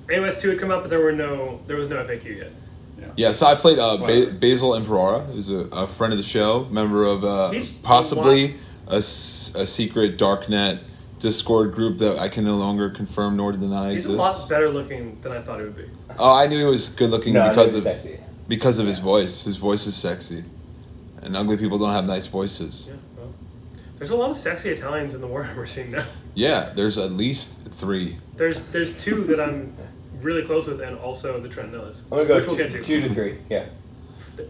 AOS 2 had come out, but there were no there was no FAQ yet. yeah, so I played uh, ba- Whatever. Basil Inferrara, who's a, a friend of the show, member of uh, He's the possibly a, s- a secret darknet Discord group that I can no longer confirm nor deny He's a lot exists. better looking than I thought he would be. Oh, I knew he was good looking No, because because of sexy. because of his voice. His voice is sexy, and ugly people don't have nice voices. Yeah. Well, there's a lot of sexy Italians in the war we're seeing now. Yeah, there's at least three. There's there's two that I'm really close with, and also the Trentinellis, I'm gonna go which we'll two, get to. two to three. Yeah.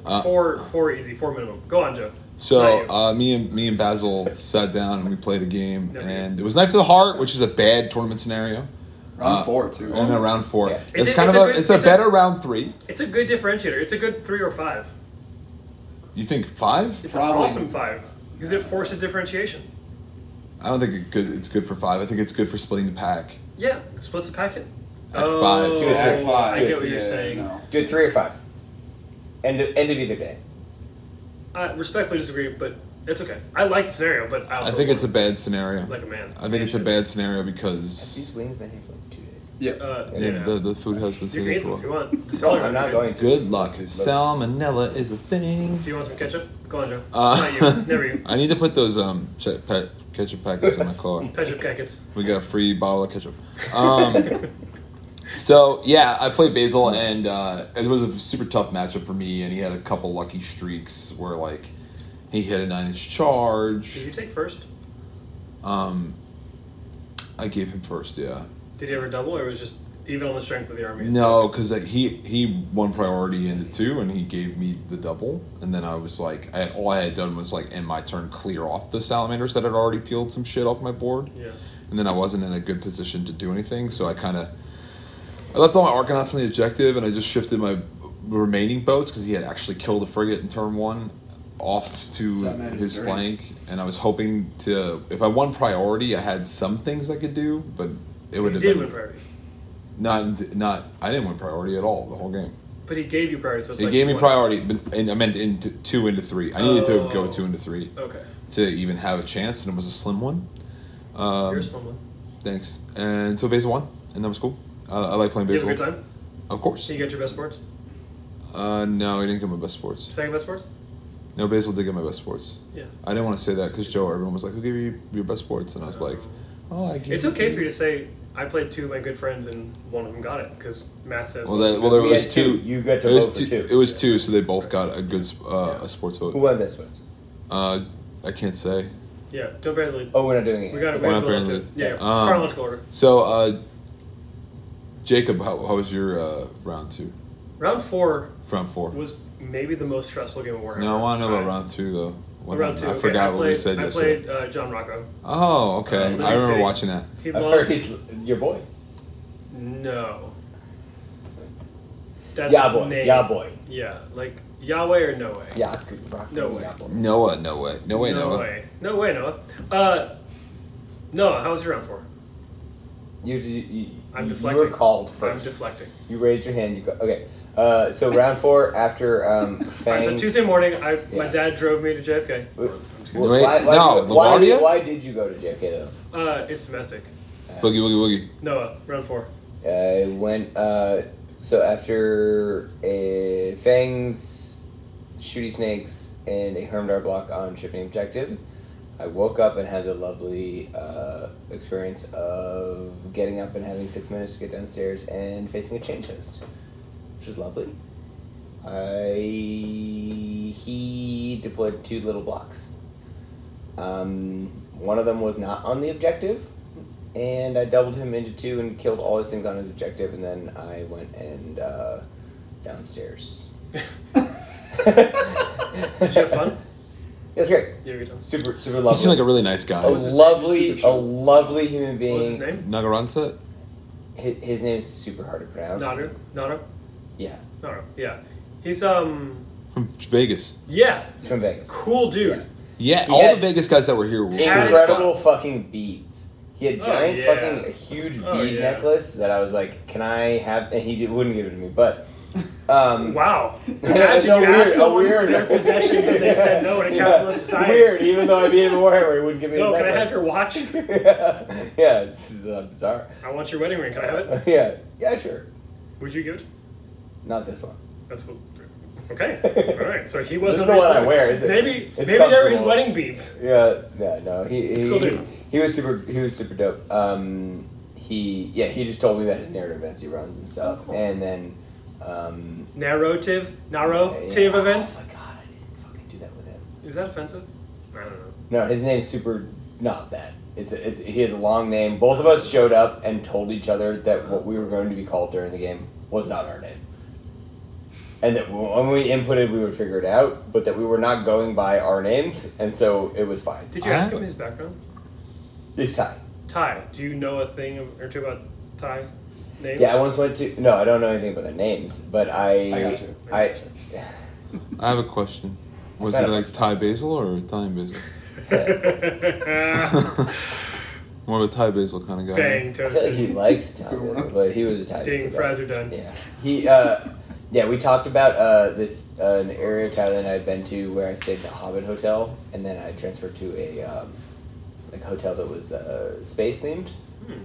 Uh, four four easy, four minimum. Go on, Joe. Not So you. uh, me and me and Basil sat down and we played a game, Never and it was knife to the heart, which is a bad tournament scenario. Round Uh, four, too. And a round four. Yeah. It's Oh. Is it- kind it's of a a, good- it's a is it- better round three. It's a good differentiator. It's a good three or five. You think five? It's Probably. an awesome five because it forces differentiation. I don't think it good, it's good for five. I think it's good for splitting the pack. Yeah, it splits the packet. At five. Oh, Two or three. I get what you're Yeah, saying. no. Do it three or five. End of, end of either day. I respectfully disagree, but it's okay. I like the scenario, but I I also think it's a bad scenario. like a man. I think it's a bad scenario because These wings been here for like two days. Yeah. Uh, The, yeah. the, the food has been you can eat seasoned them if you for. want. The celery I'm would not be going to. Good luck. Salmonella is a thing. Do you want some ketchup? Cilantro. Uh, not you. Never you. I need to put those um che- pe- ketchup packets in my car. Ketchup packets. We got a free bottle of ketchup. Um, so yeah, I played Basil, and uh, it was a super tough matchup for me. And he had a couple lucky streaks where like he hit a nine-inch Did you charge. take first? Um, I gave him first, yeah. Did you ever double, or was it just even on the strength of the army? No, because he he won priority into two, and he gave me the double, and then I was like, I, all I had done was like in my turn clear off the salamanders that had already peeled some shit off my board, Yeah. and then I wasn't in a good position to do anything, so I kind of I left all my arcanauts on the objective, and I just shifted my remaining boats because he had actually killed a frigate in turn one off to Salamanders his dirty. flank, and I was hoping to if I won priority, I had some things I could do, but it You would have did been win priority, not not I didn't win priority at all the whole game. but he gave you priority, so it's They like gave me what- priority, but and I meant into two into three. I needed to go Oh. two into three Okay. to even have a chance, and it was a slim one. Um, You're someone. Thanks. And so Basil won, and that was cool. Uh, I like playing You have Basil. a good time. Of course. You get your best sports. Uh, no, I didn't get my best sports. Second best sports. No, Basil did get my best sports. Yeah. I didn't want to say that because Joe, everyone was like, "Who gave you your best sports?" And I was like, "Oh, I gave." It's okay for you to say I played two of my good friends and one of them got it because Matt says. Well, that, well, there We was had two. two. You got to it was vote for two. It was two, so they both got a good s- uh, a sports Who vote. won this one? Uh, I can't say. yeah. Don't bear the lead. Oh, we're not doing it. We got it. We're not we're going bearing to- the Yeah. lead. yeah. Um, Chronological order. So, uh, Jacob, how, how was your uh, round two? Round four Round four? was maybe the most stressful game of Warhammer. no, I want to know about I- round two though. What happened? Round two. I okay, forgot I what played, we said I yesterday. played uh, John Rocco. oh, uh, okay. Liberty I remember City. watching that. He I've heard lost. he's your boy. No. That's yeah, his boy. name. Yeah, boy. Yeah, like Yahweh or no way. Yeah, good rock. No way. Yeah, boy. Noah, no way, no way, no Noah. way. No way, Noah. Uh, Noah, how was your round four? You, you, you, I'm you deflecting. were called I'm first. deflecting. you raised your hand. You go. Okay. Uh, so round four after um, All Fang. right, so Tuesday morning, I my Yeah. dad drove me to JFK. Wh- No, wh- wait, why, why, no, why, LaGuardia? did, why did you go to JFK Uh, it's domestic. though? Boogie, boogie, Noah, round four. Uh, I went. Uh, so after a Fang's shooty snakes and a Hermdar block on shipping objectives, I woke up and had the lovely uh, experience of getting up and having six minutes to get downstairs and facing a change host, which is lovely. I he deployed two little blocks. Um, one of them was not on the objective, and I doubled him into two and killed all his things on his objective, and then I went and uh, downstairs. Did Did you have fun? It was great. You had a good time. Super, super boogie. You lovely. seem like a really nice guy. a lovely, Super a chill. lovely human being. What was his name? Nagaransa? His, his name is super hard to pronounce. Naru. Naru. Yeah, Naru. Yeah. He's um. from Vegas. Yeah. he's from Vegas. Cool dude. Yeah, He all had the Vegas guys that were here were cool as fuck. incredible fucking beads. He had Oh, giant yeah. fucking huge bead Oh, yeah. necklace that I was like, "Can I have?" And he did, wouldn't give it to me, but um, Wow. Yeah, Imagine no, you weird- asked a someone for weird- their possessions and they said no in a Yeah. capitalist society. Weird, even though I beat him in Warhammer, he wouldn't give me. No, a can I necklace. have your watch? yeah, yeah, this is uh, bizarre. I want your wedding ring. Can I have it? Yeah, yeah, sure. Would you give it? Not this one. That's what. Okay. All right. So he wasn't. This is the one I understanding. wear, is it? Maybe It's maybe there was comfortable. wedding beads. Yeah, yeah, no, he It's he, cool, dude. he was super he was super dope. Um, he yeah he just told me about his narrative events he runs and stuff, Oh, and then um, Narrative, narrative yeah. events. Oh my god, I didn't fucking do that with him. Is that offensive? I don't know. No, his name's super not that. It's, it's he has a long name. Both of us showed up and told each other that what we were going to be called during the game was not our name, and that when we inputted we would figure it out, but that we were not going by our names, and so it was fine. Did you I ask have him it. his background? This time. Ty, do you know a thing or two about Ty names? Yeah, I once went to. No, I don't know anything about their names, but I. I got you. I- I have a question. Was Not it a like Thai basil or Italian basil? More of a Thai basil kind of guy. Bang I feel like he toasted. likes Italian, but he was Italian. Ding, fries are done. Yeah. He. Uh, yeah, we talked about uh, this uh, an area of Thailand I'd been to where I stayed in a Hobbit hotel, and then I transferred to a um, like hotel that was uh, space themed. Hmm.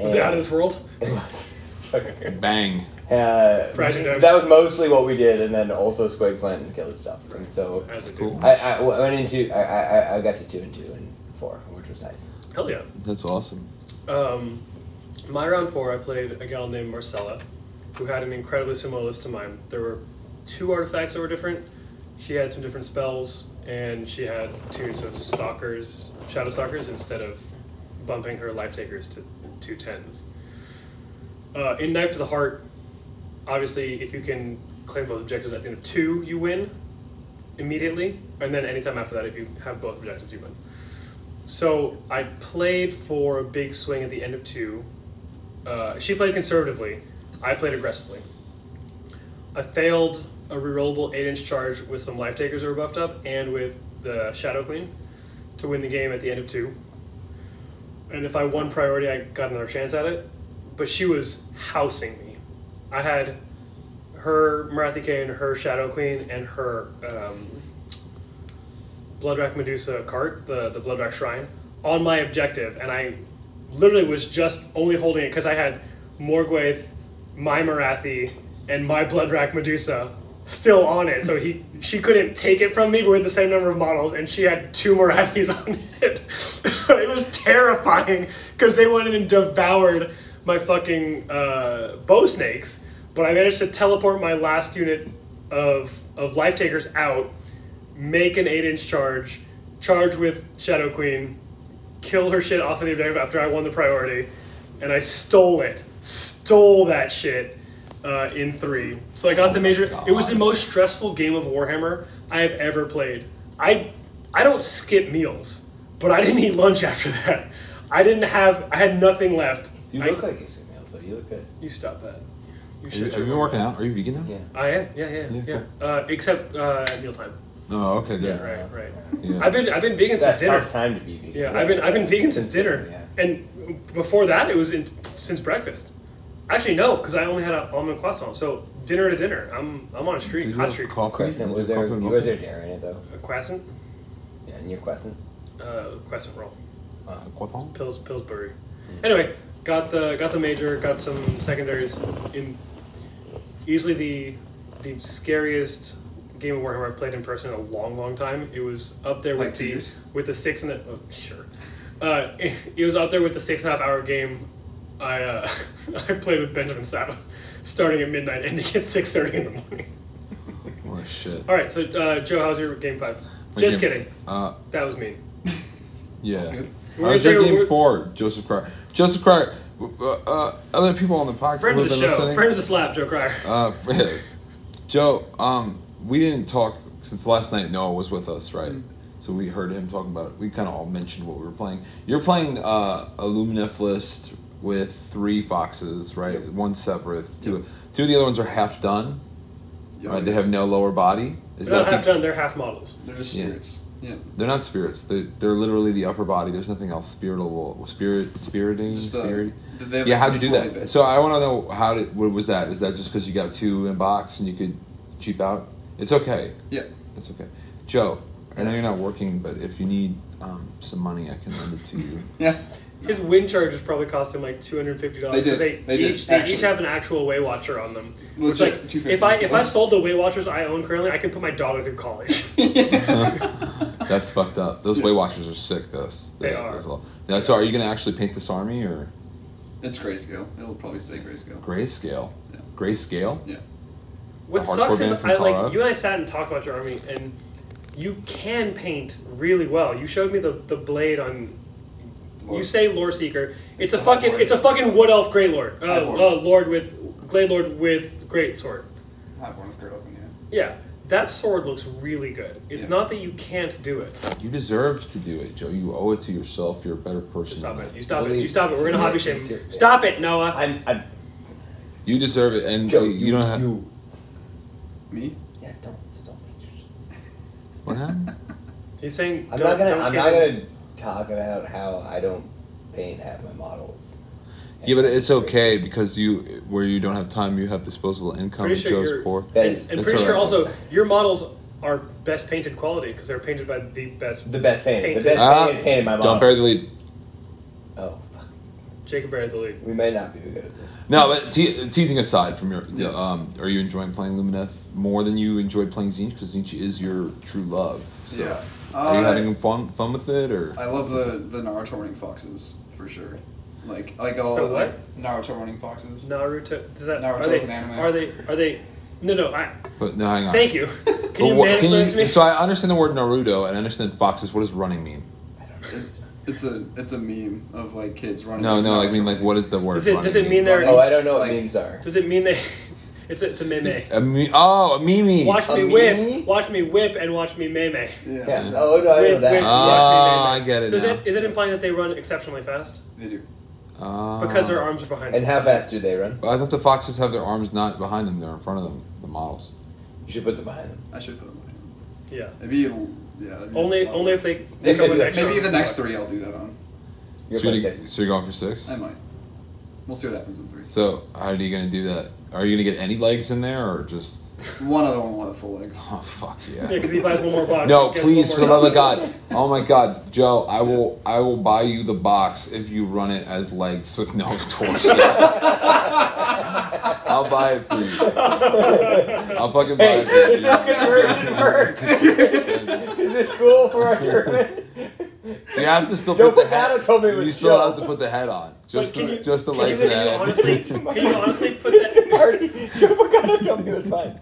Was it out of this world? It was. Fucker. Bang. Uh, Crash and dive. that was mostly what we did, and then also Squig went and killed stuff. And so That's cool. I, I w- went into I, I, I- I got to two and two and four, which was nice. Hell yeah. That's awesome. Um, my round four, I played a gal named Marcella, who had an incredibly similar list to mine. There were two artifacts that were different. She had some different spells, and she had tiers of stalkers, shadow stalkers, instead of bumping her life takers to two tens. Uh, in Knife to the Heart, obviously, if you can claim both objectives at the end of two, you win immediately, and then anytime after that, if you have both objectives, you win. So I played for a big swing at the end of two. Uh, she played conservatively. I played aggressively. I failed a rerollable eight-inch charge with some life takers that were buffed up and with the Shadow Queen to win the game at the end of two. And if I won priority, I got another chance at it. But she was housing me. I had her Marathi Kane, her Shadow Queen, and her um, Bloodrack Medusa cart, the, the Bloodrack Shrine, on my objective, and I literally was just only holding it because I had Morgwaith, my Marathi, and my Bloodrack Medusa still on it. So he she couldn't take it from me, but we had the same number of models, and she had two Marathis on it. it was terrifying because they went in and devoured my fucking uh, bow snakes, but I managed to teleport my last unit of, of life takers out make an eight inch charge, charge with Shadow Queen, kill her shit off of the objective after I won the priority, and I stole it. Stole that shit uh, in three. So I got the major. It was the most stressful game of Warhammer I have ever played. I I don't skip meals, but I didn't eat lunch after that. I didn't have. I had nothing left. You I- look like you see male, so you look good. You stop that. You Have you, should. have you been working out? Are you vegan now? Yeah. I am. Yeah, yeah, yeah. Yeah, Uh, except uh, at mealtime. Oh, okay, good. Right, right. Yeah. I've been I've been vegan since That's dinner. tough time to be vegan. Yeah, I've been I've been vegan since dinner, Yeah. and before that it was in, since breakfast. Actually, no, because I only had an almond croissant. So dinner to dinner, I'm I'm on a Did streak, you hot have streak. coffee? Did Crescent you was have there. coffee and Was there milk? dairy in it though? A croissant, Yeah, and your Crescent. uh, croissant roll, Uh, croissant? Pils, Pillsbury. Hmm. Anyway, got the got the major, got some secondaries in easily the the scariest game of Warhammer I've played in person in a long, long time. It was up there Like with two the years? with the six and a, oh, sure, uh, it, it was up there with the six and a half hour game I uh, I played with Benjamin Saba, starting at midnight, ending at six thirty in the morning. Oh, shit. All right, so uh, Joe, how's your game five? My Just game- kidding, Uh, that was mean. yeah. We're I was gonna your take a- game we're- four, Joseph Cryer. Joseph Cryer, uh, uh, other people on the podcast Friend who of have the been show, listening. friend of the slap, Joe Cryer. Uh, Joe, um, we didn't talk since last night. Noah was with us, right? Mm-hmm. So we heard him talking about it. We kind of all mentioned what we were playing. You're playing uh, a Luminiflist with three foxes, right? One Severith. Two, two of the other ones are half done, Yeah, right? They have no lower body. Is They're not that half done, they're half models. They're just Yeah. spirits. Yeah. They're not spirits. They're, they're literally the upper body. There's nothing else spiritual, spirit, spiriting, Just the, spirit. they- they have Yeah, a how would you do personality that? base. So I want to know how did what was that? Is that just because you got two in box and you could cheap out? It's okay. yeah. It's okay. Joe, I know you're not working, but if you need um, some money, I can lend it to you. Yeah. His wind charges probably cost him like two hundred fifty dollars. They did. They, They did, each they actually. each have an actual Way Watcher on them. Which Legit, like $250. if I if I sold the Way Watchers I own currently, I can put my daughter through college. That's fucked up. Those Way Watchers are sick. This They are. Now, so are you gonna actually paint this army or It's grayscale. It'll probably stay grayscale. grayscale? Yeah. Grayscale. Yeah. what A hardcore sucks is band from I like Colorado? you and I sat and talked about your army and you can paint really well. You showed me the, the blade on you Lord. say lore seeker. It's, a not fucking lore. it's a fucking wood elf grey lord. Uh, High lord. uh, lord with glade lord with great sword. Highborn of Great Open, yeah. Yeah. That sword looks really good. It's Yeah. not that you can't do it. You deserve to do it, Joe. You owe it to yourself. You're a better person. Stop than it. that. You stop it. You Believe- stop it. We're gonna hobby shame. It's your- Stop it, Noah. I'm. I'm. You deserve it, and Joe, you, you don't have. You. Me? Yeah, don't. Just don't pinch yourself. What happened? He's saying I'm don't, not gonna. don't I'm care. not gonna talk about how I don't paint half my models. yeah, but it's okay because you, where you don't have time, you have disposable income. Pretty sure you're- Joe's poor. That And, is and It's pretty sure alright. also your models are best painted quality because they're painted by the best. the best painted. The Painted. best painted painted my model. don't bury the lead. Oh fuck. Jacob Barrett the lead. We may not be good at this. No, but te- teasing aside from your, um, are you enjoying playing Lumineth more than you enjoy playing Zinch? Because Zinch is your true love. So Yeah. Are you Uh, having fun fun with it or? I love the the Naruto running foxes for sure. Like like all The what? like, Naruto running foxes. Naruto. Does that Naruto's are they, an anime. Are they? Are they? No, no. I. But no, hang on. Thank you. But Can you what- manage can that to me? So I understand the word Naruto and I understand foxes. What does running mean? It, it's a it's a meme of like kids running. No, no, like I mean Naruto. like what is the word? Does it- running does it mean mean? they're- Oh, I don't know what Like- memes are. Does it mean they? It's a, it's a meme. A me- oh, a mimi. Watch a me meme? whip. Watch me whip and watch me meme. Yeah, Yeah. Oh no, I know Whip, that. whip, Ah, watch me meme. I get it So is now. it is it implying that they run exceptionally fast they do. Ah. because their arms are behind? And them? how fast do they run? But I thought the foxes have their arms not behind them; they're in front of them. The models. You should put them behind them. I should put them on. hand. Yeah. Maybe it'll- yeah. that'd be Only a lot. only if they pick Maybe up an the- extra. Maybe arm. the next three I'll do that on. You're so, playing you're, six. so you're going for six. I might. We'll see what happens in three. So how are you gonna do that? Are you gonna get any legs in there, or just? One other one will have full legs. Oh fuck Yeah, yeah. because he buys one more box. No, he gets please, one for the more love of box. God! Oh my God, Joe, I will, I will buy you the box if you run it as legs with no torso. I'll buy it for you. I'll fucking buy it for you. Conversion work. Is this cool for our German? You have to still Joe put the hat. Pagano told me it You was still Joe. have to put the head on. But Just, can the, you, just the can legs you, and can you ass. honestly, can you honestly put that? Marty, Joe Pagano told me it was fine.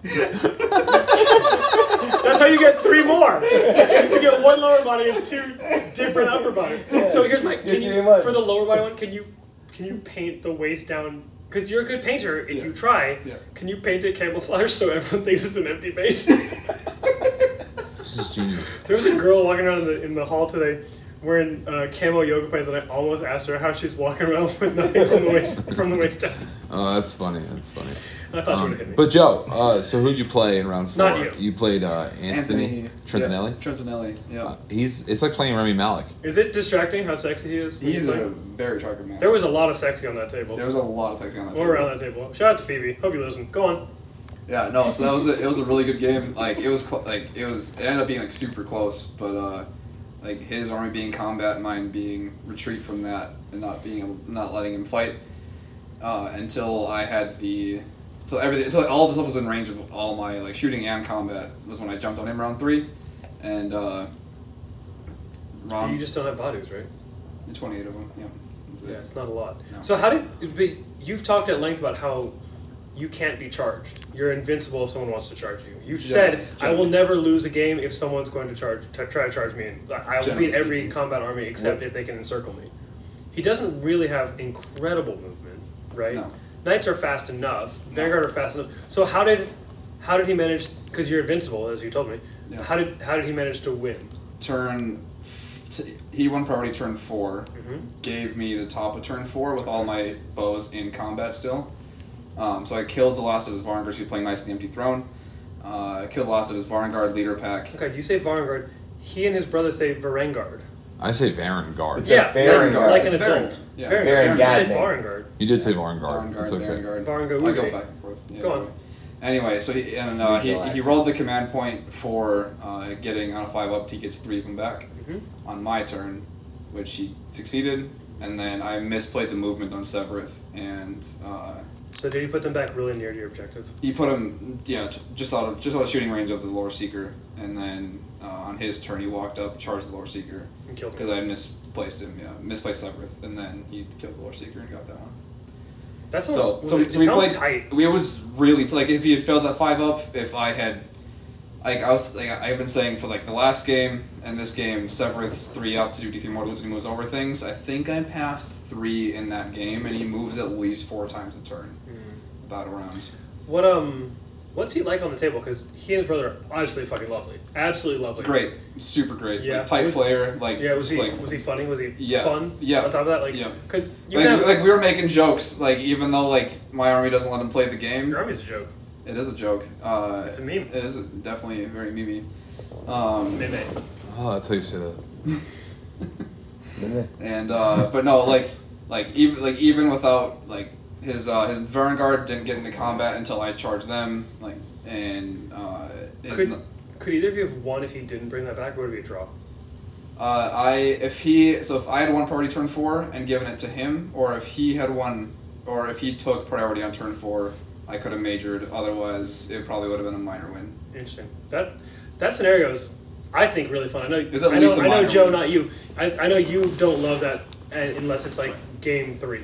That's how you get three more. you get one lower body and two different upper body. So here's my. Can You're you doing one. for the lower body one? Can you can you paint the waist down? Because you're a good painter if you try. Yeah. Can you paint it camouflage so everyone thinks it's an empty base? This is genius. there was a girl walking around in the, in the hall today wearing uh, camo yoga pants, and I almost asked her how she's walking around with nothing from the waist from the waist down. Oh, that's funny. That's funny. I thought she would have hit Um, me. but Joe, uh, so who'd you play in round four? Not you. played uh, Anthony, Trentinelli. Yeah, Trentinelli. Yeah. Uh, he's it's like playing Remy Malik. Is it distracting how sexy he is? He's Like, a very target man. There was a lot of sexy on that table. there was a lot of things on that. Or table. around that table. Shout out to Phoebe. Hope you listen. Go on. Yeah, no. So that was a, it. Was a really good game. Like it was cl- like it was. It ended up being like super close, but uh, like his army being combat, mine being retreat from that, and not being able, not letting him fight uh, until I had the until everything until all of stuff was in range of all my like shooting and combat was when I jumped on him round three, and uh, Rom You just don't have bodies, right? the 28 of them. Yeah. That's it. Yeah, it's not a lot. No. So how did? but You've talked at length about how you can't be charged. You're invincible if someone wants to charge you. You said I will never lose a game if someone's going to charge to try to charge me. and I will Generally beat every speaking. combat army except if they can encircle me. He doesn't really have incredible movement, right? No. Knights are fast enough. Vanguard are fast enough. So how did how did he manage? Because you're invincible, as you told me. Yeah. How did how did he manage to win? turn. T- he won priority turn 4 Mm-hmm. Gave me the top of turn four with all my bows in combat still. Um, so I killed the last of his Varnguard. He was playing Knights of the Empty Throne. Uh, I killed the last of his Varnguard leader pack. Okay, you say Varangard. He and his brother say Varangard. I say Varengard. Yeah. Varangard. like an It's adult. Varangard. Yeah. Varangard. You said Varangard. Varangard. You did say Varengard. Varnguard, That's okay. Varnguard. Varnguard, I go okay. back and forth. Yeah, Go on. anyway. Anyway, so he and uh, he, Usual he accent. rolled the command point for uh, getting on a five up. He gets three of them back Mhm. on my turn, which he succeeded. And then I misplayed the movement on Severith, and uh, So did you put them back really near to your objective? he put him yeah j- just out of just out of shooting range of the Lore Seeker. And then uh, on his turn, he walked up, charged the Lore Seeker And killed because them. I misplaced him. Yeah, misplaced Severith, and then he killed the Lore Seeker and got that one. That sounds, So, so, it we- so we sounds played. tight. It was really t- like if he had failed that five up, if I had, like I was, like I- I've been saying for like the last game and this game, Severus three up to do D three more moves and moves over things. I think I passed three in that game, and he moves at least four times a turn, Hmm. about a round. What um, what's he like on the table? Because he and his brother are obviously fucking lovely. Absolutely lovely. Great, super great. Yeah, like, tight was- player. Like Yeah. Was he just, like, was he funny? Was he Yeah, fun? yeah, On top of that, like, yeah. because you like, can have like we were making jokes. Like even though like my army doesn't let him play the game, your army's a joke. it is a joke. Uh, It's a meme. It is definitely very memey. Um, Meme. Oh, that's how you say that. and uh, but no, like like even like even without like his uh, his Varangard didn't get into combat until I charged them like and uh, his, Could, could either of you have won if he didn't bring that back? Or would it be a draw? Uh, I if he so if I had one priority turn four and given it to him, or if he had one, or if he took priority on turn four, I could have majored. Otherwise, it probably would have been a minor win. Interesting. That that scenario is, I think, really fun. I know. It's at I know, least a I know minor Joe, one. not you. I, I know you don't love that uh, unless it's like game three.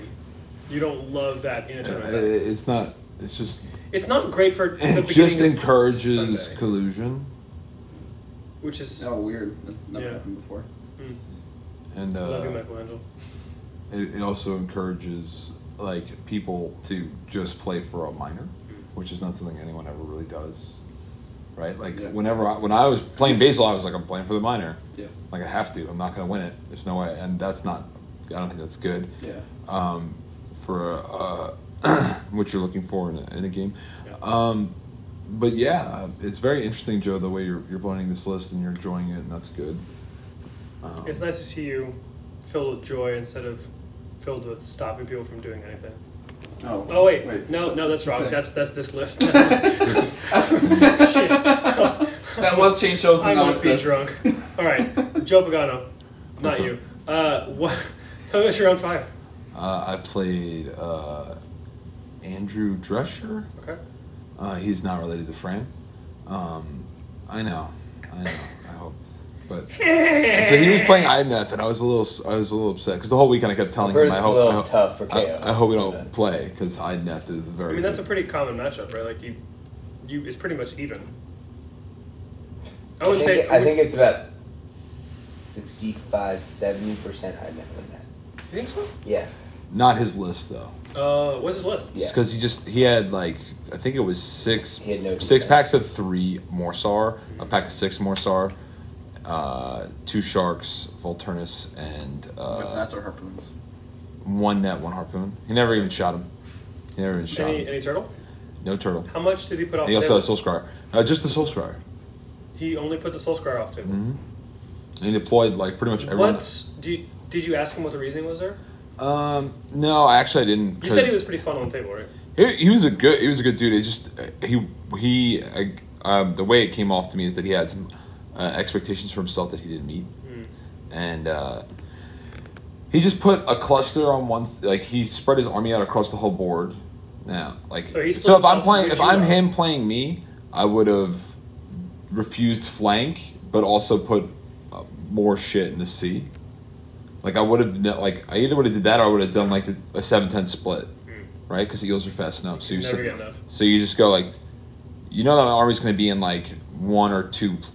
You don't love that in a Uh, tournament. It's not. It's just. it's not great for the It beginning just of encourages Sunday. collusion, which is Oh, weird. That's never Yeah. happened before. mm, and love you, uh, Michelangelo. it, it also encourages like people to just play for a minor, Mm-hmm. which is not something anyone ever really does, right? Like Yeah. whenever I, when I was playing Basil, I was like, I'm playing for the minor. Yeah. Like I have to. I'm not gonna win it. There's no way. And that's not. I don't think that's good. Yeah. um, for uh, what you're looking for in a, in a game. Yeah. Um, but yeah, uh, it's very interesting, Joe, the way you're, you're planning this list and you're enjoying it, and that's good. Um, It's nice to see you filled with joy instead of filled with stopping people from doing anything. Oh. Oh wait, no, no, that's wrong. sick. That's that's this list. That's- that was Chain Shows. I and that must was be this. drunk. All right, Joe Pagano, What's not up? you. Uh, what? Tell me about your round five. uh, I played uh, Andrew Drescher. Okay. Uh, he's not related to Fran. Um, I know, I know, I hoped, but. So he was playing IMF, and I was a little, s- I was a little upset because the whole weekend I kept telling heard him, I it's a hope, little I, hope- tough for I- KO. I hope we Sometimes. don't play because IMF is very. I mean, that's a good. pretty common matchup, right? Like you, you, it's pretty much even. I would think, say. I think it's about 65, 70 percent. I met with that. You think so? Yeah. Not his list though, Uh, what's his list? Yeah. because he just he had like I think it was six He had no six defense. packs of three Morsar, a pack of six Morsar, uh, two sharks, Volturnus, and But uh, that's our harpoons. one net, one harpoon. He never even shot him. He never even shot Any, him. any turtle? No turtle. How much did he put off? He also table? had a soul scryer. Uh, just the soul scryer. He only put the soul scryer off table. hmm And he deployed like pretty much everyone. What? Do you, did you ask him what the reasoning was there? Um, no, actually I didn't. You 'cause- said he was pretty fun on the table, right? He, he was a good he was a good dude. It just uh, he he I, um, the way it came off to me is that he had some uh, expectations for himself that he didn't meet, Mm. and uh, he just put a cluster on one s- like he spread his army out across the whole board. Now, like So he split so if I'm himself playing with if you, I'm though. him playing me, I would have refused flank, but also put uh, more shit in the C. Like I would have like I either would have did that or I would have done like the, a 7-10 split Mm. right? Because eels are fast enough. So you, Never sit- get enough. so you just go like, you know, that my army's going to be in like one or two pl-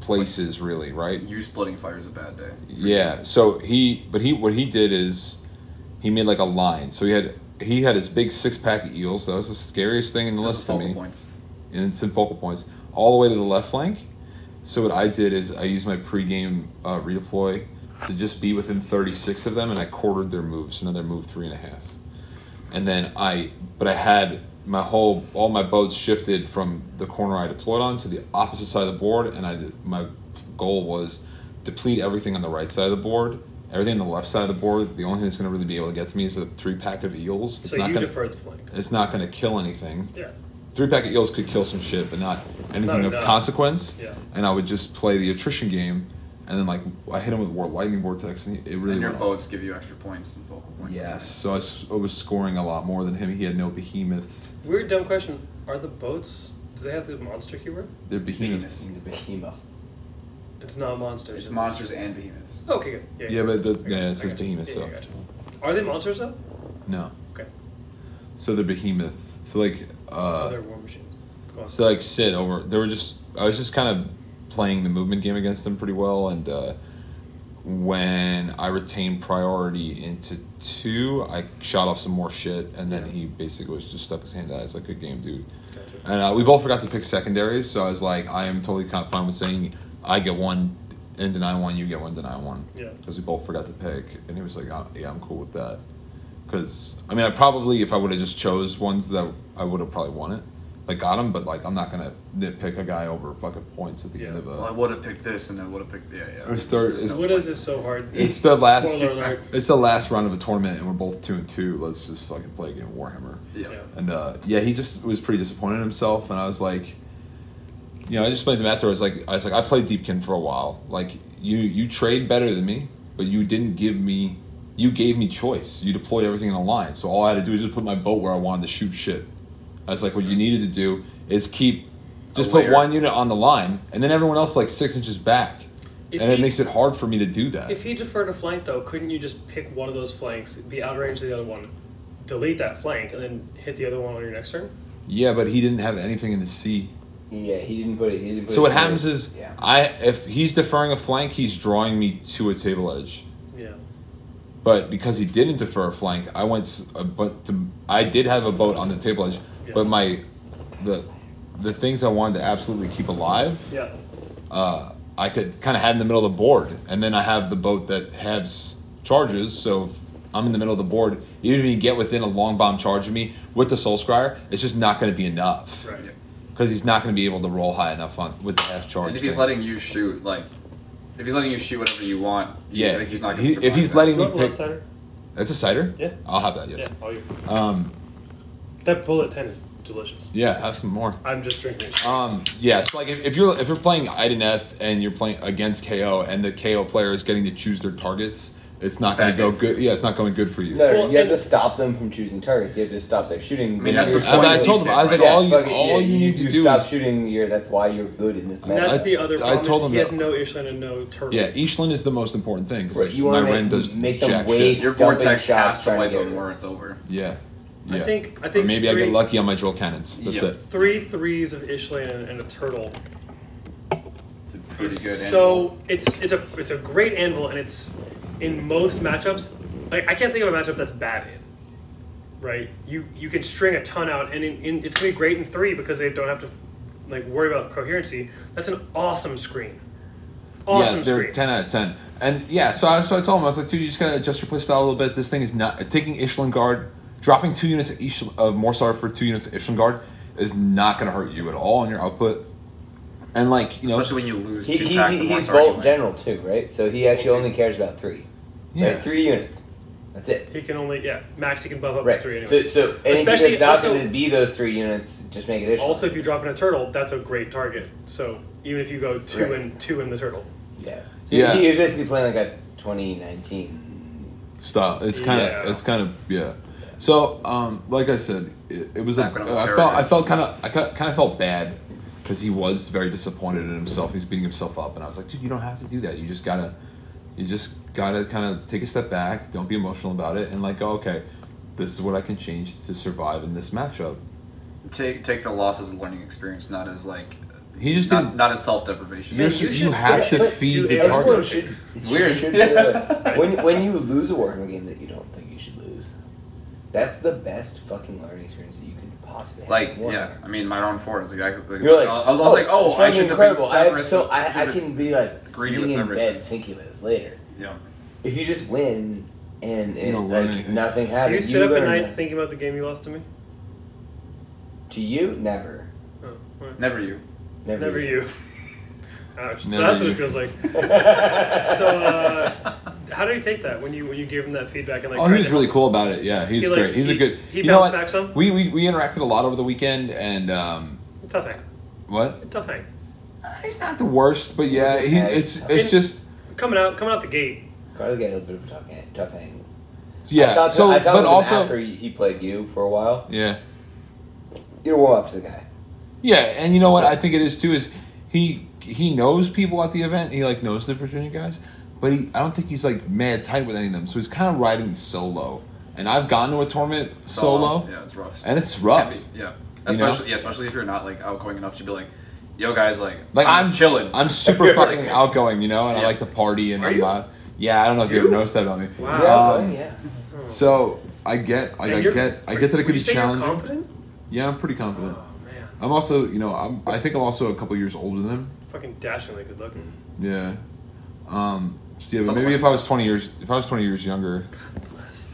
places, really, right? You splitting fire is a bad day. Yeah. So he, but he, what he did is, he made like a line. So he had he had his big six pack of eels. That was the scariest thing in the That's list to focal me, points. and it's in focal points all the way to the left flank. So what I did is I used my pregame uh, redeploy to just be within 36 of them, and I quartered their moves. So now they're moved three and a half and then I but I had my whole all my boats shifted from the corner I deployed on to the opposite side of the board, and I my goal was deplete everything on the right side of the board, everything on the left side of the board. The only thing that's going to really be able to get to me is a three pack of eels. It's So not you gonna, deferred the flank. It's not going to kill anything. Yeah. Three pack of eels could kill some shit, but not anything Not of enough. consequence. Yeah. And I would just play the attrition game, and then like I hit him with war lightning vortex, and he- it really and your went off. boats give you extra points and focal points. Yes, so I, s- I was scoring a lot more than him. He had no behemoths. Weird dumb question. Are the boats? Do they have the monster keyword? They're behemoths. The behemoth. It's not monsters. It's is it? monsters and behemoths. Okay. Good. Yeah. Yeah, but the, I yeah, gotcha, it says I gotcha. behemoths, Yeah, so yeah, I gotcha. Are they monsters though? no. Okay. So they're behemoths. So like, oh, uh, they're war machines. Go on. so like shit over. They were just. I was just kind of playing the movement game against them pretty well, and uh, when I retained priority into two, I shot off some more shit, and then Yeah. he basically was just stuck his hand out. It's like, good game, dude. Gotcha. And uh, we both forgot to pick secondaries, so I was like, I am totally kind of fine with saying I get one and deny one, you get one, deny one. Yeah. Because we both forgot to pick, and he was like, "Uh, yeah, I'm cool with that. Because I mean, I probably if I would have just chose ones that I would have probably won it, like got him, but like I'm not gonna nitpick a guy over fucking points at the end Yeah. of Well, I a. would have picked this, and I would have picked yeah, yeah. It's third- There's it's- no What point. is this so hard? It's the last. Spoiler alert. It's the last round of a tournament, and we're both two and two. Let's just fucking play a game of Warhammer. Yeah. Yeah. And uh, yeah, he just was pretty disappointed in himself, and I was like, you know, I just played to Matt Torres. Like I was like, I played Deepkin for a while. Like you, you trade better than me, but you didn't give me. You gave me choice. You deployed everything in a line. So all I had to do was just put my boat where I wanted to shoot shit. I was like, what you needed to do is keep, just put layer. one unit on the line, and then everyone else like six inches back, If and it he- makes it hard for me to do that. If he deferred a flank, though, couldn't you just pick one of those flanks, be outranged to the other one, delete that flank, and then hit the other one on your next turn? yeah, but he didn't have anything in the sea. Yeah, he didn't put it. He didn't put So it what in happens his- is, yeah. I if he's deferring a flank, he's drawing me to a table edge. Yeah. But because he didn't defer a flank, I went. s- uh, But to, I did have a boat on the table edge. Yeah. But my the the things I wanted to absolutely keep alive, Yeah. uh, I could kind of had in the middle of the board, and then I have the boat that has charges. So if I'm in the middle of the board, even if you get within a long bomb charge of me with the soul scryer, it's just not going to be enough Right. because he's not going to be able to roll high enough on with the half charge. And if he's thing. letting you shoot, like, if he's letting you shoot whatever you want, Yeah, like, he's not he- gonna if survive he's that. letting Do you me have a left pick, sider? that's a cider. Yeah. I'll have that. Yeah. Yes. all you. Um, That bullet 10 is delicious. yeah, have some more. I'm just drinking it. Um, yeah, so like if, if you're if you're playing IDNF and you're playing against KO and the KO player is getting to choose their targets, it's not going to Back go in. good. Yeah, it's not going good for you. No, Well, you have and- to stop them from choosing targets. You have to stop their shooting. I mean, that's the I, point I that told you him I was pick, like right? all you all you need to do stop is shooting. You're, that's why you're good in this match. That's I- the other I problem. told is him he has that- no Ishlan and no turtle. yeah, Eastland is the most important thing because Right, you my wanna Ren make- does make them jack wait. shit. Your Dumping vortex shots has to trying to wipe get out it. where it's over. Yeah, yeah. I think. I or think. maybe I three, get lucky on my drill cannons. That's Yep. it. Three threes of Ishlan and a turtle It's a pretty good. So it's it's a it's a great anvil, and it's in most matchups. Like I can't think of a matchup that's bad in. Right? You you can string a ton out, and in, in, it's gonna be great in three because they don't have to like worry about coherency. That's an awesome screen. Awesome yeah, they're screen. 10 out of 10. And yeah, so I, so I told him, I was like, dude, you just got to adjust your playstyle a little bit. This thing is not. Taking Ishlan Guard, dropping two units of, Ish, of Morsar for two units of Ishlan Guard is not going to hurt you at all on your output. And like, you know. especially when you lose He, two he, packs of he's Morsar Volt anyway. General too, right? So he actually only cares about three. yeah. Right? Three units. That's it. He can only yeah max. He can buff up Right. his three So, anyway. so anything Especially that's not also- going to be those three units, just make it issue. also, if you drop in a turtle, that's a great target. So even if you go two Right. and two in the turtle, yeah. So Yeah. You're basically playing like a 2019. style. It's kind of Yeah. it's kind of yeah. So um, like I said, it, it was a, Back when I was I felt I terrorist. felt kind of I kind of felt bad because he was very disappointed in himself. He's beating himself up, and I was like, dude, you don't have to do that. You just gotta you just gotta kind of take a step back. Don't be emotional about it, and like, oh, okay, this is what I can change to survive in this matchup. Take take the loss as a learning experience, not as like. He just not, didn't- not as self deprivation. You're, you you should have put- to put- feed do the it. target. It's weird. Should do it. when, when you lose a Warhammer game that you don't think you should lose, that's the best fucking learning experience that you can possibly have. Like in Warhammer. yeah, I mean my own four is exactly. You're like, I was, I was like, oh, it's I fucking should have been incredible. I, have Severus so and I, I Severus. can be like greedy sitting with in everything. bed thinking of this later. Yeah. If you just win and You don't it's learn like anything. nothing do happens, you sit up at learn night nothing. thinking about the game you lost to me? To you, never, Oh, all right. Never you. never, Never you. Ouch. so Never that's what you. it feels like. So so uh, how do you take that when you when you gave him that feedback and like? Oh, tried he was to really help cool about it. Yeah, he's He, like, great. He's he- a good. he you know bounced what? back some? We, we we interacted a lot over the weekend, and um, him? Tough hang. what? Tough hang. Uh, He's not the worst, but yeah, he, it's it's just Coming out coming out the gate. Carly got a little bit of a tough hang. Tough hang. I yeah. talked to- So, I talked but to him after also, he played you for a while, yeah, you warm up to the guy. yeah, and you know what? I think it is too. Is he he knows people at the event. He like knows the Virginia guys, but he I don't think he's like mad tight with any of them. So he's kind of riding solo. And I've gone to a tournament solo, Yeah, it's rough. and it's rough. Can't be- yeah. You know? Especially yeah, especially if you're not like outgoing enough to be like, yo guys, like, Like I'm, I'm chilling. I'm super fucking outgoing, you know, and I Yeah. like to party and Are I'm you? loud. Yeah, I don't know if you, ever noticed that about me. Wow. Yeah, Um, but, yeah. So I get, like, And I you're- get, I are- get that it would could be you say you're challenging. confident? Yeah, I'm pretty confident. Oh man, I'm also, you know, I'm, I think I'm also a couple years older than him. fucking dashingly good looking. Yeah. Um. so yeah, but Something maybe like if I was 20 years, if I was 20 years younger,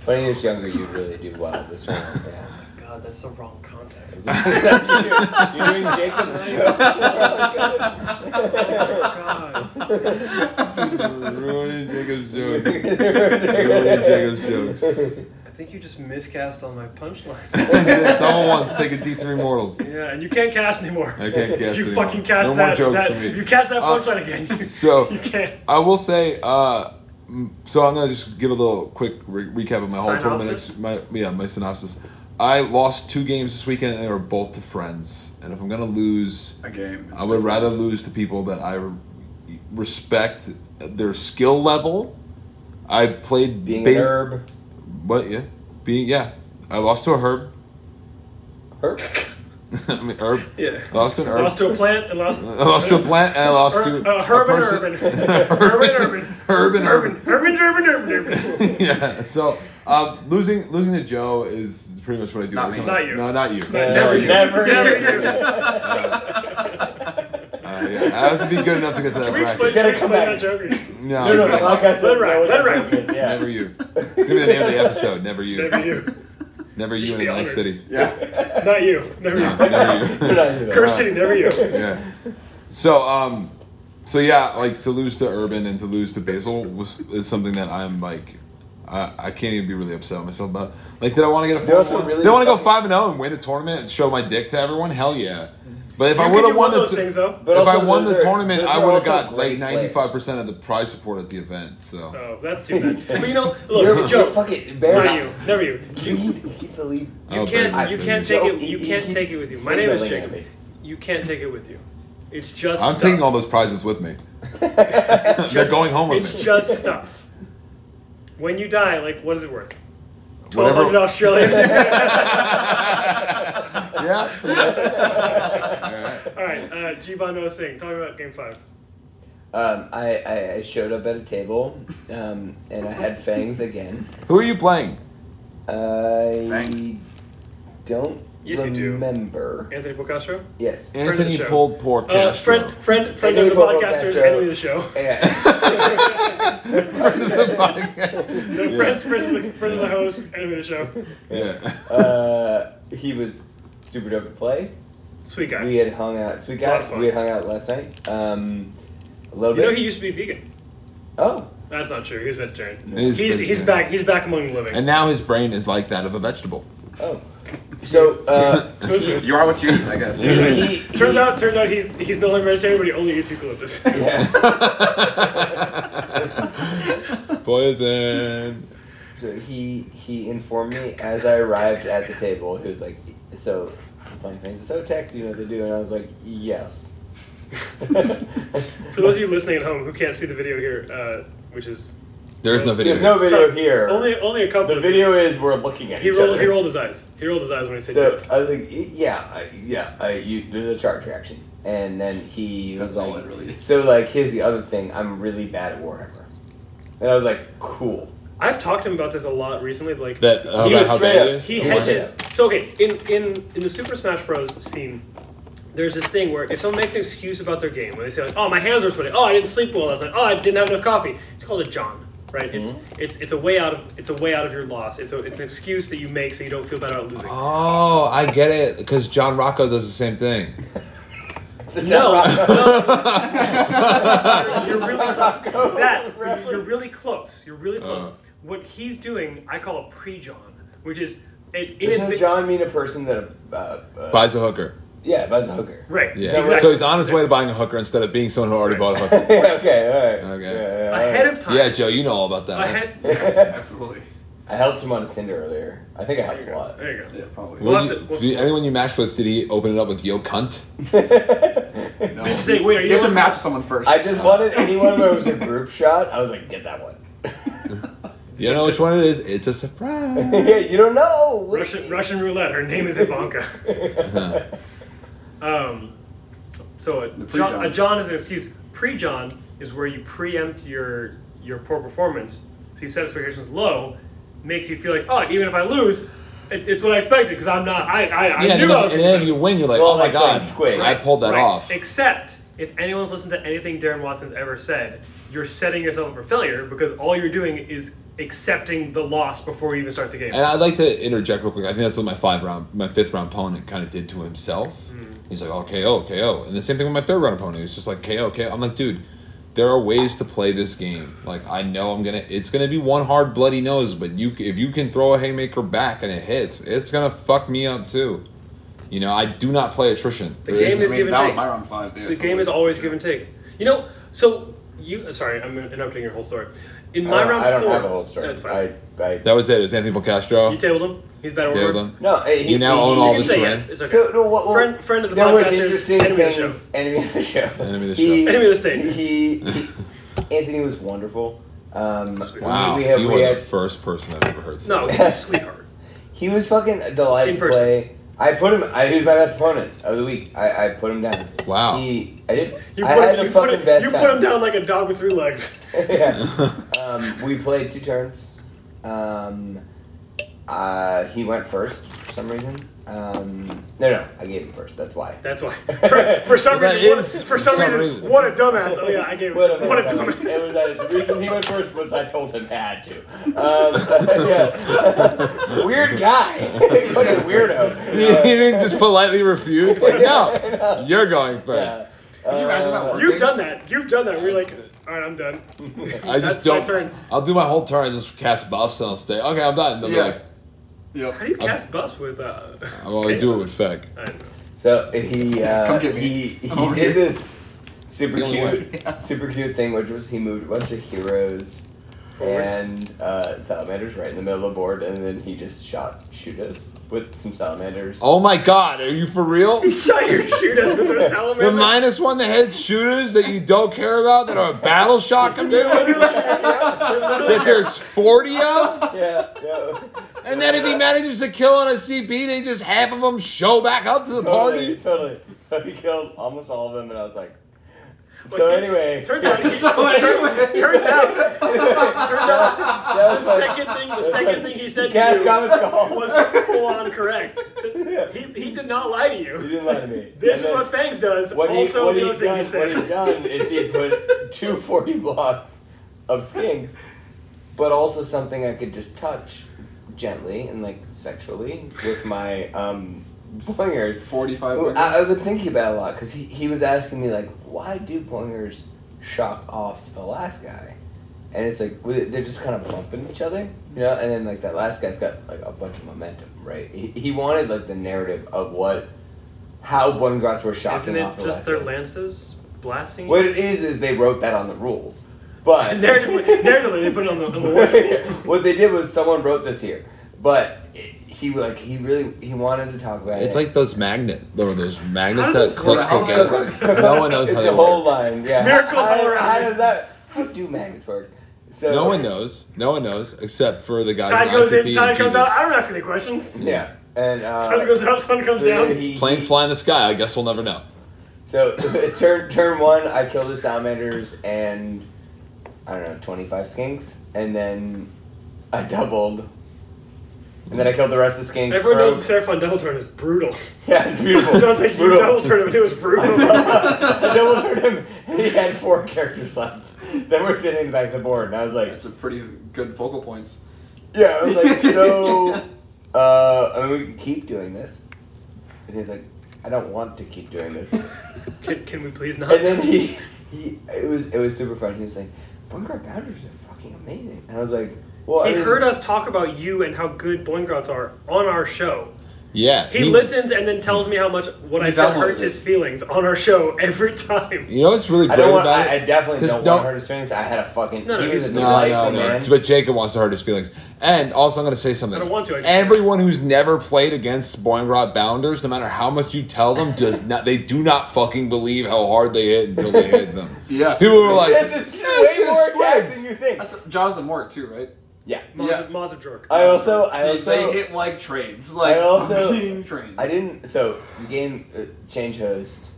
Twenty years younger, you really do well. This one, yeah. God, that's the wrong context. You're doing Jacob's Mm. God. ruining Jacob's joke. joke. Ruining Jacob's jokes. think you just miscast on my punchline. Double ones, take a D3 mortals. yeah, and you can't cast anymore. I can't cast You anymore. fucking cast No more that. jokes that- for me. You cast that Uh, punchline again. so- you can't. I will say, uh, m- so I'm gonna just give a little quick re- recap of my whole tournament. Synopsis? Ex- my yeah, my synopsis. I lost two games this weekend, and they were both to friends. And if I'm gonna lose, a game. I would rather lose to people that I re- respect their skill level. I played Being ba- an herb. But yeah, being yeah, I lost to a herb. Herb? I mean, herb. Yeah. I lost to an herb. Lost to a plant and lost. I lost to a plant and I lost Ur- to uh, herb a and person. urban. Herb Herb and and urban. urban. Urban, urban, urban, urban, urban. yeah. So um, losing losing to Joe is pretty much what I do. Not every me. time. Not you. No, not you. Never you. Never Never you. Uh, yeah, I have to be good enough to get to that Can we bracket. explain, Gotta can we come explain back. that joke? No, No, no, no, the podcast Let it ride, doesn't let it know what ride. it is, yeah. never you. It's gonna be the name of the episode. Never you. Never you. Never you should in be Atlantic honored. City. Yeah. Not you. Never No, you. never you. Curse City, never you. yeah. So um, so yeah, like to lose to Urban and to lose to Basil was is something that I'm like, I, I can't even be really upset with myself about. Like, did I want to get a They're also four? really Did I want to go fucking- five and zero and win a tournament and show my dick to everyone? Hell yeah. But if I You would could have do one won of the those t- things though. But if I also, won those the are- tournament, those I are would have also got like great ninety players. five percent of the prize support at the event. So Oh, that's too bad. But you know, You're- look, you're Joe. fucking Not Barry. you. Never you. Lead. Keep the lead. You Oh, can't. baby. You can't take it. You He- he can't keeps take it with you. My name is signaling at Jacob. You can't take it with you. It's just. I'm stuff. taking all those prizes with me. me. They're going home with It's me. just stuff. When you die, like, what is it worth? Twelve Whatever- hundred Australian. yeah. All right. All right, uh, Jibano Singh, talk about Game Five. Um, I, I, I showed up at a table, um, and I had fangs again. Who are you playing? I Fangs. don't Yes, you do. remember. Anthony Bocastro. Yes. of the Anthony show. pulled poor Uh, Castro. friend, friend, friend of the Anthony podcasters, Bocastro. enemy of the show. Yeah. Friend of the podcast. No, Yeah. friend, friend, of the, friend of the host, enemy of the show. Yeah. uh, he was super dope to play. Sweet guy. We had hung out. Sweet A lot of guy. fun. We had hung out last night. Um, a little you know bit. he used to be vegan. oh. That's not true. He was vegetarian. He's He's, he's, vegetarian. back. He's back among the living. and now his brain is like that of a vegetable. Oh. So uh, Turns You are what you eat, I guess. he, he, he- out, turns out he's he's no longer vegetarian, but he only eats eucalyptus. Poison. So he he informed me as I arrived at the table. He was like, "So, you're playing things so tech, do you know what they do?" And I was like, "Yes." For those of you listening at home who can't see the video here, uh, which is There's no video. There's no video some- here. only only a couple. the of- video is we're looking at He each rolled. other. He rolled his eyes. He rolled his eyes when he said So yes. I was like, "Y- "Yeah, I, yeah." I you there's a charge reaction, and then he That's was like, all it really is. So like, here's the other thing. I'm really bad at Warhammer, and I was like, "Cool." I've talked to him about this a lot recently. Like That uh, He about was how straight bad up. it is. he Oh, wow. hedges. So okay, in in in the Super Smash Bros. scene, there's this thing where if someone makes an excuse about their game, when they say like, "Oh, my hands are sweaty," "Oh, I didn't sleep well last night," "Oh, I didn't have enough coffee," it's called a John, right? Mm-hmm. It's it's it's a way out of it's a way out of your loss. It's a it's an excuse that you make so you don't feel bad about losing. Oh, I get it. Because John Rocco does the same thing. No, yeah. you're really that you're- you're really close. You're really close. Uh. What he's doing, I call a pre-John, which is it, it Doesn't admi- John mean a person that uh, uh, Buys a hooker. yeah, buys a hooker? right? Yeah. exactly. So he's on his way to buying a hooker instead of being someone who already bought a hooker. Yeah, okay, all right. Okay. Yeah, yeah, ahead of time. Oh. Yeah, Joe, you know all about that. right? Ahead. all right. Absolutely. I helped him on a cinder earlier. I think I helped There you go. him a lot. There you go. Yeah, probably. What We'll did have you- to- did anyone you matched with, did he open it up with yo cunt? No. Did you say, wait, are you you have to on- match someone first. I just wanted anyone where it was a group shot. I was like, get that one. You don't know which one it is? It's a surprise. you don't know. Russian Russian roulette. Her name is Ivanka. um, so a pre-John. John, a John is an excuse. Pre-John is where you preempt your your poor performance, so you set expectations low, makes you feel like oh even if I lose, it, it's what I expected because I'm not I I, I yeah, and knew then, I was. and gonna then if win. you win, you're like, Well, oh my like god, playing Squid. I pulled that Right. off. Except if anyone's listened to anything Darren Watson's ever said, you're setting yourself up for failure because all you're doing is accepting the loss before you even start the game. And I'd like to interject real quick. I think that's what my five round, my fifth round opponent kind of did to himself. He's like, oh KO, KO, and the same thing with my third round opponent. He's just like KO, KO. I'm like, dude, there are ways to play this game. Like I know I'm gonna, it's gonna be one hard bloody nose, but you if you can throw a haymaker back and it hits, it's gonna fuck me up too. You know, I do not play attrition. The There game isn't- is I give mean, and that was take. my round five. Yeah, the game totally. is always Sure. give and take. You know, so you. uh, Sorry, I'm interrupting your whole story. In my I don't, round I don't four, have a whole story. That's fine. I, I, that was it. It was Anthony Castro. you tabled him. He's better Taylor order. Dunn. no, eh, he, You now he- own he- all You can this say terrand. yes. It's So, okay. no, what- what- Friend- friend of the there was podcast is interesting enemy of the things- show. Enemy of the show. Enemy of the He- show. Enemy of the state. He, he- Anthony was wonderful. Um, we- Wow, we, have, you we are had, the first person I've ever heard. say No, that. he's a sweetheart. he was fucking a delight In to person. play. I put him. I, he was my best opponent of the week. I, I put him down. Wow. He, I did. You I put, had him, the you, put fucking him, best you time. put him down like a dog with three legs. yeah. Um, we played two turns. Um, uh, he went first for some reason. Um, no, no, I gave him first. That's why. That's why. For, for some Well, that reason, what, is- for some, reason, what a dumbass. Oh yeah, I gave him. What a, What a It dumbass. was uh, the reason he went first was I told him I had to. Um, yeah. Weird guy. what a weirdo. you didn't just politely refuse. Like, no, No. you're going Yeah. first. Could you imagine that You've done that. You've done that. We're like, all right, I'm done. I just That's my don't. turn. I'll do my whole turn. I just cast buffs and I'll stay. Okay, I'm done. They'll be Yeah. like, Yep. How do you cast buffs with? Uh, well, I do it with Feck. I don't know. So he uh, Come get me. he he I'm over did here. this super The only cute way. super cute thing, which was he moved a bunch of heroes Forward. and uh, salamanders right in the middle of the board, and then he just shot shoot us with some salamanders. Oh my God, are you for real? Shut your shoot us with a salamander. The minus one, the head shooters that you don't care about that are battle shock immune. that there's 40 of, Yeah, yeah. and then if he manages to kill on a CP, they just half of them show back up to the totally, party. totally. So he killed almost all of them, and I was like. So anyway, Turns out, he, So anyway. turns out, turns out, that was the like- second thing, the that's second like- thing he said to Cast you Comet Call. was full on correct. He, he did not lie to you you. didn't lie to me. This And is then- what Fangs does. What he, also, what the he other thing he done, said. What he done is he put two 40 blocks of skinks, but also something I could just touch gently and like sexually with my um poingers. 45 Well, minutes. I, I been thinking about it a lot because he, he was asking me like, why do poingers shock off the last guy? And it's like we- they're just kind of bumping each other, you know. And then like that last guy's got like a bunch of momentum, right? He, he wanted like the narrative of what, how Boingrats were shocking Isn't off it the just last their guy. lances blasting? What it is is they wrote that on the rules, but narratively, narratively, they put it on the, on the wall. what they did was someone wrote this here, but he like he really he wanted to talk about it. It's like those magnet, or those magnets How do that those click work? How do together. No one knows it's how a they whole work. line. Yeah. Miracles how, all around How me. does that? How do magnets work? So No one knows. No one knows except for the guys Tide in goes ICP in, tide and comes Jesus. out. I don't ask any questions. Yeah. And uh, Sun goes up, sun comes so down. he- Planes he- fly in the sky. I guess we'll never know. So turn turn one, I killed the salamanders and I don't know twenty five skinks, and then I doubled, and then I killed the rest of the skinks. Everyone knows the broke- Seraphon double turn is brutal. Yeah, it's beautiful. Sounds like you Brutal. double turned him. It was brutal. I double turned him. and He had four characters left. Then we're sitting in the back of the board, and I was like, That's a pretty good focal points. Yeah, I was like, so, uh, I mean, we can keep doing this. And he's like, I don't want to keep doing this. can, can we please not? And then he, he, it was, it was super fun. He was like, Bunker Boundaries are fucking amazing. And I was like, well, He I mean, heard us talk about you and how good Boingrots are on our show. Yeah. He listens and then tells me how much what I said downloaded hurts it. his feelings on our show every time. You know what's really I great don't want. about I, I it? definitely 'Cause don't don't- want to hurt his feelings. I had a fucking. No, no, he was he's- a No, No, delightful no, no. "Oh, man. But Jacob wants to hurt his feelings. And also, I'm going to say something. I don't want to, I just- Everyone who's never played against Boingrot Bounders, no matter how much you tell them, does not. They do not fucking believe how hard they hit until they hit them. Yeah. People are like, Yes, "This it's way is more squids." attacks than you think. That's what, Jaws and Mort too, right? Yeah. Maza, Yeah. Maza Jork. I also, I They- also, they hit like trains. Like I also- being trains. I didn't. So the game uh, change host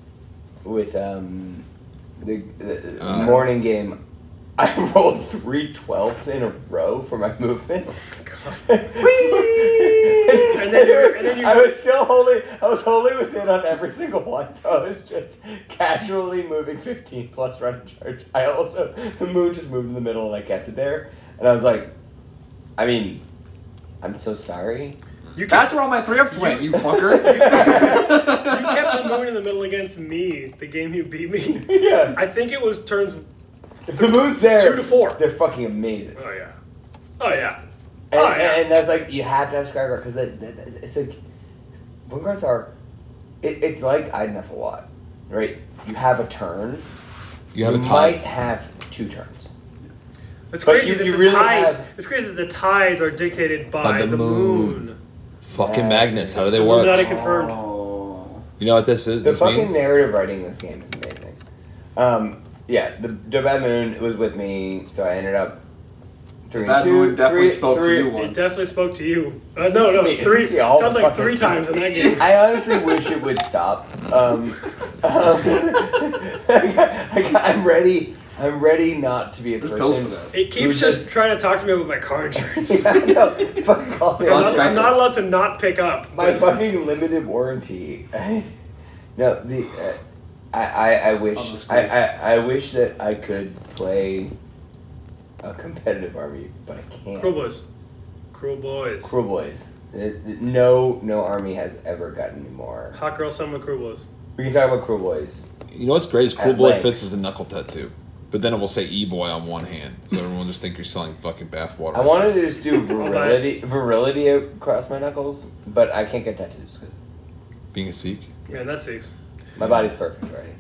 with um the, the Uh. morning game. I rolled three 12s in a row for my movement. Oh Whee! And then you- and then you- I was still holding. I was holding within on every single one, so I was just casually moving 15 plus running charge. I also the moon just moved in the middle, and I kept it there. And I was like, I mean, I'm so sorry. You That's kept, where all my three ups went, you fucker. you kept the moon in the middle against me, the game you beat me. Yeah. I think it was turns oh, The moon's there. Two to four. They're fucking amazing. Oh yeah. Oh yeah. And, Oh, yeah. and that's like you have to have Skyguard because that, that, that's- it's like wing guards are. It, it's like IDNF a lot, right? You have a turn. You have a might time. have two turns. It's But crazy you- that you the really tides. have- It's crazy that the tides are dictated by, the the moon. moon. Fucking Yeah. magnets. How do they Illuminati work? confirmed. Oh. You know what this is? The This fucking means narrative writing in this game is amazing. Um, yeah, the, the Bad Moon was with me, so I ended up. The Bad Moon definitely spoke to you once. It definitely spoke to you. Uh, no, no, three. sounds like three times in that game. I honestly wish it would stop. Um, um, I am ready. I'm ready not to be a There's person. pills for that. It keeps Who's just this? trying to talk to me about my car insurance. yeah, I know. Fuck off. I'm, not, Let's I'm go. not allowed to not pick up. My but- fucking limited warranty. no, the uh, I, I I On the wish I, squeaks. I I wish that I could play a competitive army, but I can't. Cruel boys. Cruel boys. Cruel Boys. It- it- No, no army has ever gotten me more. Hot girl summer cruel boys. We can talk about Cruel Boys. you know what's great is Cool At Boy length. fits as a knuckle tattoo, but then it will say E Boy on one hand, so everyone just think you're selling fucking bathwater. I wanted to just do bye. virility, virility across my knuckles, but I can't get tattoos because being a Sikh. Man, that stinks. my body's perfect already.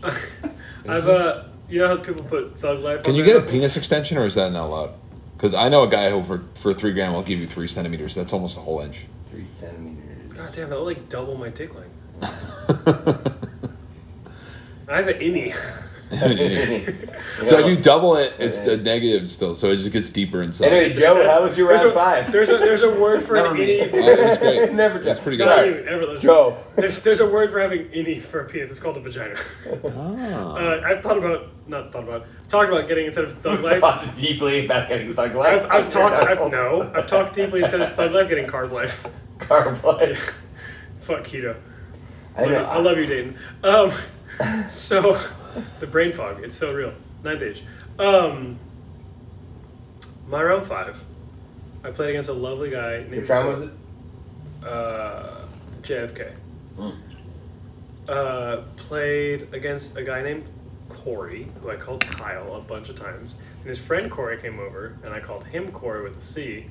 I've uh, you know how people put thug life. Can on you their get a knuckles? penis extension, or is that not allowed? Because I know a guy who for for three grand will give you three centimeters. That's almost a whole inch. Three centimeters. God damn, that would like double my dick length. I have an innie. so if you double it, it's Yeah. a negative still. So it just gets deeper inside. Anyway, Joe, how was your There's round a- five? There's a there's a word for an Never mind. innie. Oh, it was great. Never It Joe. was pretty good. Not Sorry. you, ever- Joe. There's there's a word for having innie for a penis. It's called a vagina. Ah. Uh, I've thought about not thought about talked about getting instead of thug life. Thought deeply about getting thug life. I've, I've talked. I've, Knuckles. no, I've talked deeply instead of thug life getting card life. Carb life. Fuck keto. I know. I love you, Dayton. Um, so the brain fog, it's so real. Ninth age. Um, my round five, I played against a lovely guy named Which round was it? Uh, JFK. Hmm. Uh, played against a guy named Corey, who I called Kyle a bunch of times, and his friend Corey came over, and I called him Corey with a C.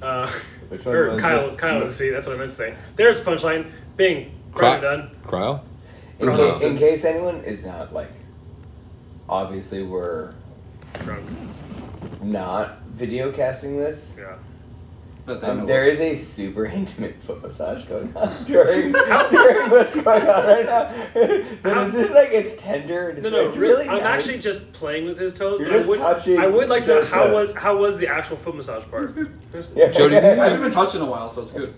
Uh, Which one or was Kyle, this? Kyle with a C. That's what I meant to say. There's the punchline. Bing. Cry- Crime done. Cryo? In Carl case, in case anyone is not like, obviously we're Drunk. not video casting this. Yeah. But Um, there is a super intimate foot massage going on during, during what's going on right now. How- But it's just like it's tender. It's, No, no, it's really, really. I'm nice. actually just playing with his toes. You're but I just would, touching I would like to know just how that. was how was the actual foot massage part? Me Yeah. Jody, you I haven't been touched in a while, so it's good.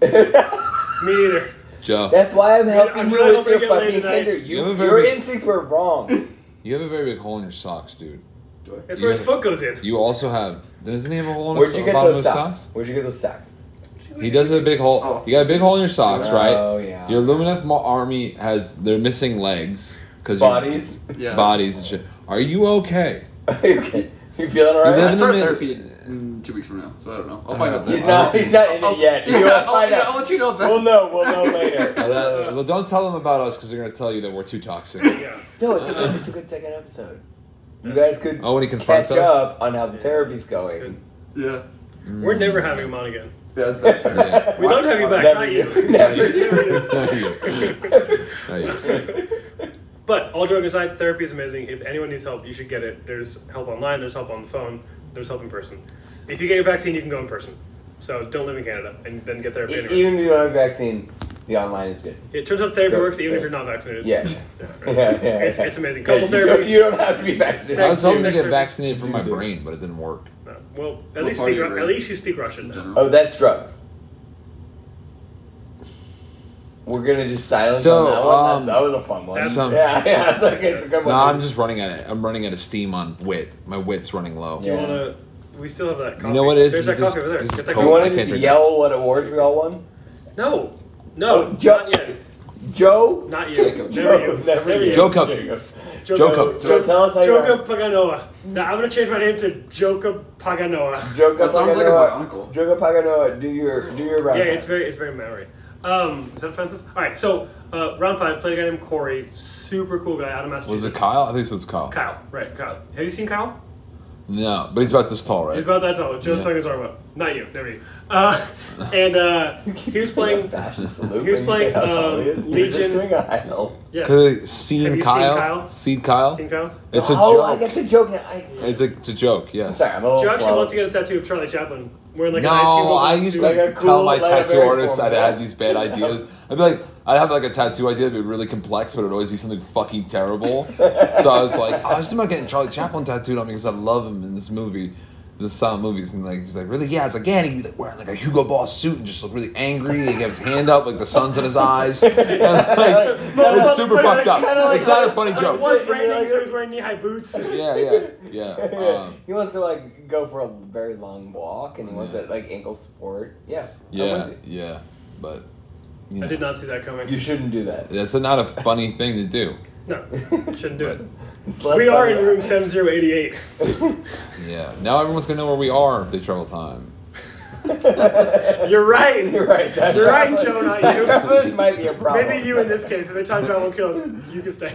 neither. Joe, That's why I'm helping I'm you really with hoping your to get laid fucking tonight. Tinder. You You, have a very your big- instincts were wrong. you have a very big hole in your socks, dude. That's You where his have- foot goes in. You also have. Doesn't he have a hole in Where'd his you get bottom of those his socks? Where'd you get those socks? He does have a big hole. Oh. You got a big hole in your socks, right? Oh, yeah. Your Lumineth mo- army has. They're missing legs. 'cause you- Bodies. Yeah. Bodies and shit. Are you okay? okay. You feeling You I live in alright? start the mid- therapy in two weeks from now, so I don't know. I'll find out. He's then. not- he's not in it I'll- yet. Yeah, You won't I'll, find yeah, out. I'll let you know then. We'll know. We'll know later. Well, that- well, don't tell them about us because they're gonna tell you that we're too toxic. Uh, Yeah. No, it's a, good, it's a good second episode. Hmm? You guys could Oh, when he confronts catch us. up on how the therapy's going. Yeah. We're never having him on again. Yeah, that's, that's fair. Yeah. We'd love to have you back, Never not you. you. Never Not you. you. Not you. But all joking aside, therapy is amazing. If anyone needs help, you should get it. There's help online. There's help on the phone. There's help in person. If you get your vaccine, you can go in person. So don't live in Canada and then get therapy E- anywhere. Even if you don't have vaccine, the online is good. It turns out therapy Yeah. works even if you're not vaccinated. Yeah. Yeah, right. yeah, It's- yeah. it's amazing. Yeah, Couple you therapy. don't- You don't have to be I vaccinated. was hoping to Sex get therapy. vaccinated for my brain, but it didn't work. No. Well, at What least part speak, of your Ru- brain? at least you speak Just Russian. in now. general. Oh, that's drugs. We're gonna just silence So, on that one. That's- um, that was a fun one. that's- Some- yeah, yeah, it's, like, it's a good No, one. I'm just running out. Of, I'm running out of steam on wit. My wit's running low. Do you Yeah. wanna? We still have that coffee. know what it is? There's that This- coffee over there. this Get is that cold. You I coffee. wanted can't to drink yell what awards we all won? No, no, Oh, Joe- not yet. Joe? Not you. Jacob. Never Joe, you. never Never you. you. Joe Cup. Joe Joe Cup. Cup. Joe, tell us how you Joka won. Paganoa. Now I'm gonna change my name to Joka Paganoa. Joe That sounds like a Paganoa- bionicle. Joe Paganoa, do your, do your round. Yeah, it's very it's very Maori. Um, is that offensive? All right, so uh, round five, played a guy named Corey, super cool guy out of Massachusetts. Was it Kyle? I think it was Kyle. Kyle, right? Kyle. Have you seen Kyle? No, but he's about this tall, right? He's about that tall. Joe Yeah. stuck his arm up. Not you, never you. Uh, and uh, he was playing. Fashion salute. He was when you playing, say how tall um, he is. You're just Legion- doing a hell. Yes. Cause it's seen Have you seen Kyle, Kyle? Seen Kyle. Seen Kyle? It's a oh, I joke. get the joke now. I, It's a, it's a joke. Yes. sorry, I'm a little Joe actually slow. wants to get a tattoo of Charlie Chaplin. Wearing like no, an ice cube. I with a used to suit. like a tell cool my tattoo library artist form, that I yeah. had these bad ideas. I'd be like, I'd have like a tattoo idea that'd be really complex, but it'd always be something fucking terrible. so I was like, "Oh, I was thinking about getting Charlie Chaplin tattooed on me because I love him in this movie, the silent movies, and like he's like, really? Yeah, it's like, yeah, and he'd be like wearing like a Hugo Boss suit and just look really angry. And he'd have his hand up, like the sun's in his eyes. And, like, it's super But fucked up. kinda like- It's not a funny It was joke. raining, so he's wearing knee-high boots. Yeah, yeah, yeah. Um, he wants to like go for a very long walk, and he wants Yeah. to like ankle sport. Yeah. I'm yeah, with you. yeah, but. You I know, did not see that coming. You shouldn't do that. That's not a funny thing to do. No, shouldn't do it. It's less we fun are in than room that. 7088. Yeah. Now everyone's gonna know where we are if they travel time. You're right. You're right. Time You're right, travel- Joe, not time you. travel, This might be a problem. Maybe you in this case. If the time travel kills, you can stay.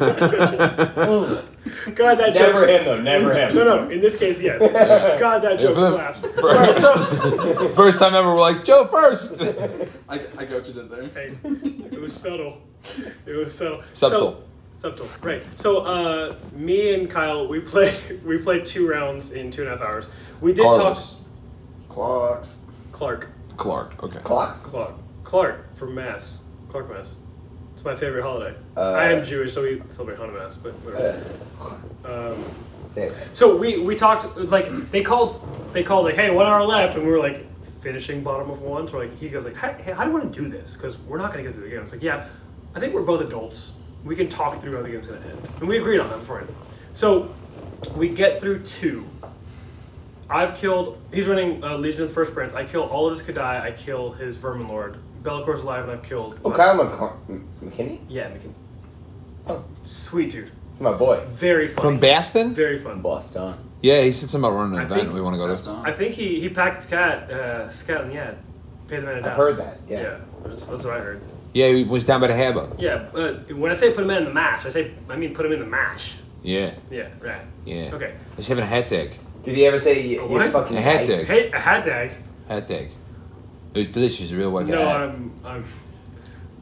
Um, For God, that Never joke. him though. Never him. No, no. In this case, yes. God, that joke the- slaps. for- All right, so First time ever, we're like Joe first. I, I got what you did there. Hey, it was subtle. It was subtle. Subtle. So, subtle. Right. So, uh, me and Kyle, we play. We played two rounds in two and a half hours. We did Carlos Clocks. talk Clark. Clark. Okay. Clocks. Clark. Clark from Mass. Clark Mass. It's my favorite holiday. Uh, I am Jewish, so we celebrate Hanukkah Mass, but whatever. Um, Say it. right. so we we talked like they called they called like hey one hour left and we were like finishing bottom of one so like he goes like hey, hey how do you want to do this because we're not gonna get through the game. It's like yeah I think we're both adults we can talk through how the game's gonna end and we agreed on that before. So we get through two. I've killed. He's running uh, Legion of the First Prince. I kill all of his Kadai. I kill his Vermin Lord. Bellicor's alive, and I've killed. uh, Oh, Kyle McCor- M- McKinney. Yeah, we can. Oh, Sweet dude. it's my boy. Very fun. From Baston? Very fun. Boston. Yeah, he said something about running an I event. think- we want to go to. I think he, he packed his cat, uh, scat and yad. Pay the man a I've dime. heard that. Yeah. that's, that's what I heard. Yeah, he was down by the Haba. Yeah, but when I say put him in the mash, I say I mean put him in the mash. Yeah. Yeah, right. Yeah. Okay. He's having a hat tag. Did he ever say you, you What? fucking A hat right? tag. Hey, a hat tag. Hat tag. It was delicious. A real white No, guy. I'm I'm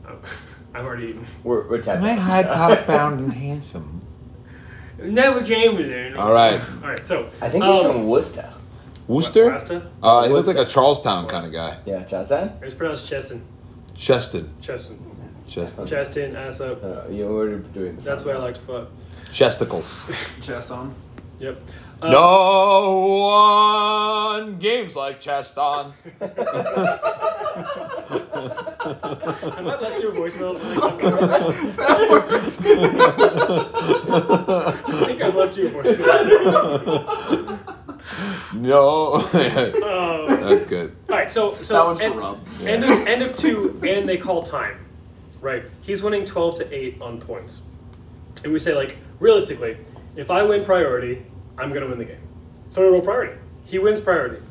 I'm, I'm already eaten. We're, we're tapped My out. hot, hot, bound, and handsome. Never James in there. All right. All right. So I think he's um, from Worcester. Wooster? Rasta? Uh, he looked like a Charlestown kind of guy. Yeah, Chazan. It's pronounced Cheston. Cheston. Cheston. Cheston. Cheston. Ass up. Uh, you were doing this. That's what I like to fuck. Chesticles. Chest on. Yep. Um, No one games like Cheston. I might let your voicemails. I think I left you a voicemail. no. Um, That's good. All right, so so That one's for end, Rob. end of end of two, and they call time. Right, he's winning twelve to eight on points, and we say like realistically, if I win priority, I'm gonna win the game. So we roll priority. He wins priority.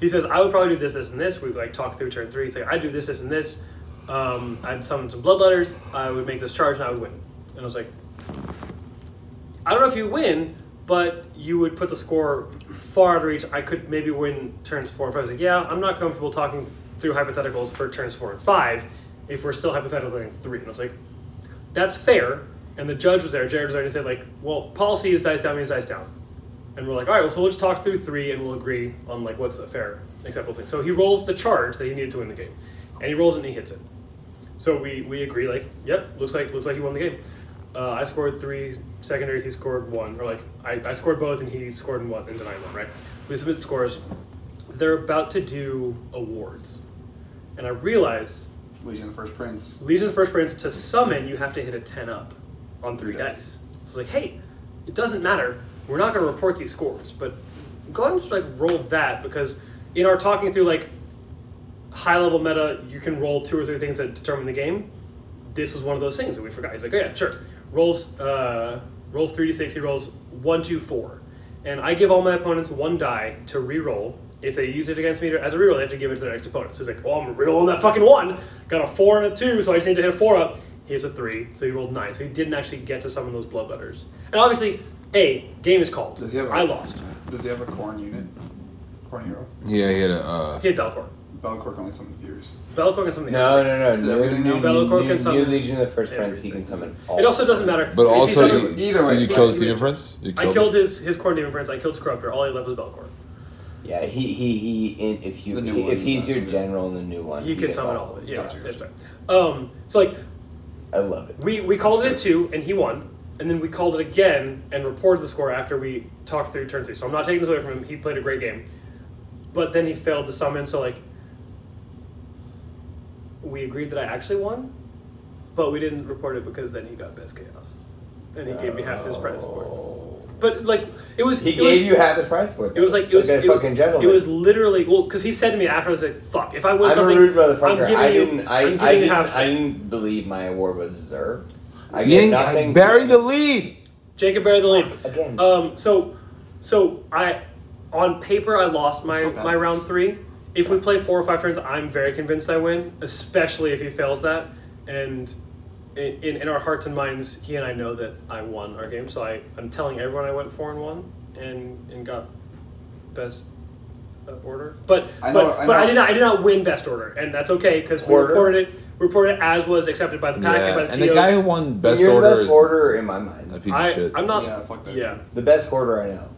He says I would probably do this, this, and this. We like talk through turn three. He's like I do this, this, and this. Um, I'd summon some bloodletters. I would make this charge, and I would win. And I was like, I don't know if you win, but you would put the score far out of reach. I could maybe win turns four and five. I was like, yeah, I'm not comfortable talking through hypotheticals for turns four and five if we're still hypothetically in three. And I was like, that's fair. And the judge was there, Jared was there, and he said, like, well, policy is dice down means dice down. And we're like, all right, well, so we'll just talk through three and we'll agree on, like, what's a fair, acceptable thing. So he rolls the charge that he needed to win the game. And he rolls it and he hits it. So we, we agree like, yep, looks like looks like he won the game. Uh, I scored three secondaries, he scored one, or like I, I scored both and he scored one and then I won, right? We submit scores. They're about to do awards, and I realize Legion of the First Prince. Legion of the First Prince to summon you have to hit a ten up on three Yes. dice. So it's like, hey, it doesn't matter. We're not going to report these scores, but go ahead and just like roll that because in our talking through like high level meta, you can roll two or three things that determine the game. This was one of those things that we forgot. He's like, oh yeah, sure. Rolls uh, rolls three d six. He rolls one two four, and I give all my opponents one die to reroll. If they use it against me as a reroll, they have to give it to their next opponent. So he's like, oh, I'm rerolling that fucking one. Got a four and a two, so I just need to hit a four up. He has a three, so he rolled nine. So he didn't actually get to summon those blood letters. And obviously, A, Game is called. Does he have a- I lost. Does he have a corn unit? Corn hero? Yeah, he had a. Uh, He had Belcor. Belcork only summons viewers. Belcor can something. No, no, no. Is it new, everything new, now? new, Bellicor new, can summon Legion of the First Friends, he everything. can summon all. It also doesn't matter. but If he also, doesn't- you, either way, did you yeah, kill his either way. difference? You I killed his his core demon friends. I killed Scrubber. All he left was Belcor. Yeah, he he he. In, if you The new if one, he's yeah. your general in the new one, He could gets summon all of it. Yeah, Gotcha. that's right. Um, so like I love it. we we called it at two, and he won. And then we called it again and reported the score after we talked through turn three. So I'm not taking this away from him. He played a great game, but then he failed to summon. So like we agreed that I actually won, but we didn't report it because then he got best chaos, and he gave me half his prize support. But like it was He it gave was, you half his prize for it. It was like it was, a it, was fucking gentleman. it was literally well because he said to me after I was like fuck if I win I'm something a rude I'm motherfucker. giving I you didn't. I, I'm giving I, you didn't half I didn't believe my award was deserved. I Ying gave had nothing. buried the lead. Jacob buried the lead Again. Um, so, so I, on paper, I lost my So bad. my round three. If we play four or five turns, I'm very convinced I win, especially if he fails that. And in, in our hearts and minds, he and I know that I won our game. So I, I'm telling everyone I went four and one and and got best uh, order. But I know- but, I but I know- did not I did not win best order, and that's okay because we Order? reported it reported it as was accepted by the pack and by Yeah. the And TOs. the guy who won best You're order the best is hoarder in my mind. a piece of I, shit. I'm not. Yeah, fuck that. yeah, The best hoarder I know.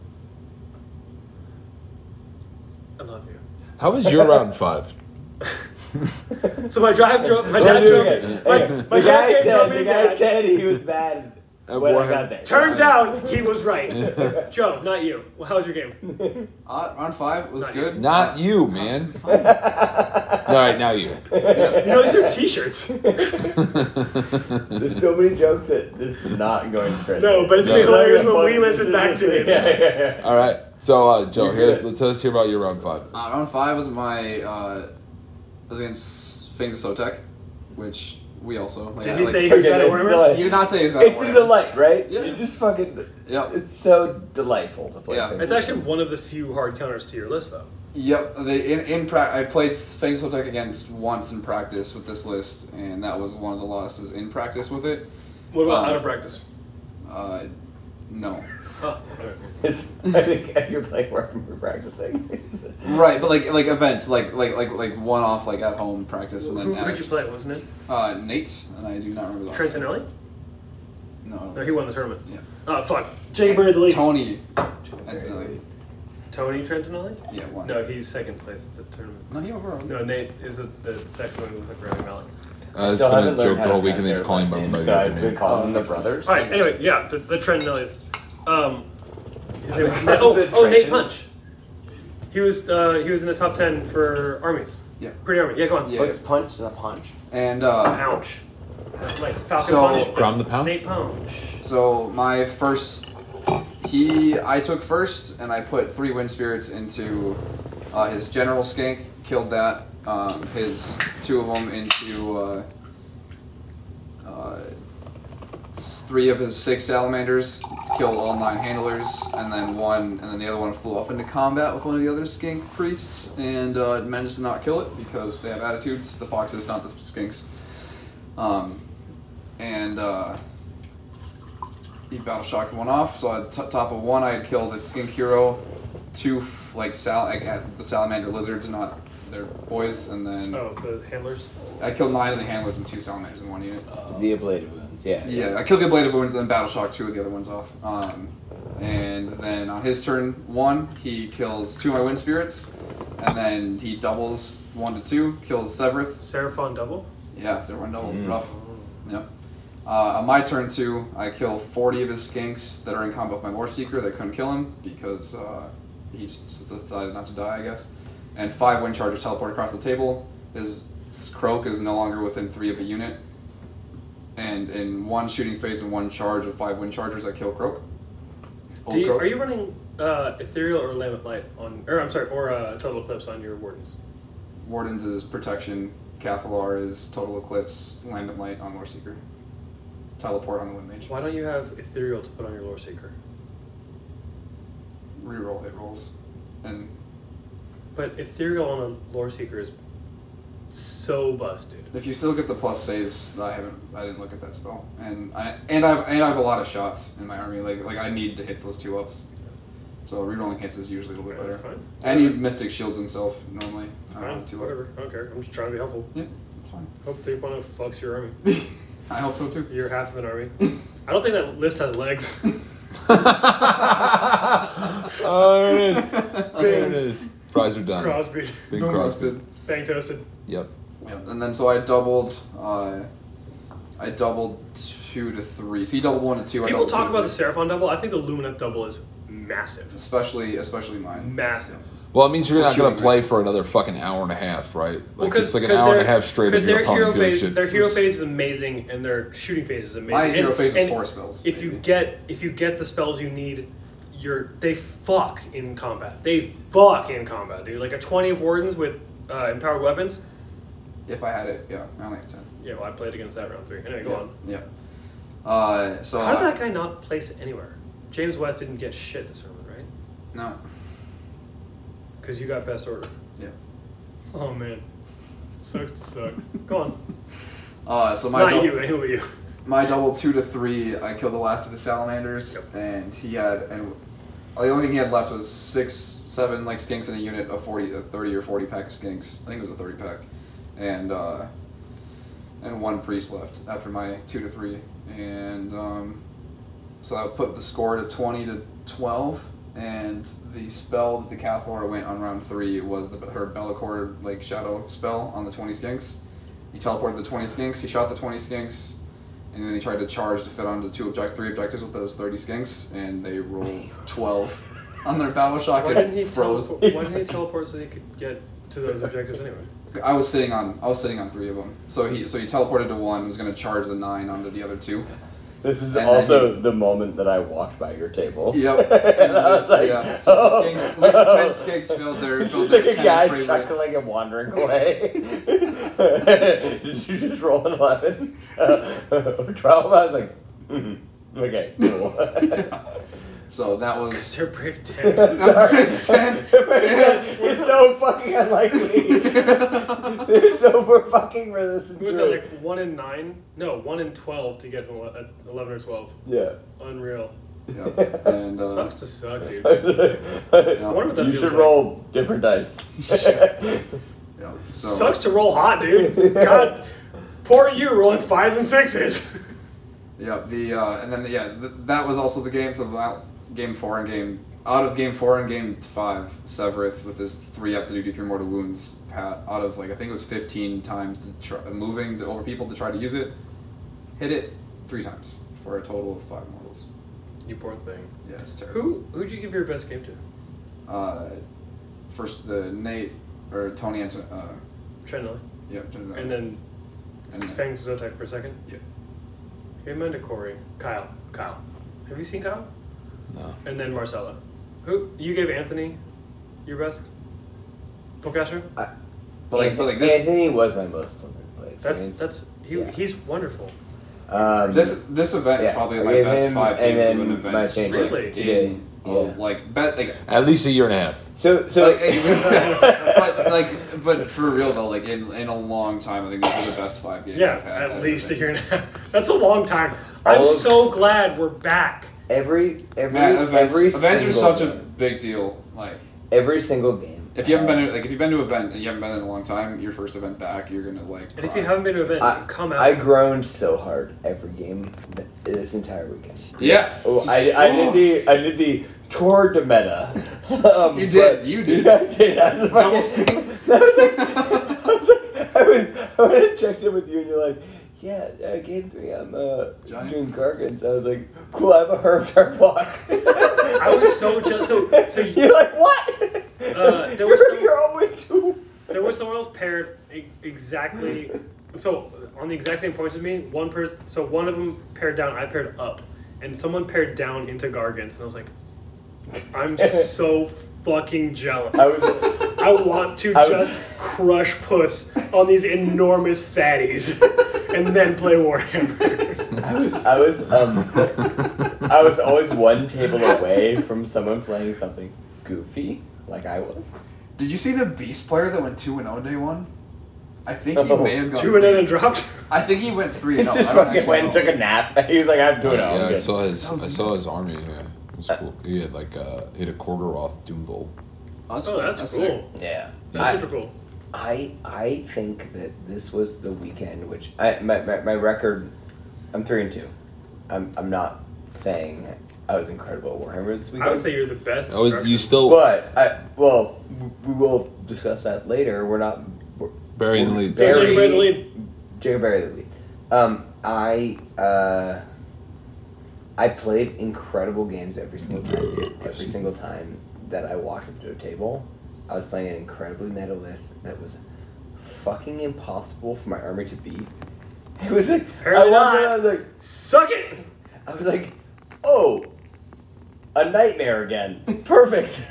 I love you. How was your round five? So my drive drove. My dad Don't do drove. it. me- Hey, My, my the dad guy came drove said me the to guy dad. said he was bad That when I boy- got there. Turns out he was right. Joe, not you. Well, how was your game? Uh, round five was Not good. Uh, Not you, man. All right, now you. You know these are T-shirts. There's so many jokes that this is not going to fit. No, but it's gonna be No. hilarious when we listen back to it. Yeah, yeah, yeah. All right. So, uh, Joe, You're here's, good. let's, let's hear about your round five. Uh, round five was my uh, was against Fangs of Sotek, which we also. Like, Did I, he like, say he Okay, was better it's Warhammer? still- You did not say he was better. It's a delight, right? Yeah. You just fucking. Yep. It's so delightful to play. Yeah. Fantasy. It's actually one of the few hard counters to your list, though. Yep. They in in pra- I played Fangs of Sotek against once in practice with this list, and that was one of the losses in practice with it. What about Um, out of practice? Uh, no. Huh. uh, It's- I think you're playing where I'm practicing. Right, but like like events, like like like like one off, like at home practice, and then Who who at, did you play? Wasn't it uh Nate, and I do not remember the last. name. Trentinelli? No. I don't No, he think won the tournament. Yeah. Oh fuck. Jay Bird the league. Tony. Trentinelli. Tony Trentinelli? Yeah, one. No, he's second place at the tournament. No, he overall. No, Nate is a, the second one who looks like Remy Malik. Uh, it's Still been a haven't learned joke the how to whole week, and pronounce he's calling their by my last names, so I've other been name. calling them Oh, the makes sense. brothers. All right. Anyway, yeah, the, the Trentinellis. Um, they were- oh, oh, Nate Punch. He was uh, he was in the top ten for armies. Yeah. Pretty army. Yeah, go on. Yeah. What's punch? The punch. And uh, Pounch. Like Falcon So- Punch. Grom the but Pounch? Nate Punch. so my first, he I took first, and I put three wind spirits into uh, his general skank, killed that. Um, his two of them into uh, uh, s- three of his six salamanders, killed all nine handlers, and then one, and then the other one flew off into combat with one of the other skink priests, and uh, managed to not kill it because they have attitudes. The foxes, not the skinks. Um, and uh, he battle shocked one off. So at t- top of one, I had killed a skink hero, two f- like sal like, at the salamander lizards, not their boys, and then Oh, the handlers. I killed nine of the handlers and two salamanders in one unit. The ablative wounds. Yeah. Yeah, I killed the Blade of Wounds and then Battle Shock two of the other ones off. Um, and then on his turn one, he kills two of my Wind Spirits, and then he doubles one to two, kills Severith. Seraphon double. Yeah, so one double, rough. Yep. Uh, on my turn two, I kill 40 of his skinks that are in combat with my War Seeker that couldn't kill him because uh, he just decided not to die, I guess. And five Wind Chargers teleport across the table. His his Croak is no longer within three of a unit and in one shooting phase and one charge with five wind chargers, I kill Croak. Old Do you, Croak. are you running uh, ethereal or lamb of light on? Or I'm sorry, or uh, total eclipse on your wardens? Warden's is protection. Cathalar is total eclipse. Lambent light on Lore Seeker. Teleport on the Wind Mage. Why don't you have ethereal to put on your lore seeker? Reroll hit rolls. And But ethereal on a lore seeker is so busted. If you still get the plus saves, I haven't, I didn't look at that spell, and I and I've and I have a lot of shots in my army. Like like I need to hit those two ups, so rerolling hits is usually a little bit That's better. fine. And he mystic shields himself normally. Uh, Fine, two up. whatever. I don't care. I'm just trying to be helpful. Yeah, that's fine. Hope 3.0 fucks your army. I hope so too. You're half of an army. I don't think that list has legs. oh, there it is. There it is. Fries are done. Crosby. Big Boom Crosby. roasted. Bang toasted. Yep. Yeah, and then so I doubled. Uh, I doubled two to three. So he doubled one to two. I People doubled two talk to about the three. Seraphon double. I think the Lumina double is massive. Especially, especially mine. Massive. Well, it means you're not Shooting going to play range. for another fucking hour and a half, right? Well, Like it's like an hour and a their- half straight of 'cause your their hero opponent doing phase, shit. Their hero phase is amazing, and their shooting phase is amazing. My hero And- phase is and four spells, If you maybe. get if you get the spells you need, you're they fuck in combat. They fuck in combat, dude. Like a twenty of wardens with uh, empowered weapons. If I had it, yeah, I only have ten. Yeah, well, I played against that round three. Anyway, go yeah. on. Yeah. Uh, so How I- did that guy not place anywhere? James West didn't get shit this round, right? No. Because you got best order. Yeah. Oh man, sucks to suck. Go on. Uh, so my Not dou- you, anyway. You. my double two to three, I killed the last of the salamanders, Yep. and he had and the only thing he had left was six, seven like skinks in a unit of forty, uh, a thirty or forty pack of skinks. I think it was a thirty pack, and uh, and one priest left after my two to three, and um, so I put the score to twenty to twelve. And the spell that the Cath Lord went on round three was the, her Bellicord like shadow spell on the 20 skinks. He teleported the 20 skinks. He shot the 20 skinks and then he tried to charge to fit onto two object three objectives with those 30 skinks, and they rolled 12 on their battle shock Why and didn't he froze. teleport? Why didn't he teleport so he could get to those objectives anyway? I was sitting on I was sitting on three of them, so he so he teleported to one, was gonna charge the nine onto the other two. This is And then also he- the moment that I walked by your table. Yep. and I was like, Yeah. So oh. the skinks- like, ten skinks filled their- It's filled just like their a tennis guy bracelet. chuckling and wandering away. Did you just roll an 11? Uh, 12? I was like, mm, okay, cool. So that was They're brave Sorry. ten. ten. It's so fucking unlikely. They're so fucking resistant Who was to that? it. Like one in nine? No, one in twelve to get an ele- an eleven or twelve. Yeah. Unreal. Yep. And uh, Sucks to suck, dude. I wonder what that you feels should like. roll different dice. yeah, so Sucks to roll hot, dude. God, poor you rolling fives and sixes. Yeah, the uh, and then yeah, th- that was also the game. So that game four and game out of game four and game five, Severith with his three up to duty, three mortal wounds. Pat out of like I think it was 15 times to try, moving to over people to try to use it, hit it three times for a total of five mortals. You poor thing. Yeah, it's terrible. Who who'd you give your best game to? Uh, first the Nate or Tony Anton. Uh, Trenley. yeah, Tony- And then and then- Fang Zotek for a second. yeah. Hey, Amanda Corey. Kyle. Kyle. Have you seen Kyle? No. And then Marcella. Who you gave Anthony your best? Pocasher? But like, but like this. Anthony was my most pleasant play. That's experience. that's he, Yeah. he's wonderful. Um, This this event yeah, is probably I my gave best him five and games of then an my event. change like, Really? today. in- well, Yeah. like bet like At least a year and a half. So, so like, but like but for real though like in in a long time I think these were the best five games Yeah, I've had. at least a think. year and a half. That's a long time. I'm All of- so glad we're back. every every Man, events, every events are single such a game- big deal. Like every single game. if you haven't been to, like if you've been to an event and you haven't been in a long time, your first event back you're gonna like. And if cry. you haven't been to an event, I, come out. I groaned so hard every game th- this entire weekend. yeah, Oh, Just- I, I oh. did the I did the tour de meta. Um, You did, but- you did. Yeah, I did. I was Double fucking- speak. I was like, I was like, I would, I would have checked in with you, and you're like, yeah, uh, game three, I'm uh, Giants. doing gargants. I was like, cool, I'm a herb herb block. I was so ju- so- so you- Uh, you're like, what? there you're, was some- you're only two. There was someone else paired e- exactly. So on the exact same points as me, one per. So one of them paired down. I paired up, and someone paired down into Gargants, and I was like, I'm so fucking jealous. I was. I want to I was- just crush puss on these enormous fatties, and then play Warhammer. I was, I was, um, I was always one table away from someone playing something goofy, like I was. Did you see the beast player that went two and zero day oh one? I think he may have gone Two and oh three. then dropped. I think he went three. He no, just I don't fucking actually went and know. took a nap. He was like, I'm doing it. yeah, I'm I good. saw his That was I saw his army. Yeah, it was cool. He had like uh, he had a quarter off doom bowl. that's Oh, cool. that's, sick. cool. Yeah. That's I- super cool. I I think that this was the weekend which I my, my, my record I'm three and two. I'm I'm not saying I was incredible at Warhammer this weekend. I would say you're the best. That was, Oh, you destruction. still but I well w- we will discuss that later. We're not we're, bury in the lead. Bury- Jacob Ray the lead. Jacob Barry the lead. Um I uh I played incredible games every single time. Every single time that I walked up to a table, I was playing an incredibly meta list that was fucking impossible for my army to beat. It was like Apparently I not. walked in, I was like Suck it. I was like, oh, a nightmare again. Perfect.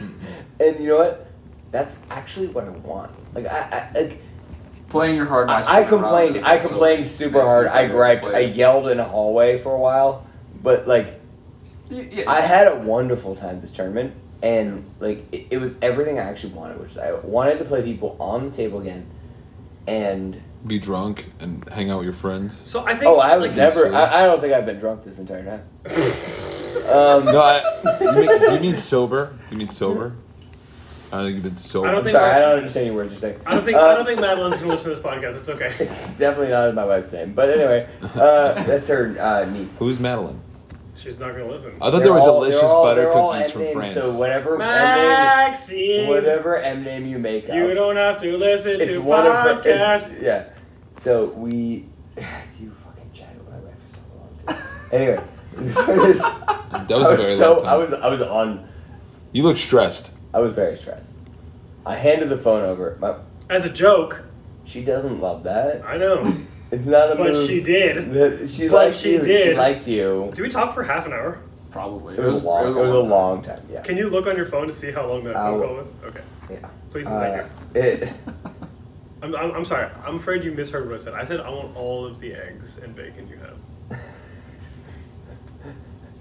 and you know what? That's actually what I want. Like I, I like Playing your hard. I, I complained. I complained super hard. I griped. I yelled in a hallway for a while, but like I had a wonderful time this tournament, and like it, it was everything I actually wanted, which is I wanted to play people on the table again, and Be drunk and hang out with your friends. So I think. oh, I was like, never. so- I, I don't think I've been drunk this entire time. um, No, I, you mean, do you mean sober? Do you mean sober? I don't think you've been sober. I don't think- Sorry, I don't understand your words you're saying. Uh, I don't think. I don't think Madeline's gonna listen to this podcast. It's okay. It's definitely not my wife's name, but anyway, uh, that's her uh, niece. Who's Madeline? She's not gonna listen. I thought They're they were all- delicious they're all- butter they're all cookies M from names, France. So whatever M Maxine. name, whatever M name you make up, You don't have to listen it's to one of the- it's- podcasts. Yeah. So we, you fucking chatted with my wife for so long. Too. Anyway, it was- that was I a was very so long time. I was I was on you look stressed. I was very stressed. I handed the phone over. My, As a joke, she doesn't love that. I know. It's not a But move she did. that- she But liked she you. She did. liked you. Do we talk for half an hour? Probably. It was, long. It was, a long, time. Yeah. Can you look on your phone to see how long that phone Ow. call was? Okay. yeah. Please and thank Uh, you. it, I'm, I'm, I'm sorry. I'm afraid you misheard what I said. I said I want all of the eggs and bacon you have.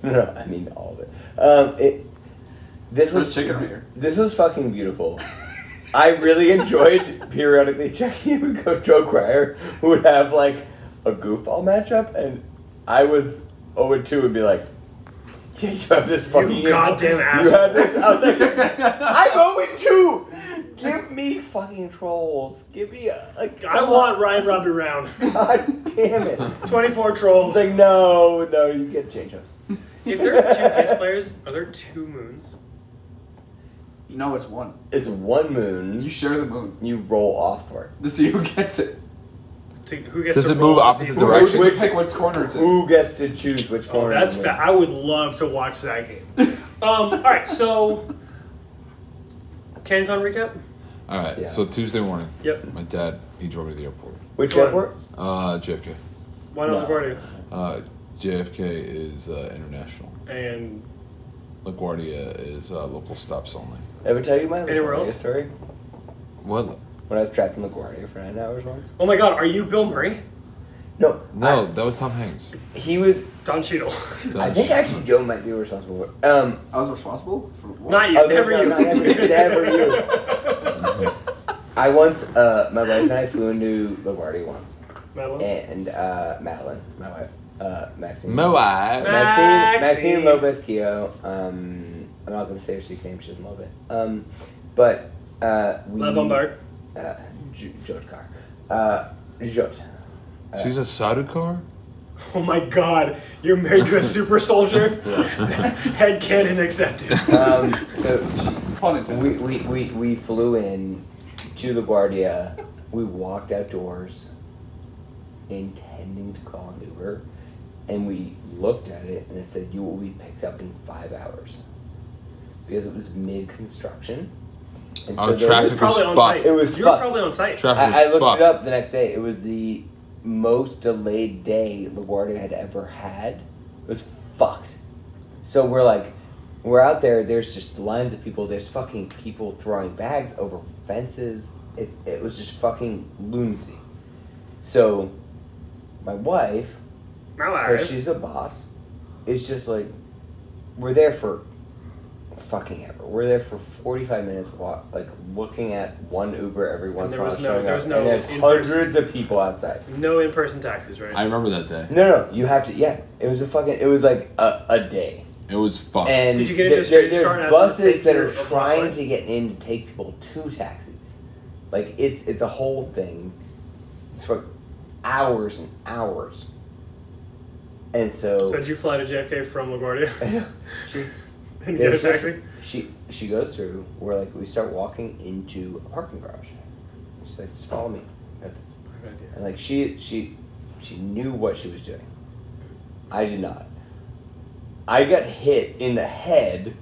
no, no, I mean all of it. Um, it. This was There's chicken right here. This was fucking beautiful. I really enjoyed periodically checking in with Coach Joe Cryer, who would have like a goofball matchup, and I was 0 and 2 would be like, yeah, you have this fucking goddamn You asshole." have this. I was like, I'm 0 and 2. Give me fucking trolls. Give me a, like. I come want on. Ryan Robbie Round. God damn it. 24 trolls. It's like, no, no, you get change ups. If there's two guest players, are there two moons? No, it's one. It's one moon. You You, share the moon roll off for it. to see who gets it. To, who gets Does to it roll move to opposite see- We- directions? We pick which corner it's in. Who gets to choose which Oh, corner? that's of fa- the I would love to watch that game. Um, all right, so CanCon recap. All right. Yeah. So Tuesday morning, Yep. my dad he drove me to the airport. moon. Which Go on. airport? Uh, JFK. Why not No. recording? Uh, JFK is uh, international. And LaGuardia is uh, local stops only. Ever tell you my Anywhere LaGuardia else? story? What? When I was trapped in LaGuardia for nine hours once? oh my God, are you Bill Murray? No. No, that was Tom Hanks. I- he was. Don Cheadle. I think actually Joe might be responsible for. Um, I was responsible for what? not you. Oh, no, never no, you. not ever- never you. I once, uh, my wife and I flew into LaGuardia once, Madeline. and uh, Madeline, my wife, uh, Maxine. Moai. Maxine. Maxine, Maxine Lopez Keogh. Um, I'm not going to say her chic name. She doesn't love it. Um, but uh, we. La Bombard. Uh, J- Jot Car. Uh, Jot. She's a Sadukar? Oh my God, you're married to a super soldier. Head cannon accepted. Um, so Pun she, intended. we, we, we, we flew in to LaGuardia. We walked outdoors, intending to call an Uber, and we looked at it and it said you will be picked up in five hours because it was mid construction. And Our there traffic was probably on fucked. site. It was you were fucked. probably on site. Traffic was I, I looked fucked. it up the next day. It was the most delayed day LaGuardia had ever had. It was fucked. So we're like, we're out there. There's just lines of people. There's fucking people throwing bags over fences. It, it was just fucking lunacy. So my wife, My because wife. she's a boss, is just like, we're there for fucking ever. We're there for 45 minutes, wa- like looking at one Uber every once in there a while was no- showing there up, was no and there's in-person- hundreds of people outside. No in-person taxis, right? I remember that day. No, no, you have to. Yeah, it was a fucking. It was like a, a day. It was fucked. And Did you get there- into a strange there's car and ask them to buses take that you are up the trying highway? to get in to take people to taxis. Like it's it's a whole thing. It's for hours and hours. And so, So did you fly to JFK from LaGuardia? and get a there's just- taxi? she she goes through where like we start walking into a parking garage. She's like, just follow me. And like she she she knew what she was doing. I did not. I got hit in the head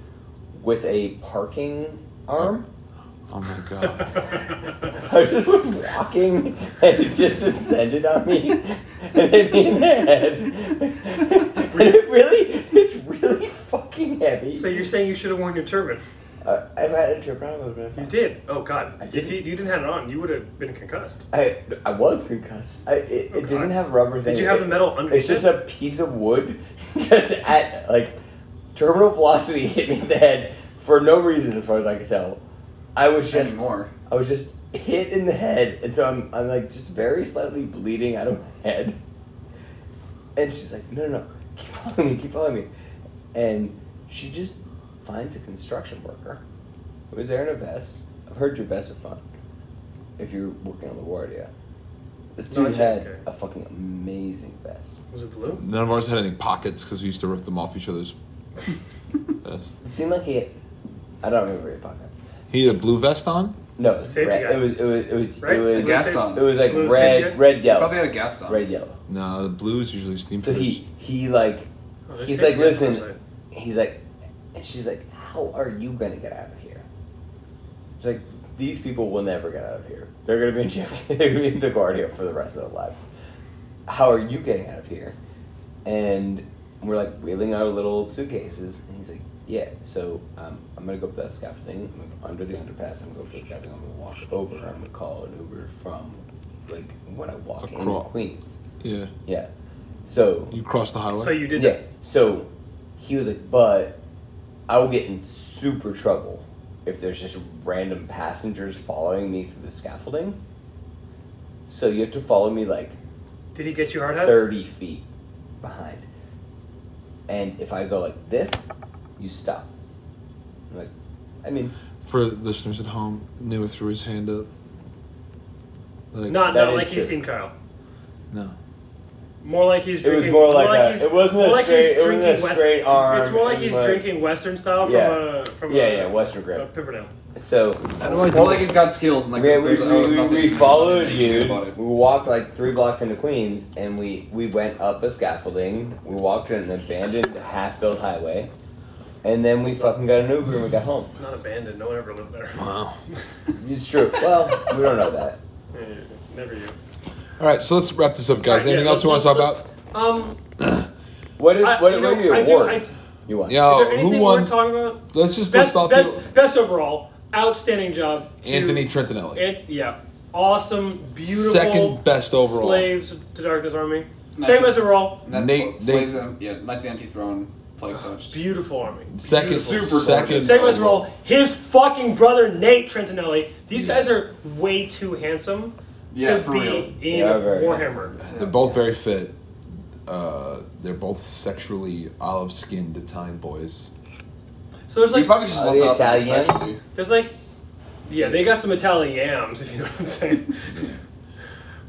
with a parking arm. oh my god. I just was walking and it just descended on me and hit me in the head. and it really, it's really fucking heavy. So you're saying you should have worn your turban? uh, I've had a trip around with You did. Oh God! I If didn't. you, you didn't have it on, you would have been concussed. I, I was concussed. I, it, Oh, it God. didn't have rubber Did thing. you have It- the metal underneath It's just it? a piece of wood, just at like terminal velocity hit me in the head for no reason, as far as I could tell. I was just Anymore. I was just hit in the head, and so I'm I'm like just very slightly bleeding out of my head. And she's like, no, no, no, keep following me, keep following me. And she just finds a construction worker who is there in a vest. I've heard your vests are fun if you're working on the LaGuardia. This No, I dude checked, had okay. a fucking amazing vest. Was it blue? None of ours had any pockets because we used to rip them off each other's. vest. It seemed like he had, I don't remember your pockets. He had a blue vest on. No, it was, Safety red, guy. it was it was it was Right? it was, A gas on. it was like Blue safety guy? red red yellow Probably had a gas on. red yellow. No, the blue is usually steam. So he he like Oh, there's he's safety like guys on the listen, outside." he's like, and she's like, how are you gonna get out of here? She's like, these people will never get out of here. They're gonna be in Jeff- they're gonna be in the Guardia for the rest of their lives. How are you getting out of here? And we're like wheeling our little suitcases, and he's like, yeah. So um, I'm gonna go up that scaffolding. I'm gonna go under the underpass. I'm gonna go up the scaffolding. I'm gonna walk over. I'm gonna call an Uber from like when I walk in Across. Queens. Yeah. Yeah. So You crossed the highway. So you did yeah. that. So he was like, but I will get in super trouble if there's just random passengers following me through the scaffolding. So you have to follow me like Did he get you hard hats? 30 feet behind. And if I go like this, you stop. I'm like, I mean, For listeners at home, Newer threw his hand up. Like, Not That not is like he's true. seen Kyle. No. More like he's It was drinking. more like a- he's, it wasn't more a like straight- it he's wasn't a drinking West- straight arm, It's more like it he's was like- drinking Western style from Yeah. a from Yeah, a, yeah, Western grape. a Pimpernel. so Well, like he's got skills and like Yeah, we, there's- there's we, we, nothing we you can followed do you. about it. We walked like three blocks into Queens, and we we went up a scaffolding. We walked in an abandoned, half-built highway, and then we fucking got an Uber and we got home. Not abandoned. No one ever lived there. Wow. It's true. Well, we don't know that. Yeah, Never you. All right, so let's wrap this up, guys. Alright, yeah, Anything else you want let's- to talk about? Um. What did, I- what, you what know, are your I do- I- awards? you won. Yeah, is there anything Oh, who won? worth talking about? Let's just Best list off best people. best overall. Outstanding job. to- Anthony Trentinelli. It, yeah. Awesome, beautiful. Second best overall. Slaves to Darkness Army. Nice. Same as overall. And that's Nate- what- Nate- slaves and- yeah, Knights of the Empty Throne, plague touched. Beautiful army. Second, Super gorgeous. second, Same as role. His fucking brother Nate Trentinelli. These Yeah. guys are way too handsome Yeah, to for be real. in They are very Warhammer. They're both very fit. Uh, they're both sexually olive-skinned Italian boys. So there's You like probably just Uh, love the that for Italians? sexually. there's like yeah they got some Italian yams if you know what I'm saying.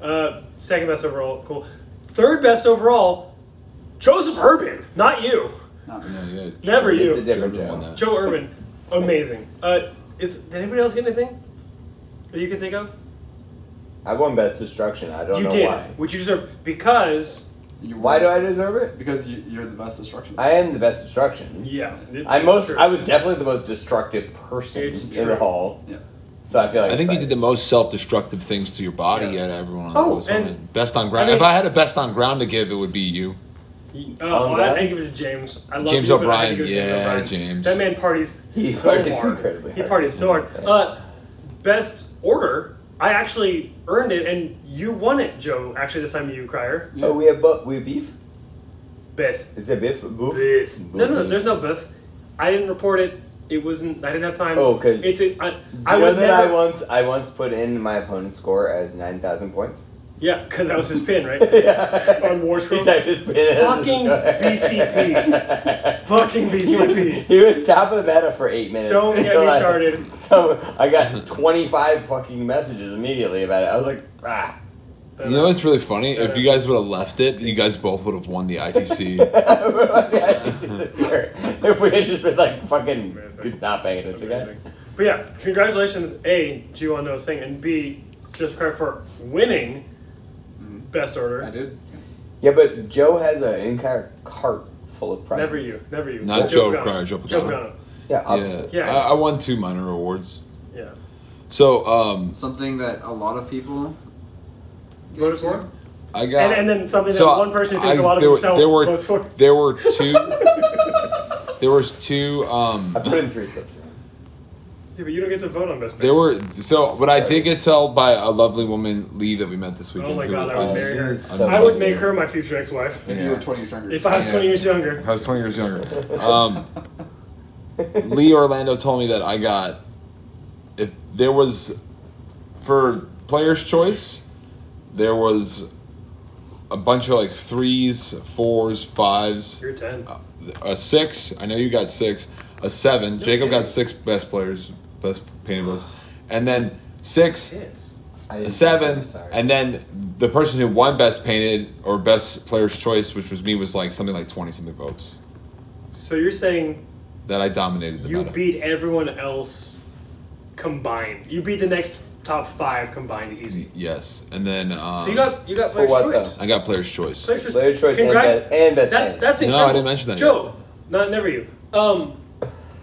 Uh, second best overall, cool. Third best overall, Joseph Urban, not you, Yeah, yeah. never It's a you. different Jordan won job. that. Joe Urban, amazing. Uh, is did anybody else get anything that you can think of? I won best destruction. I don't you know did, why. which you deserve because You Why do were- I deserve it? Because you, you're the best destruction. I am the best destruction. yeah. it- I it's most true. I was definitely the most destructive person It's in true. the hall. Yeah. So I feel like I think you it's did like- the most self-destructive things to your body Yeah. out of everyone on Oh, the list. and- I mean, best on ground. I mean- if I had a best on ground to give, it would be you. Oh, well, that? I, I give it to James. I love James you, but I had to O'Brien. give it to Yeah, O'Brien. James. That man parties He so parties hard. incredibly He hard. parties so hard. Yeah. Uh, best order. I actually earned it, and you won it, Joe. Actually, this time you crier. Oh, we have bu- we have beef. Biff. Is it beef? Boof? No, no, there's no Biff. I didn't report it. It wasn't. I didn't have time. Oh, 'cause- it's. A, I, I I was never. I once I once put in my opponent's score as nine thousand points. yeah, because that was his pin, right? yeah. On War Scroll? He typed his pin in. Fucking BCP. Fucking He was, BCP. he was top of the meta for eight minutes. Don't get me until I- started. so I got 25 fucking messages immediately about it. I was like, ah. You know what's really funny? If you guys would have left it, you guys both would have won the ITC. Yeah, I just did it here. if we had just been like fucking not paying attention, guys. But yeah, congratulations, A, G on No Sing, and B, just Craig for winning Mm-hmm. Best Order. I did. Yeah, but Joe has an entire cart full of prizes. Never you, never you. Not Joe Cryer, Joe Joe Pagano. Pagano. Yeah, yeah, obviously. Yeah. I, I won two minor awards. Yeah. So um, Something that a lot of people Voted for? I got. And, and then something that so one person who thinks I- a lot of there were- himself there were, votes for. There were two. there was two. Um, I put in three clips. Yeah, but you don't get to vote on Best There were so, but I did get told by a lovely woman, Lee, that we met this weekend. Oh my who, god, I uh, would marry her. is so I would amazing. make her my future ex-wife. if you Yeah. were 20 years younger. If I was Yeah. 20 years younger. I was 20 years younger. Um, Lee Orlando told me that I got if there was for player's choice, there was a bunch of like threes, fours, fives, You're 10. a six. I know you got six, a seven. Jacob kidding. got six best players, best painting votes, and then six Yes. I a didn't- seven, I'm sorry. and then the person who won best painted or best player's choice, which was me, was like something like twenty something votes. So you're saying That I dominated the you meta. beat everyone else combined. You beat the next top five combined easy. Mm. yes, and then um, So you got you got For player's what, choice. I got player's choice. Player's choice. Player's choice and Congrats- best- and best That's man. that's No, I incredible. didn't mention that Joe, not never you. Um,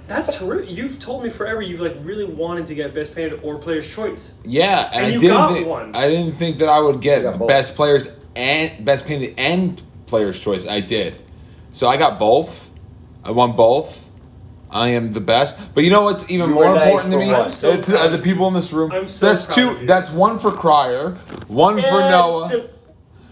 that's terrific. You've told me forever you've like really wanted to get best painted or player's choice. Yeah, and, And I you didn't got think, one. I didn't think that I would get You got both. best players and best painted and players choice. I did. So I got both. I won both. I am the best. But you know what's even You more were nice important to for me? once. I'm so It's, uh, proud. the people in this room. I'm so that's proud two. of you. That's one for Crier, one for And Noah. to-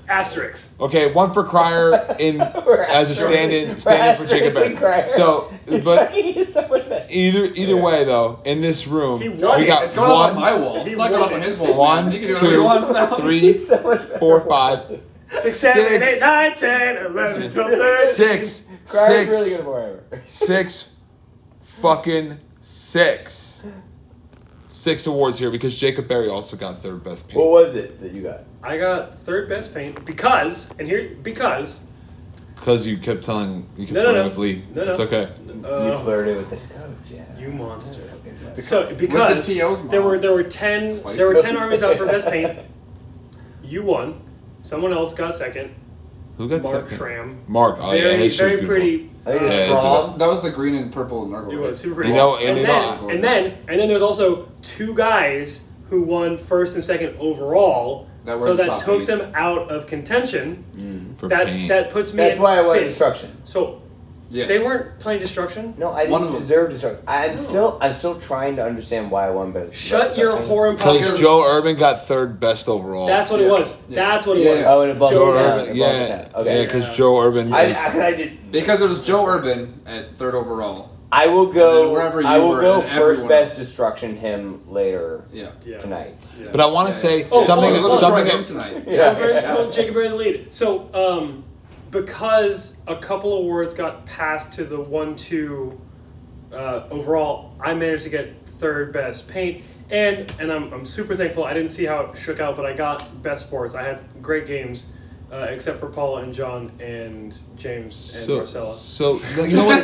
Asterix. Okay, one for Crier in We're as a asterisk- we're stand-in, stand-in for Jacob. asterisk and Beck. crier. So, It's but fucking- it's so much better. either either way though, in this room, He we won it. got it's going one, up on my wall. He It's not going up won on it. his wall. One, man. He can do whatever he two, wants now. three, It's so much better. four, five, Six, seven, Six. eight, nine, ten, eleven, twelve, thirteen. six, Crier's six, really good for whatever. six, fucking six. Six awards here because Jacob Berry also got third best paint. What was it that you got? I got third best paint because, and here because Because you kept telling you kept No, no, flirting no. with Lee. No, no. It's okay. you uh, flirted with the coach, yeah. you monster. Okay, So With because the TO's mom. there were there were ten Spicy. there were ten armies out for best paint. You won. Someone else got second. Who got Mark second? Schramm. Mark. Oh, I, I very hate very Shakespeare. pretty. I think it's Yeah, it's Schramm. That was the green and purple Nurgle. It right? was super pretty. You know, and and, it's then, not- and then and then there's also two guys who won first and second overall. That were so in the that top took eight. them out of contention. For that paint. that puts me. That's in why I wanted fifth. destruction. So Yes. they weren't playing destruction. No, I One didn't of them. deserve destruction. I'm still, I'm still trying to understand why I won, but Shut your whore and Because pocket. Joe Urban got third best overall. That's what it Yeah. was. Yeah. That's what it Yeah. was. Oh, and it bumped Joe it down. Urban, It yeah, bumped it down. Okay. yeah, because Joe Urban. I, is- I, 'cause I did. Because it was Joe Urban at third overall. I will And go. then wherever I you will were go and first everyone best else. destruction him later Yeah. Yeah. tonight. yeah. but I want to Yeah, say yeah. Oh, something. oh, oh, something. Let's that- try him tonight. Jacob Berry told Jacob Berry the lead. So, um, because a couple awards got passed to the one-two uh, overall, I managed to get third best paint, and and I'm, I'm super thankful. I didn't see how it shook out, but I got best sports. I had great games, uh, except for Paula and John and James and So, Marcella. so you know what?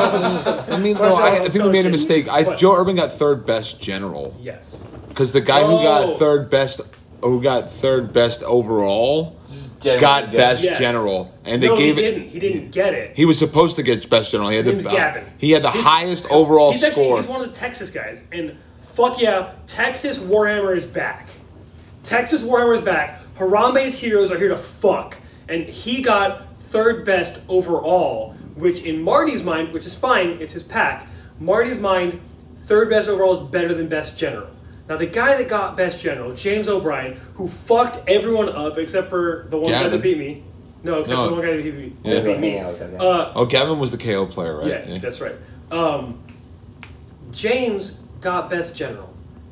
I mean, no, I, I think we made a mistake. I, Joe Urban got third best general Yes. because the guy who Oh. got third best, who got third best overall, got best Yes. general, and they no, gave he it. didn't. He didn't get it. He was supposed to get best general. He had His the name's Gavin. he had the He's- highest overall he's actually score. he's one of the Texas guys, and fuck yeah, Texas Warhammer is back. Texas Warhammer is back. Harambe's heroes are here to fuck, and he got third best overall, which in Marty's mind, which is fine, it's his pack. Marty's mind, third best overall is better than best general. Now the guy that got best general, James O'Brien, who fucked everyone up except for the one guy Gavin. that beat me. No, except No. for the one guy that beat me. Yeah. Hang out with them. Uh, oh, Gavin was the KO player, right? yeah, that's right. Um, James got best general,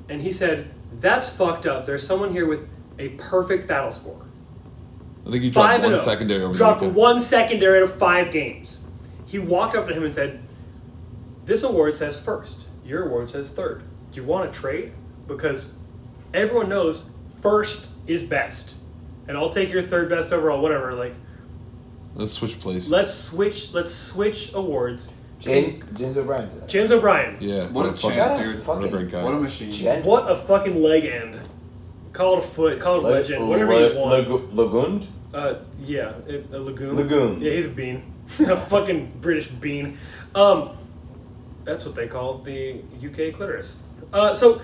and he said, "That's fucked up. There's someone here with a perfect battle score. I think you dropped and one oh. secondary over dropped the weekend. one secondary out of five games." He walked up to him and said, "This award says first. Your award says third. Do you want to trade? Because everyone knows first is best, and I'll take your third best overall, whatever. Like, Let's switch places. let's switch. Let's switch awards." James, James O'Brien. did that. James O'Brien. yeah. What a fucking- champ, a dude. fucking- What a great guy. What a machine. Gen- What a fucking leg end. Call it a foot, call it a Le- wedge end, whatever Le- you want. Lagu- Lagund? uh, yeah, it, a lagoon. Lagoon. Yeah, he's a bean. a fucking British bean. Um, that's what they call the UK clitoris. Uh, so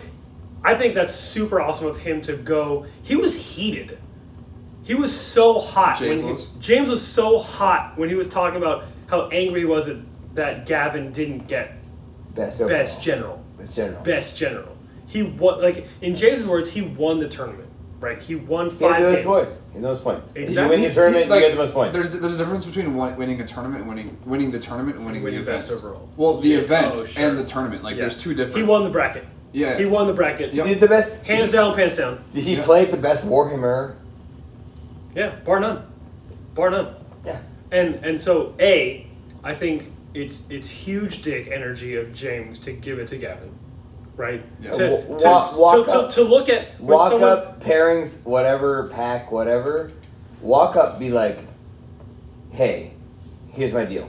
I think that's super awesome of him to go. He was heated. He was so hot. James when he, was? James was so hot when he was talking about how angry he was that, that Gavin didn't get Best overall. best general Best general. best general. He won, like in James' words, he won the tournament. Right? He won He had five the most games. points. He had the most points. If Exactly. You He- win the tournament, he- like, you get the most points. There's, there's a difference between win- winning a tournament and winning winning the tournament and winning, Winning the best events. overall. Well, the Yeah. events Oh, sure. and the tournament. Like Yeah. there's two different. He won the bracket. Yeah. He won the bracket. Yep. He did the best. Hands he, down, pants down. Did he Yeah. play at the best Warhammer? Yeah, bar none. Bar none. Yeah. And and so A, I think it's it's huge dick energy of James to give it to Gavin. Right? Yeah. To, Wa- to, wa- walk to, to, up. to look at when Walk someone up, pairings, whatever, pack, whatever. Walk up, be like, hey, here's my deal.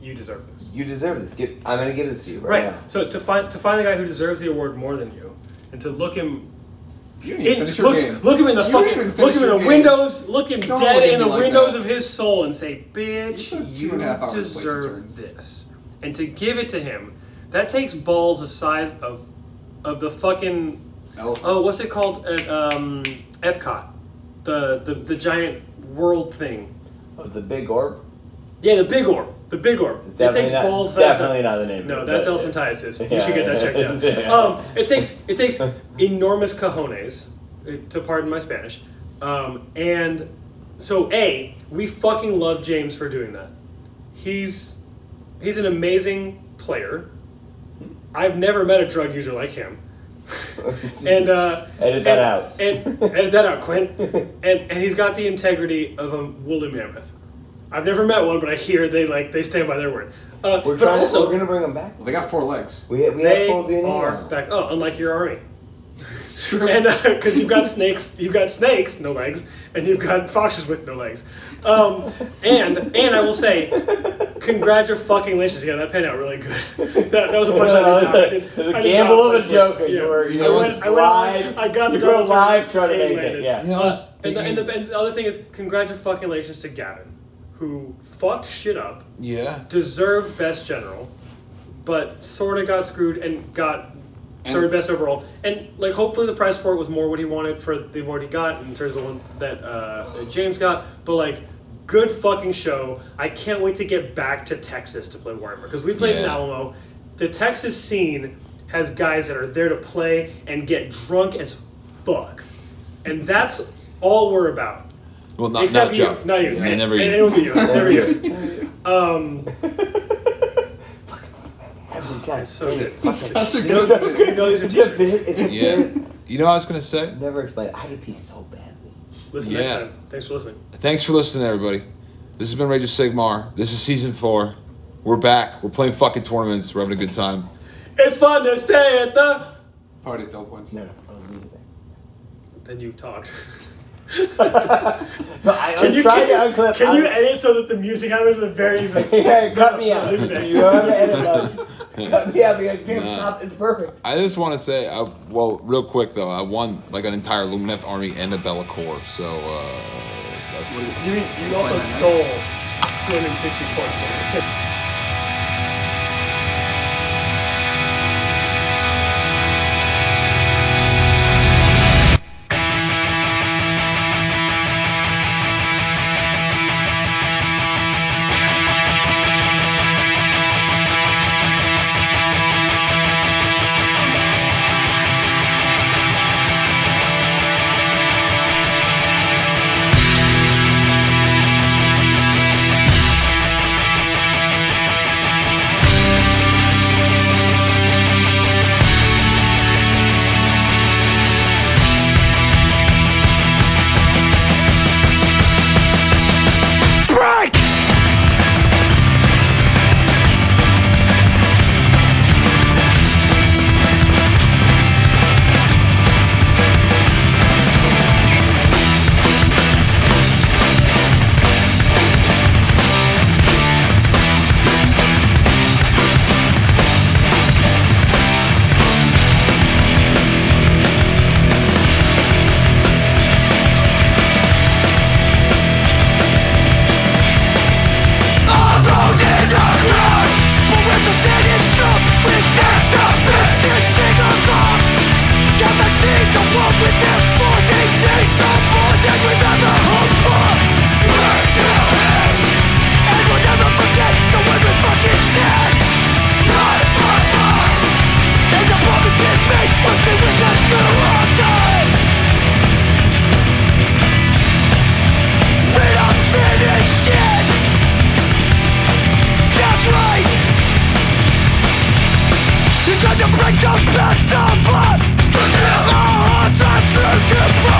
you deserve this. You deserve this. Give, I'm going to give this to you right, Right. now. So to find to find the guy who deserves the award more than you and to look him You didn't even In, finish your look, game. look him in the You didn't fucking, even look finish him your in the game. windows, look him Don't dead look at in the me like windows that. of his soul, and say, You "Bitch, took two you and a half hours to play two deserve turns." this." And to give it to him, that takes balls the size of, of the fucking, Elephants. oh, what's it called at um, Epcot, the, the the giant world thing. Oh, the big orb? Yeah, the big orb, the big orb. It Definitely takes not- balls. the size of- definitely not the name. No, of that's it. elephantiasis. You Yeah. should get that checked out. Yeah. Um, it takes it takes enormous cojones, eh, to pardon my Spanish. Um, and so a we fucking love James for doing that. He's he's an amazing player. I've never met a drug user like him. and uh, Edit that and- out. And edit that out, Clint. And and he's got the integrity of a woolly mammoth. I've never met one, but I hear they like they stand by their word. Uh, We're but trying also, to, we're going to bring him back. Well, they got four legs. We, we have they full DNA. are now. back. Oh, unlike your army, It's true. and because you've got snakes, you've got snakes, no legs, and you've got foxes with no legs. Um, and and I will say, congratulations. Yeah, that panned out really good. That, that was a punch I did not. I did- It was a I did gamble not of a plan for. joke, and Yeah. you were you I were went, I went live. I got the you were double live turn trying to and make landed. it. Yeah. You know, Uh, and, the, speaking- and, the, and the other thing is, congratulations to Gavin, who fucked shit up, yeah. deserved best general, but sort of got screwed and got And- third best overall. And like, hopefully the prize for it was more what he wanted for the award he got in terms of the one that, uh, that James got. But like, good fucking show. I can't wait to get back to Texas to play Warhammer because we played in Yeah. Alamo. The Texas scene has guys that are there to play and get drunk as fuck, and that's all we're about. Well, not, Except not you, Joe. not you, Yeah, and, never and you. it'll be you, never you. Um, Every time. it's so good. That's a You good. know, you know these are It's a t-shirts. bit. It's a Yeah. bit. You know what I was gonna say? Never explained. I had to pee so badly. Listen next Yeah. time. Thanks for listening. Thanks for listening, everybody. This has been Rage of Sigmar. This is season four. We're back. We're playing fucking tournaments. We're having a good time. It's fun to stay at the. Party at Del Points. No, no, I was leaving there. Then you talked. but I, Can I'm you, trying can, to unclip. can I'm, you edit so that the music happens at the very end? It's like, yeah, cut me out. Leave it. you have to edit those. Cut me out. Be like, dude, Nah. stop. It's perfect. I just want to say, I, well, real quick though, I won like an entire Lumineth army and a Bellicor. So uh, that's, You, you also stole 260 points. From me. like the best of us. The hearts are true to